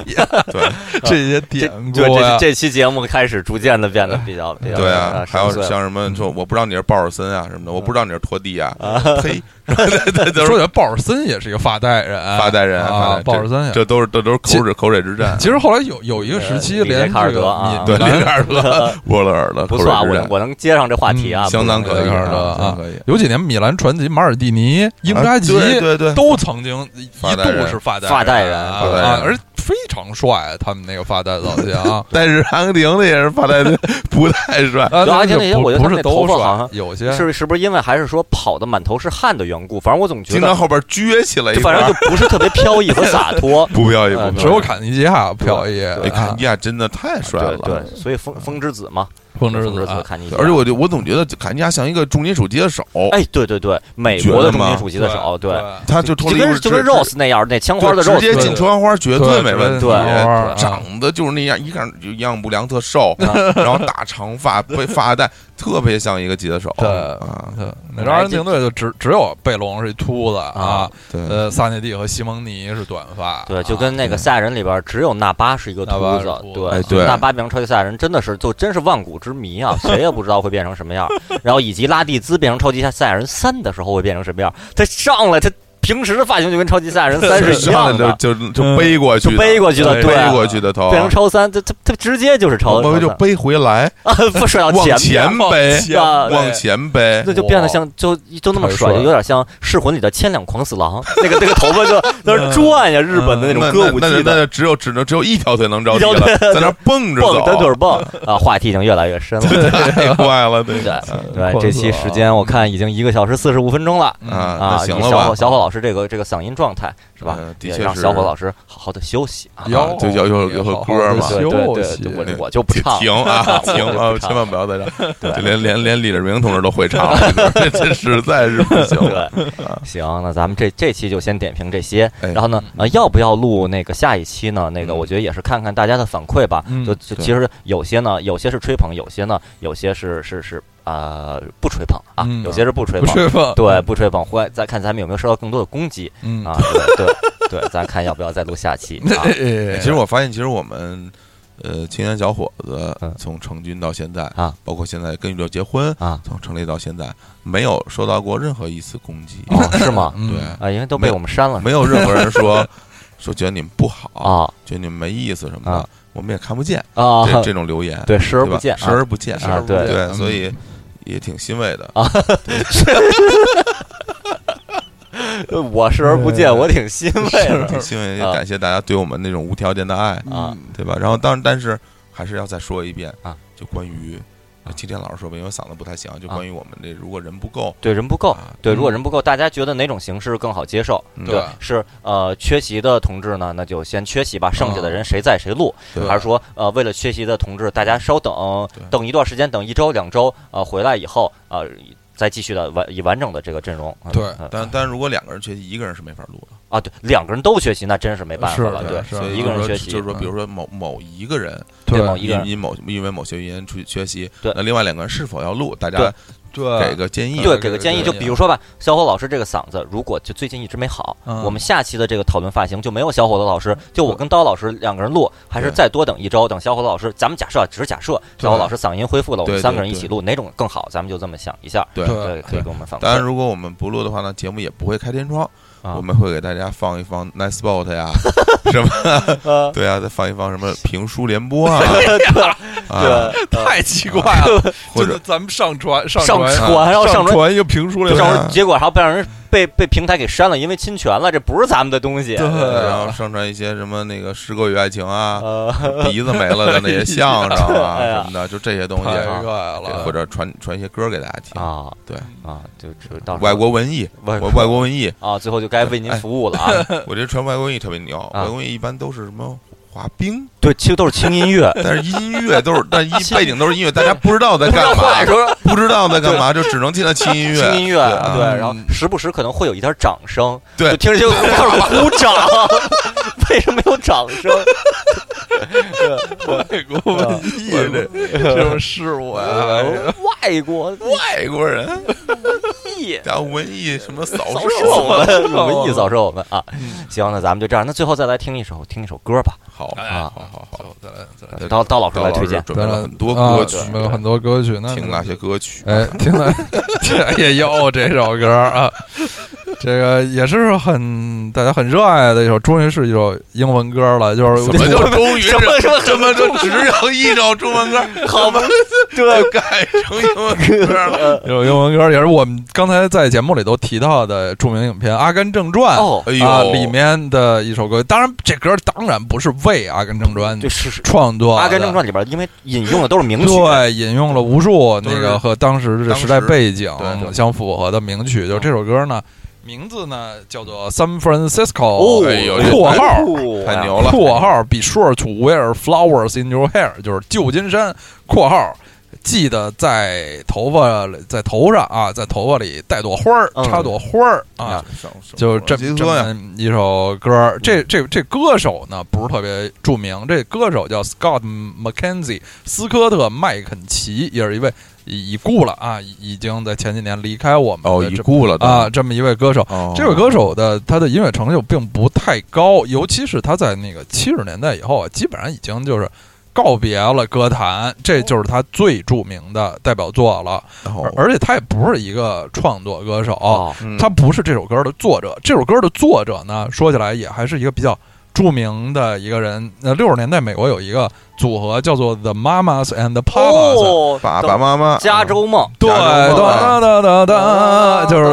对啊
这些
这
典故
对
呀
这这期节目开始逐渐的变得比
嗯
较比较呃
对啊，还有
深邃了嗯
像什么说我不知道你是鲍尔森啊什么的，我不知道你是托蒂啊， 呸！
说起来，鲍尔森也是一个发带人，
发代人发代
啊，
人
鲍尔森也
这都是这都是口水口水之 战。
其实后来有有一个时期，
呃里杰
连
卡尔
这
德
个
啊
米
对，
米兰
林卡尔德、 沃勒尔的
不
口水
错啊，
之
我
战
能我能接上这话题啊，
嗯
相当
不
可
容易
以
这
啊
块儿的
相当
啊
可以。
有几年米兰传奇、马尔蒂尼、伊布扎吉，
啊对对对
都曾经一
发带人
度是发带
发带人
人啊
发带人。
啊，而非常帅，他们那个发带造型 啊
但是韩廷的也是发带的不太帅，
啊，
对而
但
且
是
那些
不
我觉
不
得他
是
那
都
头发
帅
好像
有些
呃是是不是因为还是说跑的满头是汗的缘故？反正我总觉
经常
得，
后边撅起来一块
反正
儿，
就不是特别飘逸和
。
洒脱
不飘逸，
嗯
不
只
飘
有
逸。
坎尼基亚飘逸。
哎，
啊
看尼亚真的太帅
啊对
了，
对，所以风风之子嘛，
风之
风之
子啊
子，看你。
而且我就我总觉得坎尼亚像一个重金属接手，
哎，对对对，美国
觉得
的重
吗
金属级的手，
对，
他就脱
就
离
跟就跟 Rose 那样，那枪花的
直
Rose，
接进球花绝
对
没问题，
对啊
对
长得就是那样，一看就营养不良，特瘦，然后大长发被发带，特别像一个接手
对
啊，
对那支阿根廷队就只只有贝隆是一秃子啊
啊，
对
呃，萨内蒂和西蒙尼是短发，
对，就
啊
跟那个赛亚人里边只有纳巴是一个秃
纳巴是
子
秃，子
对
哎对
纳巴变成超级赛亚人真的是就真是万古之谜啊，谁也不知道会变成什么样。然后以及拉蒂兹变成超级赛亚人三的时候会变成什么样，他上来他平时的发型就跟超级赛亚人三是一
上
样
来
的，嗯
就就就背过去的，
就背过去的，
对
对，
背过去的头，啊
变成超三，他他他直接就是超
我
超
们
三
就背回来，
啊， 不摔到
往
前面
前背，
啊对
往前背，
那就变得像就就那么
太
甩，
帅
就有点像《噬魂》里的千两狂四郎，那个那个头发就在那转呀，日本的
嗯那
种歌舞
那
伎
那
的
那只有只能只有一条腿能着地
一条
了，
腿
在那儿蹦着
蹦
走，
单腿蹦啊，话题已经越来越深了。
太快了，对
对
啊
对，这期时间我看已经一个小时四十五分钟了。
嗯那
嗯
啊，
行
以
了
小伙
吧，
小伙老师这个这个嗓音状态是吧
呃？的
也
确
让
是
小伙老师好好的休息啊。
哟
啊就有有有个歌嘛
对
好好地
对
休息
对，我就我就不唱了，
停 啊停
我
啊，
就不唱
千万不要再唱，
对
这连连连李志明同志都会唱了，这歌这实在是不行 了。
对，行，那咱们这这期就先点评这些，
哎嗯
然后呢，呃，要不要录那个下一期呢？那个我觉得也是看看大家的反馈吧。
嗯
就就
对
其实有些呢，有些是吹捧，有些呢，有些是是是啊、呃不吹捧啊，
嗯
有些是不吹
不
捧。
吹
呃
风，
嗯
对，不吹捧，或再看咱们有没有受到更多的攻击
嗯
啊？对对对，咱看要不要再录下 期啊？
哎
其实我发现，其实我们呃青年小伙子
嗯
从成军到现在
啊，
包括现在跟宇宙结婚
啊，
从成立到现在，没有受到过任何一次攻击，
哦，是吗？
嗯
对
啊，因为都被我们删了是吧
没有任何人 说说觉得你们不好，
啊
觉得你们没意思什么的
啊，
我们也看不见
啊，
这这种留言，
对，视而
对
不
吧
见，啊
视而不见，
视而不见
对，
嗯
所以也挺欣慰的。
啊我视而不见，我挺欣慰的。
挺欣慰，也
啊
感谢大家对我们那种无条件的爱，
啊
对吧？然后当但是还是要再说一遍
啊，
就关于呃今天老师说吧，因为嗓子不太行，就
啊
关于我们这如果人不够，
对人不够
啊，
对，
嗯
如果人不够，大家觉得哪种形式更好接受？
嗯
对
是呃，缺席的同志呢，那就先缺席吧，剩下的人谁在谁录，
啊对
还是说呃，为了缺席的同志，大家稍等
对，
等一段时间，等一周两周，呃，回来以后呃，再继续的完以完整的这个阵容。嗯
对
嗯
但但如果两个人缺席，一个人是没法录的，
啊，对，两个人都缺席，那真是没办法
是
了，
的
啊对，
是
所以
一个人
就是说
缺席
就是说，比如说某某一个人
对
对
某一个
因
人。
因某因为某些原因出缺席，
对
那另外两个人是否要录，大家
对
对
给个建议，
对，
这
给
个
个建议，
建
就
议
比如说吧，小伙老师这个嗓子，如果就最近一直没好，
嗯
我们下期的这个讨论发型就没有小伙子老师，就我跟刀老师两个人录，还是
对
再多等一周，等小伙子老师，咱们假设啊只是假设，
对
小伙老师嗓音恢复了，我
对
们
对
三个人一起录，哪种更好，咱们就这么想一下，
对
对
对，可以给我们反
当然，
馈。
如果我们不录的话呢，节目也不会开天窗，
啊
我们会给大家放一放 Nice Spot 呀，什么，对啊，再放一放什么评书联播啊，啊，
对，
太奇怪了，
或者
就是咱们上传上
呃上上传，然后上传，
传一个评书来
对
上
啊
传，结果还被让人被被平台给删了，因为侵权了，这不是咱们的东西。
对
然后上传一些什么那个《诗歌与爱情》啊，
呃，
鼻子没了的那些相声
哎呀
啊什么的，就这些东西
太
啊，
怪
对
了，
或者传传一些歌给大家听。
啊，
对
啊，就就到时候
外国文艺，
外
我外国哎文艺，
啊，最后就该为您服务了啊。
我觉得传外国文艺特别牛。
啊
外国文艺一般都是什么滑冰，
对，其实都是轻音乐，
但是音乐都是，但一背景都是音乐，大家不知道在干嘛，不知道在干嘛，就只能听到轻音乐。
轻音乐，
啊
对，然后时不时可能会有一点掌声，
对
就听着就开始鼓掌，为什么有掌声？
外国文艺这这种事物啊，
外国
外国人，
艺。
然后文艺什么扫
扫射
射，
我们，文艺扫射我们啊！行，那咱们就这样。那最后再来听一首，听一首歌吧。
好，
哎
好好好好，
好，再来再来，
对
到到老师
赵
来
老
推
师
荐。
准备了很多
啊
歌曲，
准备了很多歌曲，那
听那些歌曲，
哎，听了这也有这首歌啊，这个也是很大家很热爱的一首，终于是一首英文歌了，就是
怎么 就终于是
什么什么
怎么就只有一首中文歌，
好吧，对
就改成英文歌了？
一首英文歌，也是我们刚才在节目里都提到的著名影片《阿甘正传》
哦，
哎
啊
呦，
里面的一首歌。当然，这歌当然不是为《阿甘正传
对》是是。
创作
《
的，
阿甘正传》里边，因为引用的都是名曲，
对，引用了无数
都
那
是
个和当时的
当
时代
时
背景
对对嗯
相符合的名曲。就这首歌呢，名字呢叫做《San Francisco》，
哦，
哎呦
括号
太牛了
括号 be sure to wear flowers in your hair，就是旧金山括号。记得在头发在头上啊，在头发里带朵花儿，
嗯
插朵花儿啊，就是这
杰
这
哥呀，嗯
么一首歌儿。这这这歌手呢不是特别著名，这歌手叫 Scott McKenzie，斯科特麦肯齐，也是一位已已故了啊，已已经在前几年离开我们
哦，
的
已
这
故了的
啊，，这么一位歌手。
哦
这位歌手的他的音乐成就并不太高，尤其是他在那个七十年代以后啊，基本上已经就是告别了歌坛，这就是他最著名的代表作了。而
哦，
而且他也不是一个创作歌手，
哦，
嗯
他不是这首歌的作者。这首歌的作者呢，说起来也还是一个比较著名的一个人。那六十年代美国有一个组合叫做 The Mamas and the Papas，、
哦，
爸爸妈妈，
加州梦，
对，
加州梦
哒哒哒哒，就是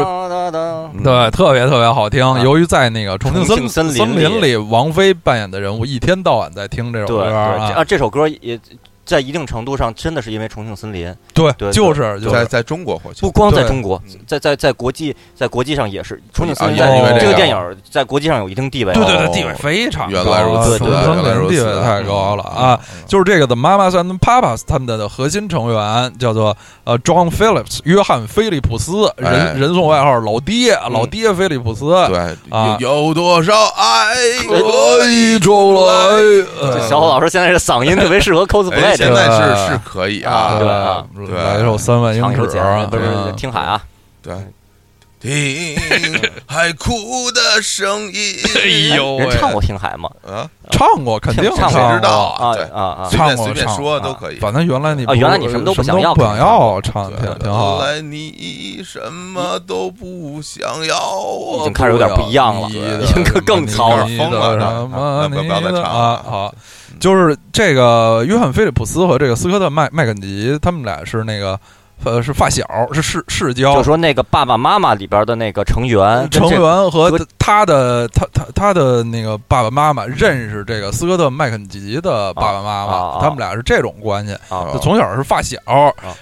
嗯
对，特别特别好听。由于在那个重庆
重庆
森
森林
林里，王菲扮演的人物一天到晚在听这首
对
歌
对
啊
啊，，这首歌也在一定程度上真的是因为《重庆森林》，
对，
对
就是就
在
是
在中国火起
不光在
对嗯
中国，在在在国际在国际上也是《重庆森林
啊》也是因为
在
这
这
个
电影在国际上有一定地位，啊
对对
哦
对，地位非常高
原来如
啊
此
重庆
原来
森林
如
地
此嗯
位太高了啊！，就是这个的妈妈 and Papas 他们的核心成员叫做呃 John Phillips 约翰菲利普斯，
哎
人人送外号老爹，老爹菲利普斯。
嗯对，
啊
有有多少爱可以
周
这
来
小虎老师现在这嗓音特别 适合 cosplay
哎，
这
现
个
在
对
是是可以啊
对，啊
对
来一首三万英
唱一首
尺
简单
啊，
的，不是
嗯
听海啊，
对。听海哭的声音，
哎呦喂
人唱过听海吗？
啊，
唱过，肯定
听唱
谁
过
知道
啊
啊？对，
啊啊！
随
唱
便
过
随便
唱过
说
啊
都可以。
反正原来你
啊原来你什么都不
不
想要
想要，唱
对
挺挺好啊
原。来你什么都不想要，
已
我
经开始有点不一样了，
你
对
的
已经更糙了
你的
疯了
什么
不要不要
你的
再唱了
啊！好，就是这个约翰·菲利普斯和这个斯科特·麦麦肯吉，他们俩是那个呃是发小，是世世交
就说那个爸爸妈妈里边的那个成员，跟
成
这
员和
和
他的他他他的那个爸爸妈妈认识这个斯科特·麦肯吉的爸爸妈
啊啊
妈，
啊
他们俩是这种关系。
啊
就从小是发小，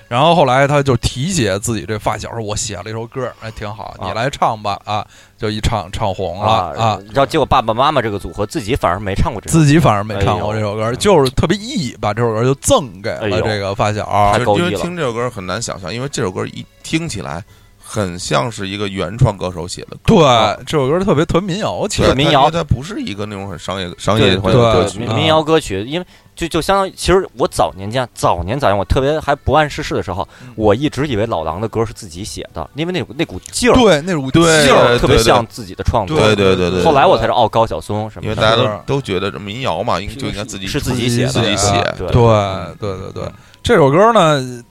然后后来他就提携自己这发小，说我写了一首歌，哎，挺好，
啊
你来唱吧，啊，就一唱唱红了
啊
啊，，
然后结果爸爸妈妈这个组合自己反而没唱过这首，
自己反而没唱过
哎
这
呦
首歌，就是特别意把这首歌就赠给
哎
了
呦
这个发小，
太
啊就
高
是因
级
为
了
听这首歌很难想象，因为这首歌一听起来很像是一个原创歌手写的歌，
对，这首歌特别特别民谣气
对
质，
民谣
它因为它不是一个那种很商业商
对
业化
对
的歌
对
曲
民
啊
民谣歌曲，因为就就相当于，其实我早年间早年早年我特别还不谙世事的时候
嗯，
我一直以为老狼的歌是自己写的，因为那股那股劲儿
对，那种
对
劲儿特别
对对
像自己的创作。
对对对对
后来我才知道，哦，高晓松什
因为
么的，
大家
是
都都觉得这民谣嘛，应就应该自己
是自己
己
写的，啊
自己写嗯
的，
对
对对对
嗯
对，这首歌呢，
嗯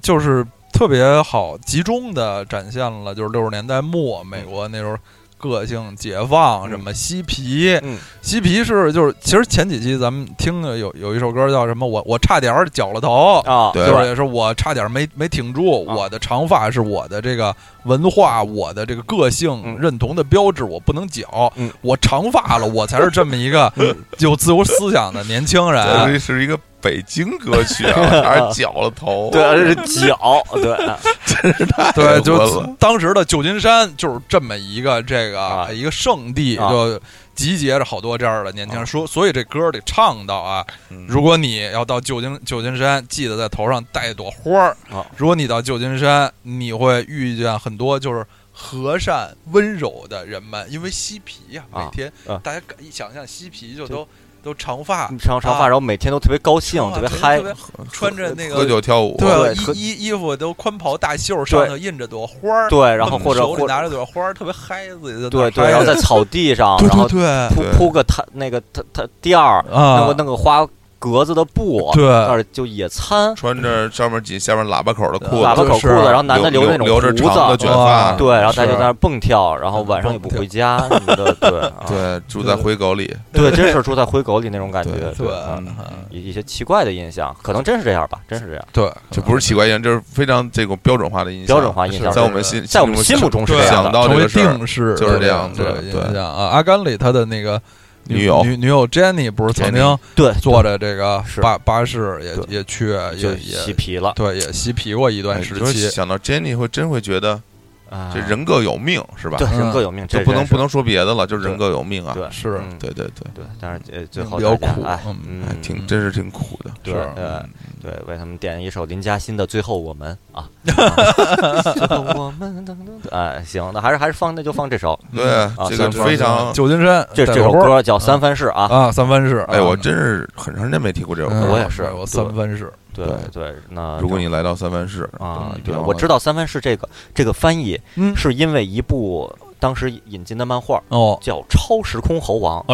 就是特别好，集中的展现了就是六十年代末美国那时候个性解放，什么嬉皮，
嗯
嬉皮是就是，其实前几期咱们听的有有一首歌叫什么，我我差点儿绞了头，
啊，
对
就是也是我差点儿没没挺住，
啊
我的长发是我的这个文化，我的这个个性
嗯
认同的标志，我不能绞
嗯，
我长发了，我才是这么一个有自由思想的年轻人。
这是一个北京歌曲 啊，还是绞了头？
对，啊这是脚， 对，嗯
对，
太
就
多了
当时的旧金山就是这么一个这个、
啊
一个圣地，
啊
就集结着好多这样的年轻人。
啊
说，所以这歌得唱到啊，
嗯
如果你要到旧金旧金山，记得在头上带一朵花儿
啊。
如果你到旧金山，你会遇见很多就是和善温柔的人们，因为嬉皮呀、
啊
每天、
啊
大家敢一想象嬉皮就
就
都都长发，
长长发，
啊
然后每天都特别高兴，
长发
特别
啊特别特，
嗨
别穿着那个
喝酒跳舞，
对啊
衣
和
衣衣服都宽袍大袖，上头印着朵花儿，
对，然后或者
手里
或
拿着朵花儿，特别嗨，自己在那
对对，
嗨
然后在草地上，
对
然后
对对
铺
对
铺个摊那个摊摊垫儿，
啊，
弄个弄个花格子的布，啊
对
那儿就野餐，
穿着上面紧下面喇叭口的裤
喇叭
子，
口裤
是
子，然后男的
留
着那种
留
胡
着长的啊
子，啊
卷发，
哇
对，然后他
是
就在那儿蹦跳，然后晚上也不回家什么的，对啊
对，住在灰狗里，
对，真是住在灰狗里那种感觉，
对
对
啊
嗯
有一些奇怪的印象，可能真是这样吧，真是这样，
对，嗯
这不是奇怪印象，这是非常这种标准化的印象，
标准化印象
在我
是，
们心，
在我们心目中是这样
嗯想
的。
到
成
这
为
个事儿，
定式，
就是这样
对
子
印
对
象啊。阿甘里他的那个
女友
女女友 Jenny 不是曾经
Jenny
对，
坐着这个
是
巴巴士也
对
也去也
就
也
嬉皮了，
对也嬉皮过一
哎
段
你
时
说
期，
想到 Jenny 会真会觉得
啊
这人各有命是吧
对？
嗯
人各有命，
就
这
不能
真是
不能说别的了，就是人各有命啊。
对
是
嗯
对对对，
对，但是呃最
嗯
后
比较
大家
苦
哎
嗯
还
嗯，
挺真是挺苦的。
对
是
呃
嗯
对，为他们点一首林嘉欣的《最后我们》 啊，啊最后我们噔噔噔哎，行，那还是还是放那就放这首，啊
对，这
算
个
是
非常，
嗯旧金山
这
带
这首
朵花儿
歌叫《三藩市》啊，
啊，三藩市，
哎，我真是很长时间没听过这首
嗯
歌。
我也是
我
对
三藩市，
对对，那
如果你来到三藩市
啊
嗯，
对，
别忘
我
了
知道三藩市这个这个翻译
嗯
是因为一部当时引进的漫画
哦，
叫《超时空猴王》，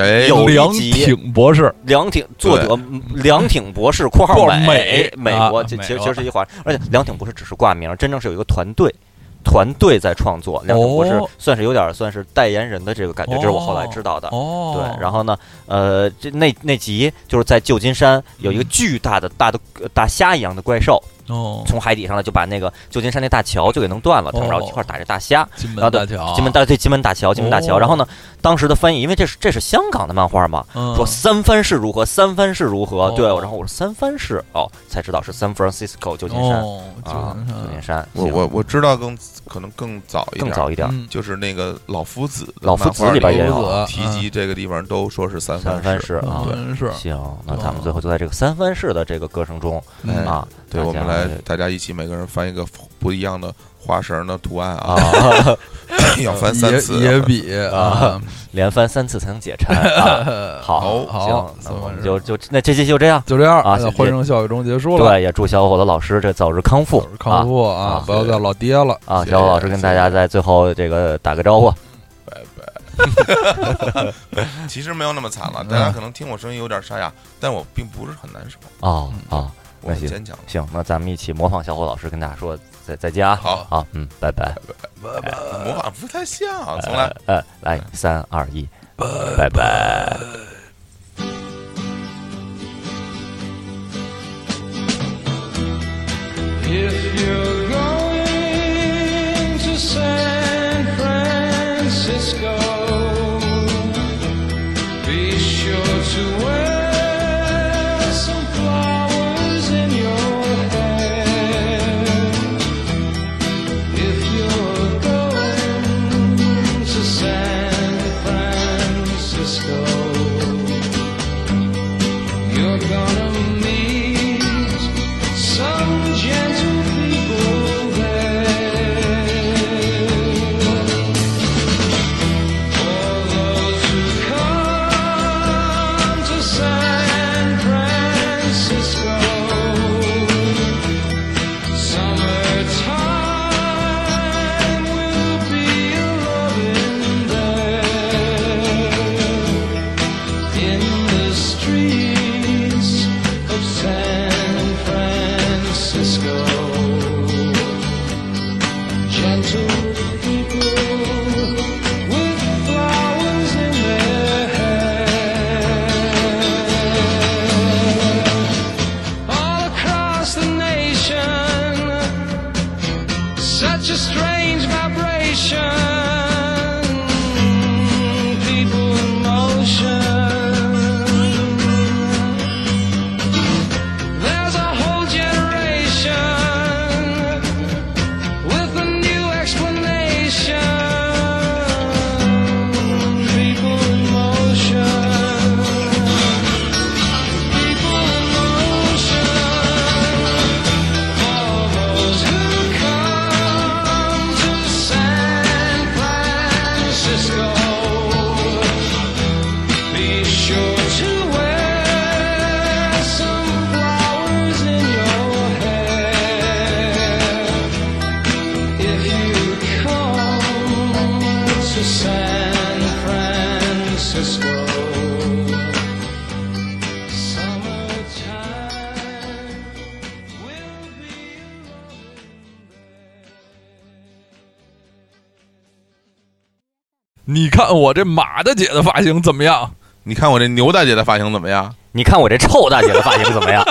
哎，
有一
梁
集
挺博士，
梁挺作者嗯梁挺博士（括号
括号
美
美
美
啊
国）这
美
其实
国
其实是一环，而且梁挺博士只是挂名，真正是有一个团队。团队在创作，梁挺博士
哦
算是有点算是代言人的这个感觉，这是我后来知道的。
哦，
对，然后呢，呃，这那那集就是在旧金山有一个巨大的大的呃大虾一样的怪兽，
嗯哦，
从海底上来就把那个旧金山那大桥就给弄断了，他们
哦
然后一块儿打这大虾，
金门
然后
大
对
桥，
金门大对金门大桥，金门大桥。
哦
然后呢，当时的翻译，因为这是这是香港的漫画嘛，
嗯
说三藩市如何，三藩市如何
哦，
对，然后我说三藩市哦，才知道是 San Francisco 旧金山
哦，
啊，旧金山，
我我我知道更可能更早一
行更
点，
早一点，
嗯
就是那个老夫子的
老夫子里边也有嗯
漫画
啊
里提及这个地方，都说是三
三
藩
藩。市啊。
嗯是
行，那咱们最后就在这个三藩市的这个歌声中
嗯
哎
啊，
对，
大
我们
家
来大家一起每个人翻一个不一样的花绳的图案啊，
啊，
要翻三
也
次，
也比
啊连翻三次才能解馋 啊。好，
好
行，那
三
我
藩
们
市
就就那这期就这样。
就这样
啊
呃
谢谢
欢声笑语中结束了。
对，也祝小伙子老师这早日康复
早日康复
啊
啊
啊！
不要再老爹了。
啊！啊
谢谢
小伙老师跟大家在最后这个打个招呼，啊
其实没有那么惨了，
嗯
大家可能听我声音有点沙哑，但我并不是很难受，
哦
嗯
哦，
我很
那行
坚强的。
行，那咱们一起模仿小伙老师跟大家说再再见啊！
好，
好，嗯，拜拜。
模仿不太像，啊从来
呃，来，三二一，拜拜。
If you're going to San Francisco, be sure to wear some flowers in your hair. If you're going to San Francisco. such a strange vibration. People in motion. There's a whole generation with a new explanation. People in motion. People in motion. For those who come to San Francisco, be sure to wear some flowers in your hair. If you come to San Francisco. Summertime will be a lovely day.
你看我这马大姐的发型怎么样？
你看我这牛大姐的发型怎么样？
你看我这臭大姐的发型怎么样？